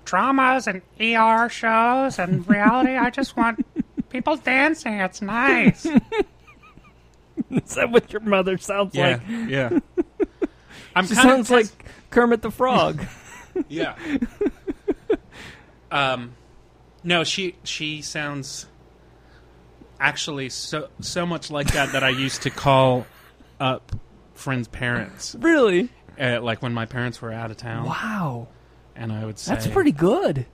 Speaker 7: dramas and ER shows and reality? I just want people dancing. It's nice.
Speaker 1: *laughs* Is that what your mother sounds
Speaker 2: yeah,
Speaker 1: like? *laughs*
Speaker 2: yeah. I'm
Speaker 1: She
Speaker 2: kinda
Speaker 1: sounds like Kermit the *laughs* Frog.
Speaker 2: yeah. *laughs* um, no, she she sounds actually so so much like that that I used to call up friends' parents,
Speaker 1: really?
Speaker 2: uh, like when my parents were out of town,
Speaker 1: Wow,
Speaker 2: and I would say
Speaker 1: that's pretty good.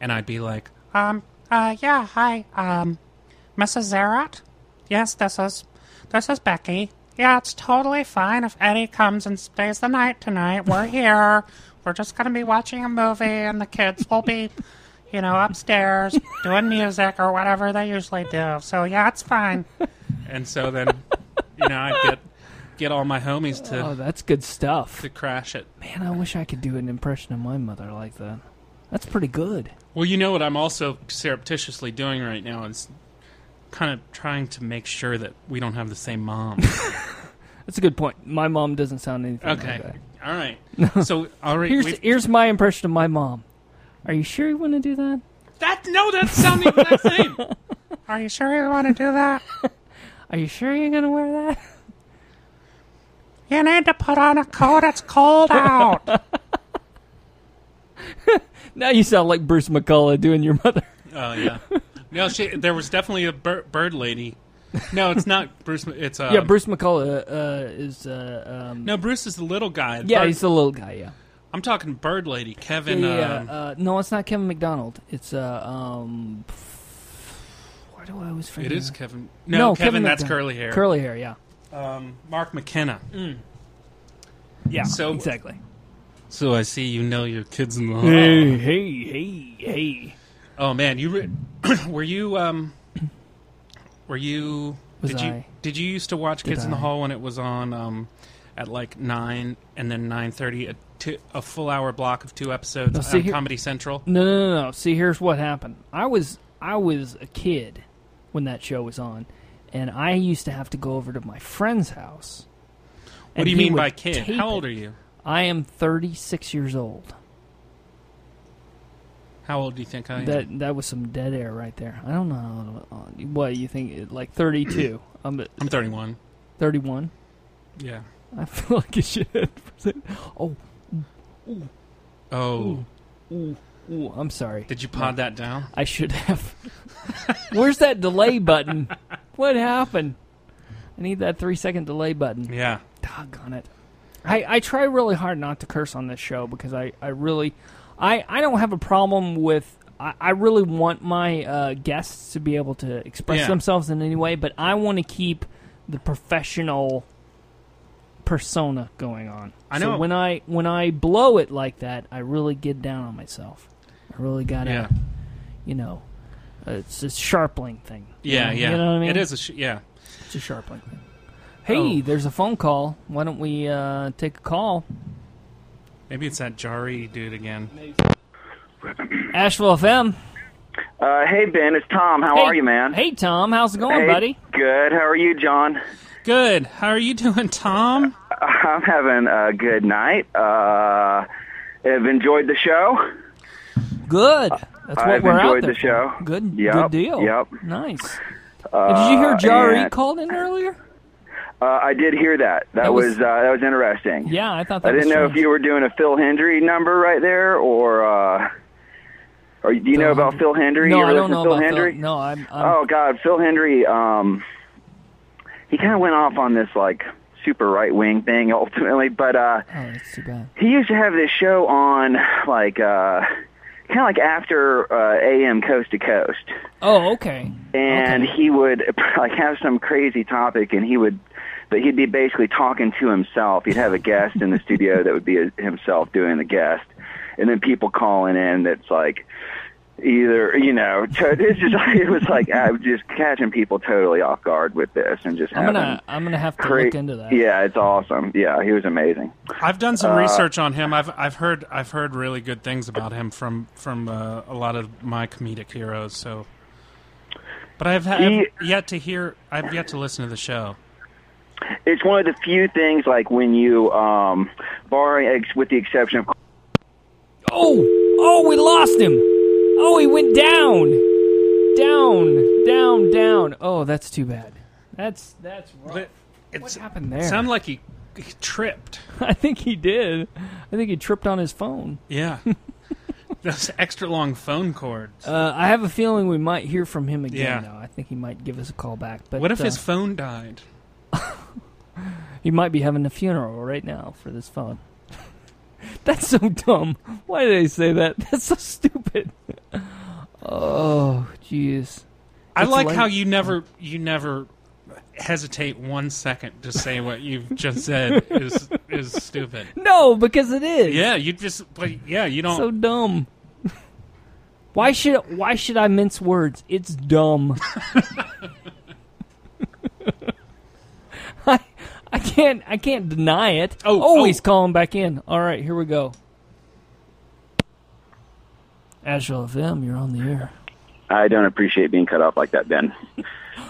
Speaker 2: and I'd be like,
Speaker 7: Um, uh, yeah, hi, um, Mrs. Zarat? Yes, this is, this is Becky. Yeah, it's totally fine if Eddie comes and stays the night
Speaker 2: *laughs*
Speaker 7: tonight. We're here. We're just gonna be watching a movie, and the kids will be, you know, upstairs doing music or whatever they usually do. So yeah, it's fine.
Speaker 2: and so then you know I'd get get all my homies to,
Speaker 1: Oh, that's good stuff.
Speaker 2: to crash it.
Speaker 1: Man, I wish I could do an impression of my mother like that. That's pretty good.
Speaker 2: Well, you know what I'm also surreptitiously doing right now is kind of trying to make sure that we don't have the same mom.
Speaker 1: That's a good point. My mom doesn't sound anything like
Speaker 2: okay.
Speaker 1: that. *laughs*
Speaker 2: All right. So, all right.
Speaker 1: Here's
Speaker 2: we've-
Speaker 1: here's my impression of my mom. Are you sure you want to do that?
Speaker 2: that no, that sounds the exact same.
Speaker 7: Are you sure you want to do that?
Speaker 1: Are you sure you're gonna wear that? *laughs*
Speaker 7: You need to put on a coat. It's cold out.
Speaker 1: now you sound like Bruce McCullough doing your mother.
Speaker 2: Oh yeah. No, she, there was definitely a bir- bird lady. No, it's not Bruce. Ma- It's uh,
Speaker 1: yeah, Bruce McCullough uh, is. Uh, um, uh,
Speaker 2: No, Bruce is the little guy.
Speaker 1: yeah,
Speaker 2: Bird-
Speaker 1: he's the little guy. Yeah.
Speaker 2: I'm talking bird lady, Kevin.
Speaker 1: yeah, yeah,
Speaker 2: um,
Speaker 1: yeah. Uh, no, it's not Kevin McDonald. It's uh, um, why do I always forget?
Speaker 2: it is Kevin. No,
Speaker 1: mm-hmm. No,
Speaker 2: Kevin.
Speaker 1: Kevin
Speaker 2: that's
Speaker 1: McDon-
Speaker 2: curly hair.
Speaker 1: curly hair. Yeah,
Speaker 2: Um, Mark McKenna.
Speaker 1: yeah.
Speaker 2: So-
Speaker 1: exactly.
Speaker 2: So I see you know your kids in the
Speaker 1: hey, hey, hey.
Speaker 2: Oh man, you re- *clears throat* were you um were you
Speaker 1: Was
Speaker 2: did you
Speaker 1: I?
Speaker 2: did you used to watch Kids in the
Speaker 1: I?
Speaker 2: Hall when it was on um at like 9 and then 9:30 a two, a full hour block of two episodes
Speaker 1: Now, see
Speaker 2: on
Speaker 1: here-
Speaker 2: Comedy Central?
Speaker 1: No, no, no, no. See, here's what happened. I was I was a kid when that show was on, and I used to have to go over to my friend's house.
Speaker 2: What do you mean by kid? How old are you?
Speaker 1: I am 36 years old.
Speaker 2: How old do you think I am?
Speaker 1: That that was some dead air right there. I don't know. how old- uh, What you think? Like
Speaker 2: *clears throat*
Speaker 1: 32. I'm at
Speaker 2: I'm 31.
Speaker 1: 31.
Speaker 2: Yeah.
Speaker 1: I feel like a shithead. for saying- Oh,
Speaker 2: Oh,
Speaker 1: ooh, ooh, I'm sorry.
Speaker 2: did you pod that down?
Speaker 1: I should
Speaker 2: *laughs*
Speaker 1: have. Where's that delay button? What happened? I need that three second delay button.
Speaker 2: Yeah. Mm-hmm.
Speaker 1: Doggone it. I, I try really hard not to curse on this show because I, I really I, I don't have a problem with I, I really want my uh, guests to be able to express
Speaker 2: Yeah.
Speaker 1: themselves in any way, but I want to keep the professional persona going on.
Speaker 2: I
Speaker 1: So
Speaker 2: know.
Speaker 1: when I when I blow it like that, I really get down on myself. I really gotta
Speaker 2: Yeah.
Speaker 1: you know uh, it's a sharpling thing.
Speaker 2: Yeah,
Speaker 1: You
Speaker 2: yeah.
Speaker 1: know what I mean?
Speaker 2: It is a sh- yeah.
Speaker 1: It's a sharpling thing. Hey, there's a phone call. Why don't we uh, take a call?
Speaker 2: Maybe it's that Jari dude again.
Speaker 1: Asheville FM.
Speaker 4: Uh, hey Ben, it's Tom. How
Speaker 1: Hey,
Speaker 4: are you, man?
Speaker 1: Hey, Tom. How's it going,
Speaker 4: Hey,
Speaker 1: buddy?
Speaker 4: Good. How are you, John? *laughs*
Speaker 2: Good. How are you doing, Tom?
Speaker 4: I'm having a good night. Uh, have enjoyed the show.
Speaker 1: Good. That's what
Speaker 4: I've
Speaker 1: we're out
Speaker 4: enjoyed
Speaker 1: there.
Speaker 4: the show.
Speaker 1: for. Good.
Speaker 4: Yep,
Speaker 1: Good deal.
Speaker 4: yep. Uh,
Speaker 1: Nice. Did you hear Jari
Speaker 4: and-
Speaker 1: called in earlier?
Speaker 4: Uh, I did hear that. That,
Speaker 1: That was-
Speaker 4: was, uh, that was interesting.
Speaker 1: Yeah, I thought that
Speaker 4: I didn't
Speaker 1: was
Speaker 4: know if
Speaker 1: strange.
Speaker 4: you were doing a Phil Hendry number right there, or uh, or do you know about Phil Hendry?
Speaker 1: No,
Speaker 4: you were
Speaker 1: I don't
Speaker 4: listening
Speaker 1: know
Speaker 4: to Phil
Speaker 1: about
Speaker 4: Hendry.
Speaker 1: Phil. No, I'm. I'm
Speaker 4: Oh God, Phil Hendry. Um, he kind of went off on this like super right wing thing ultimately, but uh,
Speaker 1: oh, that's too bad.
Speaker 4: he used to have this show on like uh, kind of like after uh, AM Coast to Coast
Speaker 1: Oh, okay.
Speaker 4: and
Speaker 1: Okay.
Speaker 4: he would *laughs* like have some crazy topic and he would but he'd be basically talking to himself he'd have a guest in the studio that would be uh, himself doing the guest and then people calling in that's like either you know to, it's just *laughs* it was like i'm just catching people totally off guard with this and just
Speaker 1: I'm
Speaker 4: having
Speaker 1: gonna. I'm gonna have to
Speaker 4: cra-
Speaker 1: look into that.
Speaker 4: yeah it's awesome yeah he was amazing
Speaker 2: I've done some research on him. I've I've heard I've heard really good things about him from from uh, a lot of my comedic heroes. So, but I've, I've
Speaker 4: He-
Speaker 2: yet to hear. I've yet to listen to the show.
Speaker 4: it's one of the few things like when you um barring ex- with the exception of
Speaker 1: Oh, oh, we lost him. Oh, he went down, down, down, down. Oh, that's too bad. That's that's rough.
Speaker 2: But
Speaker 1: what
Speaker 2: it's
Speaker 1: happened there?
Speaker 2: sound like he, he tripped.
Speaker 1: *laughs* I think he did. I think he tripped on his phone. *laughs*
Speaker 2: Yeah, those extra long phone cords.
Speaker 1: Uh, I have a feeling we might hear from him again.
Speaker 2: Yeah.
Speaker 1: Though I think he might give us a call back. But
Speaker 2: What if
Speaker 1: uh,
Speaker 2: his phone died?
Speaker 1: he might be having a funeral right now for this phone. *laughs* that's so dumb. Why did I say that? *laughs* That's so stupid. *laughs* oh, jeez.
Speaker 2: I
Speaker 1: It's
Speaker 2: like
Speaker 1: late.
Speaker 2: how you never you never hesitate one second to say what you've just said is is
Speaker 1: *laughs*
Speaker 2: stupid.
Speaker 1: No, because it is.
Speaker 2: Yeah, you just but yeah you don't.
Speaker 1: so dumb. *laughs* Why should why should I mince words? It's dumb. *laughs* I I can't. I can't deny it.
Speaker 2: Oh,
Speaker 1: oh,
Speaker 2: oh.
Speaker 1: he's calling back in. All right, here we go. Azure FM, you're on the air.
Speaker 4: I don't appreciate being cut off like that, Ben.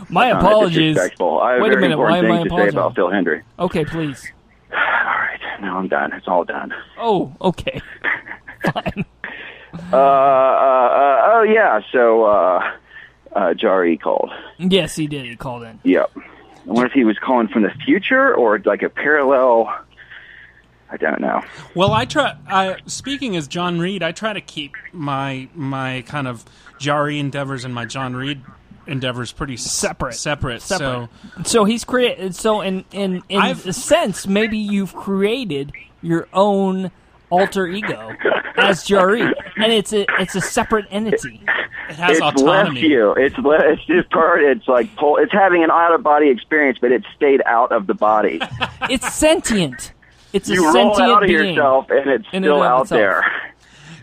Speaker 1: My
Speaker 4: Sounded
Speaker 1: apologies.
Speaker 4: Uh, Disrespectful. I have
Speaker 1: Wait a
Speaker 4: very
Speaker 1: minute, why
Speaker 4: important
Speaker 1: am I
Speaker 4: things to say about
Speaker 1: apologizing?
Speaker 4: Phil Hendry.
Speaker 1: Okay, please.
Speaker 4: All right, now I'm done. It's all done.
Speaker 1: Oh, okay.
Speaker 4: Uh, uh, uh, oh yeah. So uh, uh, Jari called.
Speaker 1: Yes, he did. He called in.
Speaker 4: Yep. I wonder if he was calling from the future or like a parallel. I don't know.
Speaker 2: Well, I try. I, speaking as John Reed, I try to keep my my kind of Jari endeavors and my John Reed endeavors pretty s-
Speaker 1: Separate.
Speaker 2: Separate.
Speaker 1: Separate.
Speaker 2: So
Speaker 1: So he's created. So in in in
Speaker 2: I've-
Speaker 1: a sense, maybe you've created your own alter ego as Jari, and it's a it's a separate entity.
Speaker 2: it has
Speaker 4: it's
Speaker 2: autonomy.
Speaker 4: left you. It's le- it's
Speaker 1: *laughs*
Speaker 4: just part. It's like pull. It's having an out of body experience, but it stayed out of the body.
Speaker 1: *laughs* It's sentient. It's
Speaker 4: you
Speaker 1: a
Speaker 4: roll
Speaker 1: sentient
Speaker 4: out of
Speaker 1: being.
Speaker 4: yourself, and it's
Speaker 1: In and
Speaker 4: still
Speaker 1: of
Speaker 4: out
Speaker 1: itself.
Speaker 4: there.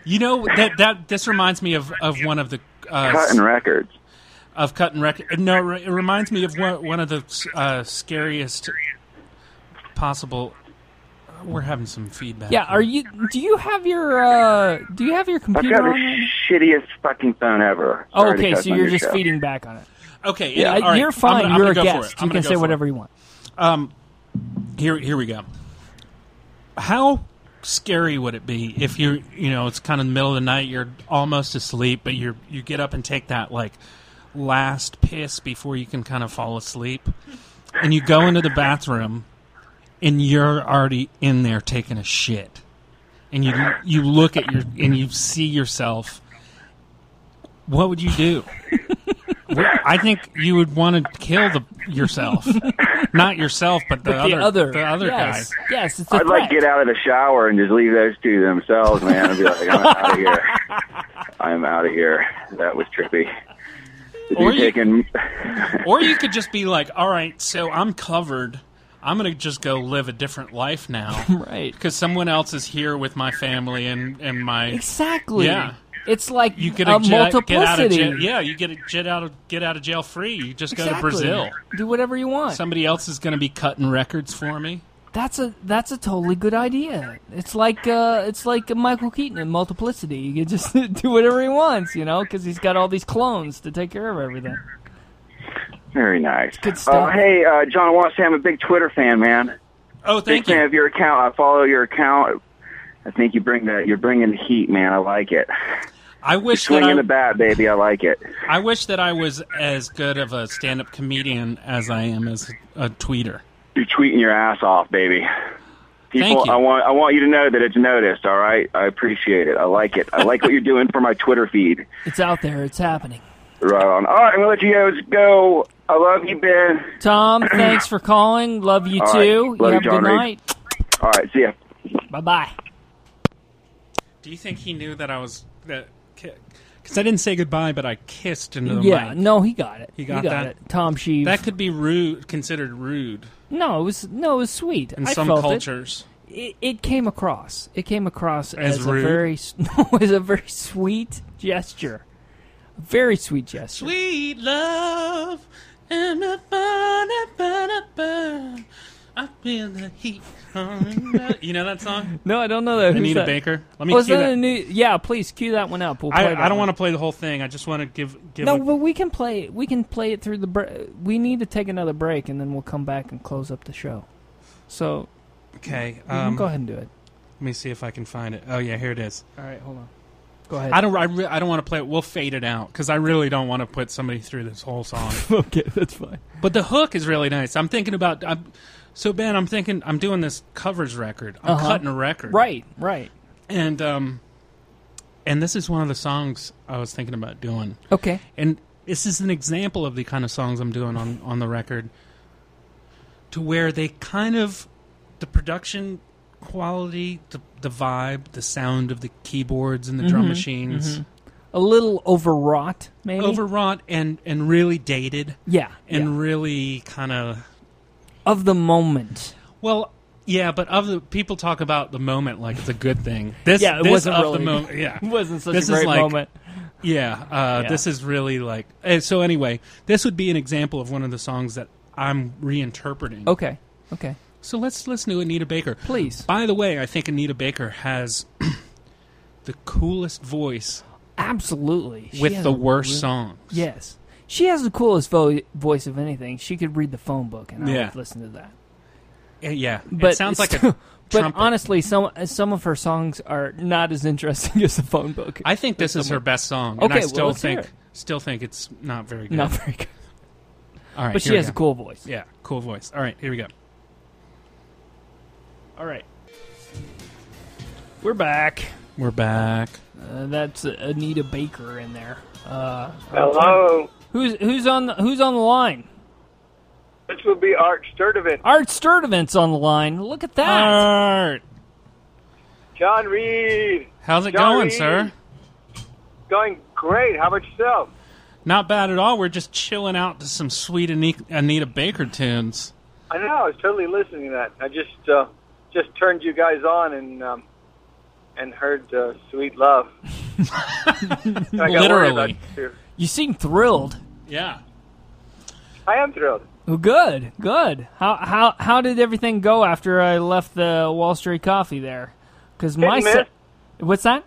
Speaker 2: You know that that this reminds me of of one of the uh,
Speaker 4: Cutting records.
Speaker 2: of cut and record. No, it reminds me of one, one of the uh, scariest possible. We're having some feedback.
Speaker 1: Yeah, are you? Do you have your? uh Do you have your
Speaker 4: I've
Speaker 1: computer
Speaker 4: got the
Speaker 1: on? right now?
Speaker 4: shittiest fucking phone ever.
Speaker 1: Oh,
Speaker 4: Sorry to
Speaker 1: okay.
Speaker 4: cuss
Speaker 1: So
Speaker 4: on
Speaker 1: you're
Speaker 4: your
Speaker 1: just
Speaker 4: show.
Speaker 1: feeding back on it.
Speaker 2: Okay,
Speaker 1: Yeah,
Speaker 2: yeah, all right.
Speaker 1: you're fine.
Speaker 2: I'm gonna-
Speaker 1: you're
Speaker 2: I'm
Speaker 1: a
Speaker 2: gonna go for
Speaker 1: guest.
Speaker 2: it.
Speaker 1: You
Speaker 2: I'm
Speaker 1: can
Speaker 2: gonna
Speaker 1: say
Speaker 2: go for it.
Speaker 1: whatever you want.
Speaker 2: here here we go how scary would it be if you you know it's kind of the middle of the night you're almost asleep but you're you get up and take that like last piss before you can kind of fall asleep and you go into the bathroom and you're already in there taking a shit and you you look at your and you see yourself what would you do Well, I think you would want to kill the yourself, not yourself, but the,
Speaker 1: The other,
Speaker 2: the other guy.
Speaker 1: yes, Yes, it's a
Speaker 4: I'd
Speaker 1: threat.
Speaker 4: like get out of the shower and just leave those two to themselves, man. I'd be like, I'm
Speaker 1: *laughs*
Speaker 4: out of here. I'm out of here. That was trippy. The
Speaker 2: Or you-
Speaker 4: dude taking
Speaker 2: Or you could just be like, all right, so I'm covered. I'm going to just go live a different life now
Speaker 1: *laughs* Right.
Speaker 2: because someone else is here with my family and, and my.
Speaker 1: Exactly.
Speaker 2: Yeah.
Speaker 1: It's like
Speaker 2: You get
Speaker 1: a
Speaker 2: a jet,
Speaker 1: multiplicity.
Speaker 2: get out of jail. Yeah, you get a jet out of get out of jail free. You just go
Speaker 1: Exactly.
Speaker 2: to Brazil.
Speaker 1: Do whatever you want.
Speaker 2: Somebody else is going to be cutting records for me.
Speaker 1: that's a that's a totally good idea. It's like uh, it's like Michael Keaton in Multiplicity. You can just *laughs* do whatever he wants, you know, because he's got all these clones to take care of everything.
Speaker 4: *laughs* very nice.
Speaker 1: Good stuff.
Speaker 4: Uh, hey, uh, John Watson, I'm a big Twitter fan, man.
Speaker 2: Oh, thank
Speaker 4: big fan
Speaker 2: you.
Speaker 4: of your account. I follow your account. I think you bring the you're bringing the heat, man. I like it.
Speaker 2: I wish that
Speaker 4: Swinging
Speaker 2: I,
Speaker 4: the bat, baby. I like it.
Speaker 2: I wish that I was as good of a stand-up comedian as I am as a tweeter.
Speaker 4: You're tweeting your ass off, baby. People,
Speaker 2: Thank you.
Speaker 4: I want I want you to know that it's noticed. All right, I appreciate it. I like it. I like what you're doing for my Twitter feed.
Speaker 1: It's out there. It's happening.
Speaker 4: Right on. All right, I'm gonna let you guys go. I love you, Ben. *clears throat*
Speaker 1: Tom, thanks for calling. Love you
Speaker 4: All right.
Speaker 1: too.
Speaker 4: Love you,
Speaker 1: have a good
Speaker 4: John Reed.
Speaker 1: night.
Speaker 4: All right, see ya.
Speaker 1: Bye bye.
Speaker 2: Do you think he knew that I was that? Because I didn't say goodbye, but I kissed into the
Speaker 1: Yeah,
Speaker 2: mic.
Speaker 1: no, he got it.
Speaker 2: He got that?
Speaker 1: it. Tom Sheave.
Speaker 2: That could be rude, considered rude
Speaker 1: no, it was no, it was sweet.
Speaker 2: in
Speaker 1: I
Speaker 2: some
Speaker 1: felt it.
Speaker 2: cultures.
Speaker 1: it, it came across. It came across as,
Speaker 2: As
Speaker 1: a
Speaker 2: rude?
Speaker 1: very s- *laughs* no, as a very sweet gesture, A very sweet gesture.
Speaker 2: Sweet love and a burn, a burn, a burn. I feel the heat.
Speaker 1: *laughs*
Speaker 2: on- you know that song,
Speaker 1: No, I don't know that. Who's
Speaker 2: Anita
Speaker 1: that?
Speaker 2: Baker. Let me
Speaker 1: Was
Speaker 2: cue
Speaker 1: that,
Speaker 2: that.
Speaker 1: a new? Yeah, please cue that one up. We'll play
Speaker 2: I,
Speaker 1: that
Speaker 2: I don't
Speaker 1: one.
Speaker 2: want to play the whole thing. I just want to give give.
Speaker 1: No,
Speaker 2: a-
Speaker 1: but we can play. We can play it through the. Br- we need to take another break, and then we'll come back and close up the show. So
Speaker 2: okay.
Speaker 1: you can
Speaker 2: Um,
Speaker 1: Mm-hmm, go ahead and do it.
Speaker 2: Let me see if I can find it. Oh yeah, here it is.
Speaker 1: All right, hold on. Go ahead.
Speaker 2: I don't. I, re- I don't want to play it. We'll fade it out because I really don't want to put somebody through this whole song.
Speaker 1: *laughs* okay, that's fine.
Speaker 2: But the hook is really nice. I'm thinking about. I'm, so Ben, I'm thinking I'm doing this covers record. I'm
Speaker 1: Uh-huh.
Speaker 2: cutting a record,
Speaker 1: Right, right.
Speaker 2: And um, and this is one of the songs I was thinking about doing.
Speaker 1: Okay.
Speaker 2: And this is an example of the kind of songs I'm doing on on the record, to where they kind of the production quality, the the vibe, the sound of the keyboards and the
Speaker 1: Mm-hmm.
Speaker 2: drum machines,
Speaker 1: A little overwrought, maybe.
Speaker 2: overwrought and and really dated
Speaker 1: Yeah.
Speaker 2: and
Speaker 1: Mm-hmm. yeah.
Speaker 2: really kind of
Speaker 1: Of the moment.
Speaker 2: Well, yeah, but of the people talk about the moment like it's a good thing. This,
Speaker 1: Yeah, it
Speaker 2: this
Speaker 1: wasn't
Speaker 2: of
Speaker 1: really.
Speaker 2: the
Speaker 1: *laughs*
Speaker 2: moment. Yeah,
Speaker 1: wasn't such
Speaker 2: This
Speaker 1: a
Speaker 2: is
Speaker 1: great
Speaker 2: like-
Speaker 1: moment.
Speaker 2: yeah, uh,
Speaker 1: Yeah.
Speaker 2: This is really like. eh, So
Speaker 1: Oh.
Speaker 2: anyway, this would be an example of one of the songs that I'm reinterpreting.
Speaker 1: Okay. Okay.
Speaker 2: So let's listen to Anita Baker.
Speaker 1: Please.
Speaker 2: By the way, I think Anita Baker has *clears throat* the coolest voice
Speaker 1: Absolutely. She
Speaker 2: with
Speaker 1: has
Speaker 2: the
Speaker 1: a
Speaker 2: worst
Speaker 1: real-
Speaker 2: songs.
Speaker 1: Yes. She has the coolest vo- voice of anything. She could read the phone book and I
Speaker 2: Yeah.
Speaker 1: would listen to that.
Speaker 2: Uh, Yeah.
Speaker 1: But
Speaker 2: it sounds like
Speaker 1: it's-
Speaker 2: a
Speaker 1: *laughs* But
Speaker 2: trumpet.
Speaker 1: honestly, some some of her songs are not as interesting *laughs* as the phone book.
Speaker 2: *laughs* I think this is her best song. and
Speaker 1: Okay,
Speaker 2: I
Speaker 1: well,
Speaker 2: still
Speaker 1: let's hear
Speaker 2: think
Speaker 1: it.
Speaker 2: still think it's not very good.
Speaker 1: not *laughs* very good.
Speaker 2: All right,
Speaker 1: But she
Speaker 2: here we
Speaker 1: has a
Speaker 2: go.
Speaker 1: cool voice.
Speaker 2: Yeah, cool voice. All right, here we go.
Speaker 1: All right. We're back.
Speaker 2: We're back.
Speaker 1: Uh, that's Anita Baker in there. Uh,
Speaker 8: Hello.
Speaker 1: who's who's on the, who's on the line?
Speaker 8: This would be Art Sturdivant.
Speaker 1: Art Sturtevant's on the line. Look at that.
Speaker 2: Uh, Art,
Speaker 8: John Reed.
Speaker 2: how's it
Speaker 8: John
Speaker 2: going,
Speaker 8: Reed.
Speaker 2: sir?
Speaker 8: Going great. How about yourself?
Speaker 2: Not bad at all. We're just chilling out to some sweet Ani- Anita Baker tunes.
Speaker 8: I know. I was totally listening to that. I just uh, just turned you guys on and um, and heard uh,
Speaker 1: *laughs*
Speaker 8: "Sweet Love." So I got worried about
Speaker 2: Literally.
Speaker 8: you.
Speaker 1: you seem thrilled.
Speaker 2: Yeah.
Speaker 8: I am thrilled.
Speaker 1: Well, good, good. How how how did everything go after I left the Wall Street Coffee there? Because my
Speaker 8: and
Speaker 1: se-
Speaker 8: miss.
Speaker 1: what's that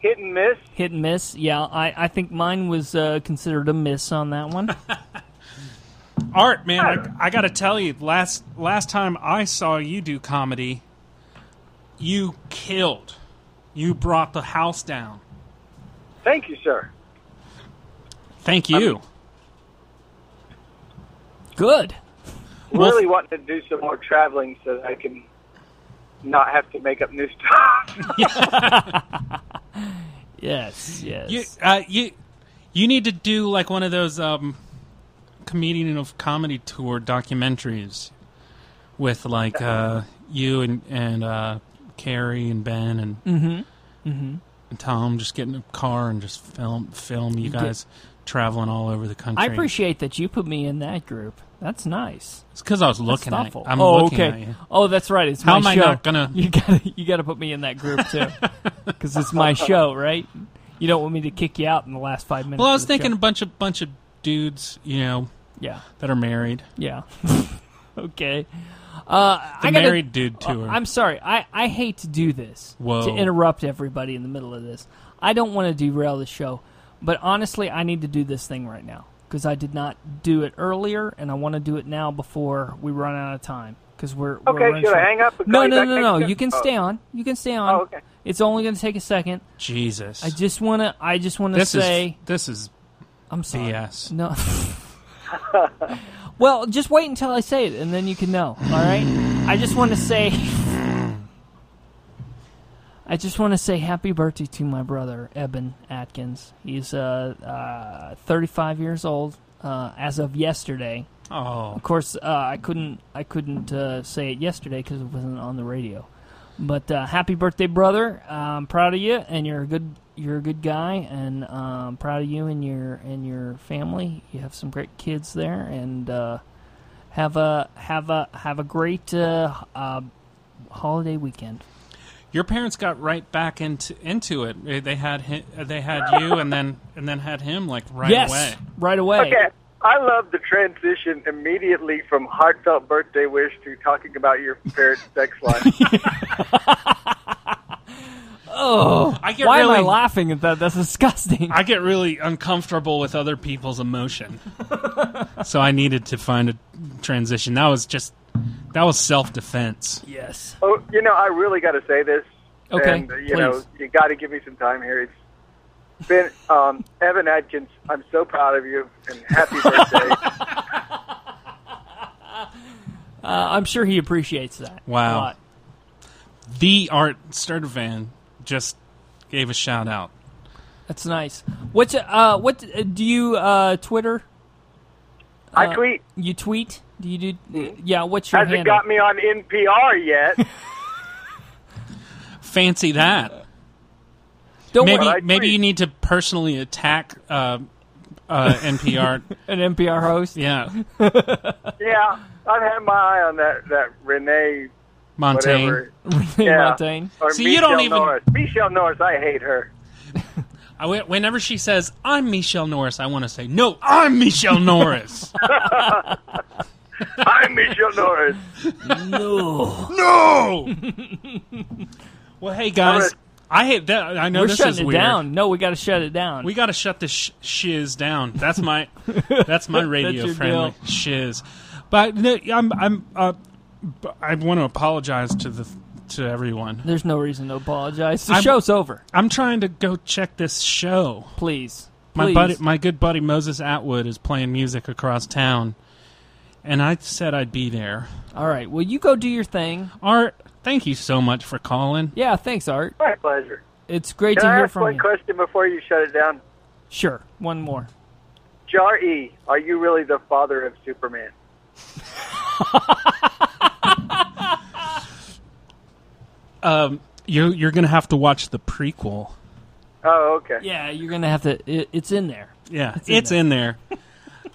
Speaker 8: Hit and miss.
Speaker 1: hit and miss? Yeah, I I think mine was uh, considered a miss on that one. *laughs*
Speaker 2: Art, man, I, I got to tell you, last last time I saw you do comedy, you killed. You brought the house down.
Speaker 8: Thank you, sir.
Speaker 2: Thank you.
Speaker 1: good.
Speaker 8: really wanting to do some more traveling so that I can not have to make up new stuff. *laughs*
Speaker 1: Yes, yes.
Speaker 2: You, uh, you, you need to do like one of those um, comedian of comedy tour documentaries with like uh, you and and uh, Carrie and Ben and
Speaker 1: Mm-hmm.
Speaker 2: and Tom just get in a car and just film film you guys traveling all over the country.
Speaker 1: I appreciate that you put me in that group. That's nice.
Speaker 2: It's because I was
Speaker 1: That's
Speaker 2: looking at.
Speaker 1: thoughtful.
Speaker 2: I'm
Speaker 1: oh,
Speaker 2: looking
Speaker 1: okay.
Speaker 2: at you.
Speaker 1: Oh, that's right. It's
Speaker 2: How
Speaker 1: my
Speaker 2: am I
Speaker 1: show.
Speaker 2: not gonna-
Speaker 1: *laughs* You gotta you gotta put me in that group
Speaker 2: *laughs*
Speaker 1: too, because it's my show, right? You don't want me to kick you out in the last five minutes.
Speaker 2: Well, I
Speaker 1: of
Speaker 2: was
Speaker 1: the show.
Speaker 2: thinking a bunch of bunch of dudes, you know,
Speaker 1: Yeah.
Speaker 2: that are married.
Speaker 1: Yeah. *laughs* okay. Uh,
Speaker 2: The
Speaker 1: I gotta,
Speaker 2: married dude
Speaker 1: uh,
Speaker 2: tour.
Speaker 1: I'm sorry. I, I hate to do this.
Speaker 2: Whoa.
Speaker 1: To interrupt everybody in the middle of this. I don't want to derail the show, but honestly, I need to do this thing right now because I did not do it earlier, and I want to do it now before we run out of time. Because we're, we're
Speaker 8: okay,
Speaker 1: running
Speaker 8: should I
Speaker 1: short.
Speaker 8: hang up? and
Speaker 1: No,
Speaker 8: call you
Speaker 1: no,
Speaker 8: back
Speaker 1: no,
Speaker 8: next
Speaker 1: no.
Speaker 8: time?
Speaker 1: You can
Speaker 8: Oh,
Speaker 1: stay on. You can stay on.
Speaker 8: Oh, okay.
Speaker 1: It's only going to take a second.
Speaker 2: Jesus,
Speaker 1: I just want to. I just want to
Speaker 2: this
Speaker 1: say.
Speaker 2: is this is
Speaker 1: I'm sorry.
Speaker 2: BS.
Speaker 1: *laughs* No. well, just wait until I say it, and then you can know. All right. I just want to say. I just want to say happy birthday to my brother Eben Atkins. He's uh, uh, 35 years old uh, as of yesterday.
Speaker 2: oh
Speaker 1: Of course, uh, I couldn't I couldn't uh, say it yesterday because it wasn't on the radio. But uh, happy birthday, brother! I'm proud of you, and you're a good you're a good guy, and uh, I'm proud of you and your and your family. You have some great kids there, and uh, have a have a have a great uh, h- uh, holiday weekend.
Speaker 2: your parents got right back into into it. Eh, They had hi they had you, and then and then had him like right
Speaker 1: yes,
Speaker 2: away.
Speaker 1: right away.
Speaker 8: Okay. I love the transition immediately from heartfelt birthday wish to talking about your
Speaker 2: *laughs*
Speaker 8: parents' sex life.
Speaker 1: Oh,
Speaker 2: I get
Speaker 1: why
Speaker 2: really-
Speaker 1: am I laughing at that? That's disgusting.
Speaker 2: I get really uncomfortable with other people's
Speaker 1: *laughs*
Speaker 2: emotion, so I needed to find a transition. That was just that was self defense.
Speaker 1: yes.
Speaker 8: oh, you know, I really got to say this.
Speaker 1: Okay,
Speaker 8: And, uh, you know,
Speaker 1: please.
Speaker 8: you got to give me some time here. It's been um, Evan Adkins. I'm so proud of you and
Speaker 2: *laughs*
Speaker 8: happy birthday.
Speaker 1: Uh, I'm sure he appreciates that. a
Speaker 2: Wow.
Speaker 1: lot.
Speaker 2: The Art Sturdivant just gave a shout out.
Speaker 1: That's nice. What's uh what uh, do you uh Twitter?
Speaker 8: I tweet.
Speaker 1: You tweet? Do you do?
Speaker 8: Hmm.
Speaker 1: Yeah. What's your
Speaker 8: Hasn't
Speaker 1: handle?
Speaker 8: got me on
Speaker 2: *laughs*
Speaker 8: NPR yet.
Speaker 2: Fancy that.
Speaker 1: Don't
Speaker 2: Maybe
Speaker 1: worry,
Speaker 8: I
Speaker 2: maybe
Speaker 8: tweet.
Speaker 2: you need to personally attack uh, uh, NPR.
Speaker 1: an NPR *laughs* host.
Speaker 2: yeah,
Speaker 8: yeah, I've had my eye on that that Renee
Speaker 2: Montaigne.
Speaker 8: whatever.
Speaker 1: yeah.
Speaker 8: Yeah.
Speaker 1: Montaigne.
Speaker 8: Or
Speaker 2: See,
Speaker 8: Michelle
Speaker 2: you don't even-
Speaker 8: Norris. Michelle Norris, I
Speaker 2: *laughs*
Speaker 8: hate her.
Speaker 2: I, whenever
Speaker 1: *laughs*
Speaker 2: she says, I'm Michelle Norris, I want to say, No, I'm Michelle Norris.
Speaker 8: I'm Michelle Norris.
Speaker 1: No.
Speaker 6: No!
Speaker 2: Well, hey guys, I hate that. I know
Speaker 1: We're
Speaker 2: Oh, this
Speaker 1: shutting
Speaker 2: is
Speaker 1: it
Speaker 2: weird.
Speaker 1: down. No, we got to shut it down.
Speaker 2: We got to shut this sh- shiz down. That's my
Speaker 1: *laughs*
Speaker 2: that's my radio
Speaker 1: your
Speaker 2: friendly shiz. But no, I'm I'm uh, b- I want to apologize to the to everyone.
Speaker 1: There's no reason to apologize. The
Speaker 2: I'm-
Speaker 1: show's over.
Speaker 2: I'm trying to go check this show.
Speaker 1: Please.
Speaker 2: My
Speaker 1: Please.
Speaker 2: buddy, my good buddy Moses Atwood is playing music across town, and I said I'd be there.
Speaker 1: All right. Well, you go do your thing.
Speaker 2: Art, thank you so much for calling.
Speaker 1: Yeah. Thanks, Art.
Speaker 8: My pleasure.
Speaker 1: It's great
Speaker 8: Can
Speaker 1: to
Speaker 8: I
Speaker 1: hear
Speaker 8: ask
Speaker 1: from
Speaker 8: one
Speaker 1: you.
Speaker 8: question before you shut it down?
Speaker 1: Sure. One more.
Speaker 8: Jar E, are you really the father of Superman?
Speaker 2: Um, you you're gonna have to watch the prequel.
Speaker 8: Oh, okay.
Speaker 1: Yeah, you're gonna have to. It, it's in there.
Speaker 2: Yeah, it's, in there.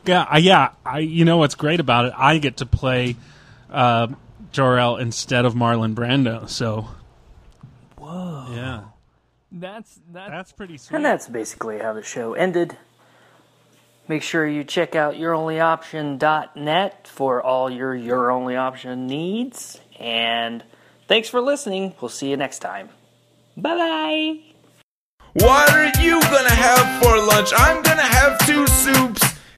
Speaker 2: yeah, I, yeah. I you know what's great about it? I get to play uh, Jor El instead of Marlon Brando. So whoa, yeah,
Speaker 1: That's that's.
Speaker 2: that's pretty sweet.
Speaker 9: And that's basically how the show ended. Make sure you check out youronlyoption.net for all your your only option needs. And thanks for listening. We'll see you next time. Bye bye.
Speaker 10: What are you gonna have for lunch? I'm gonna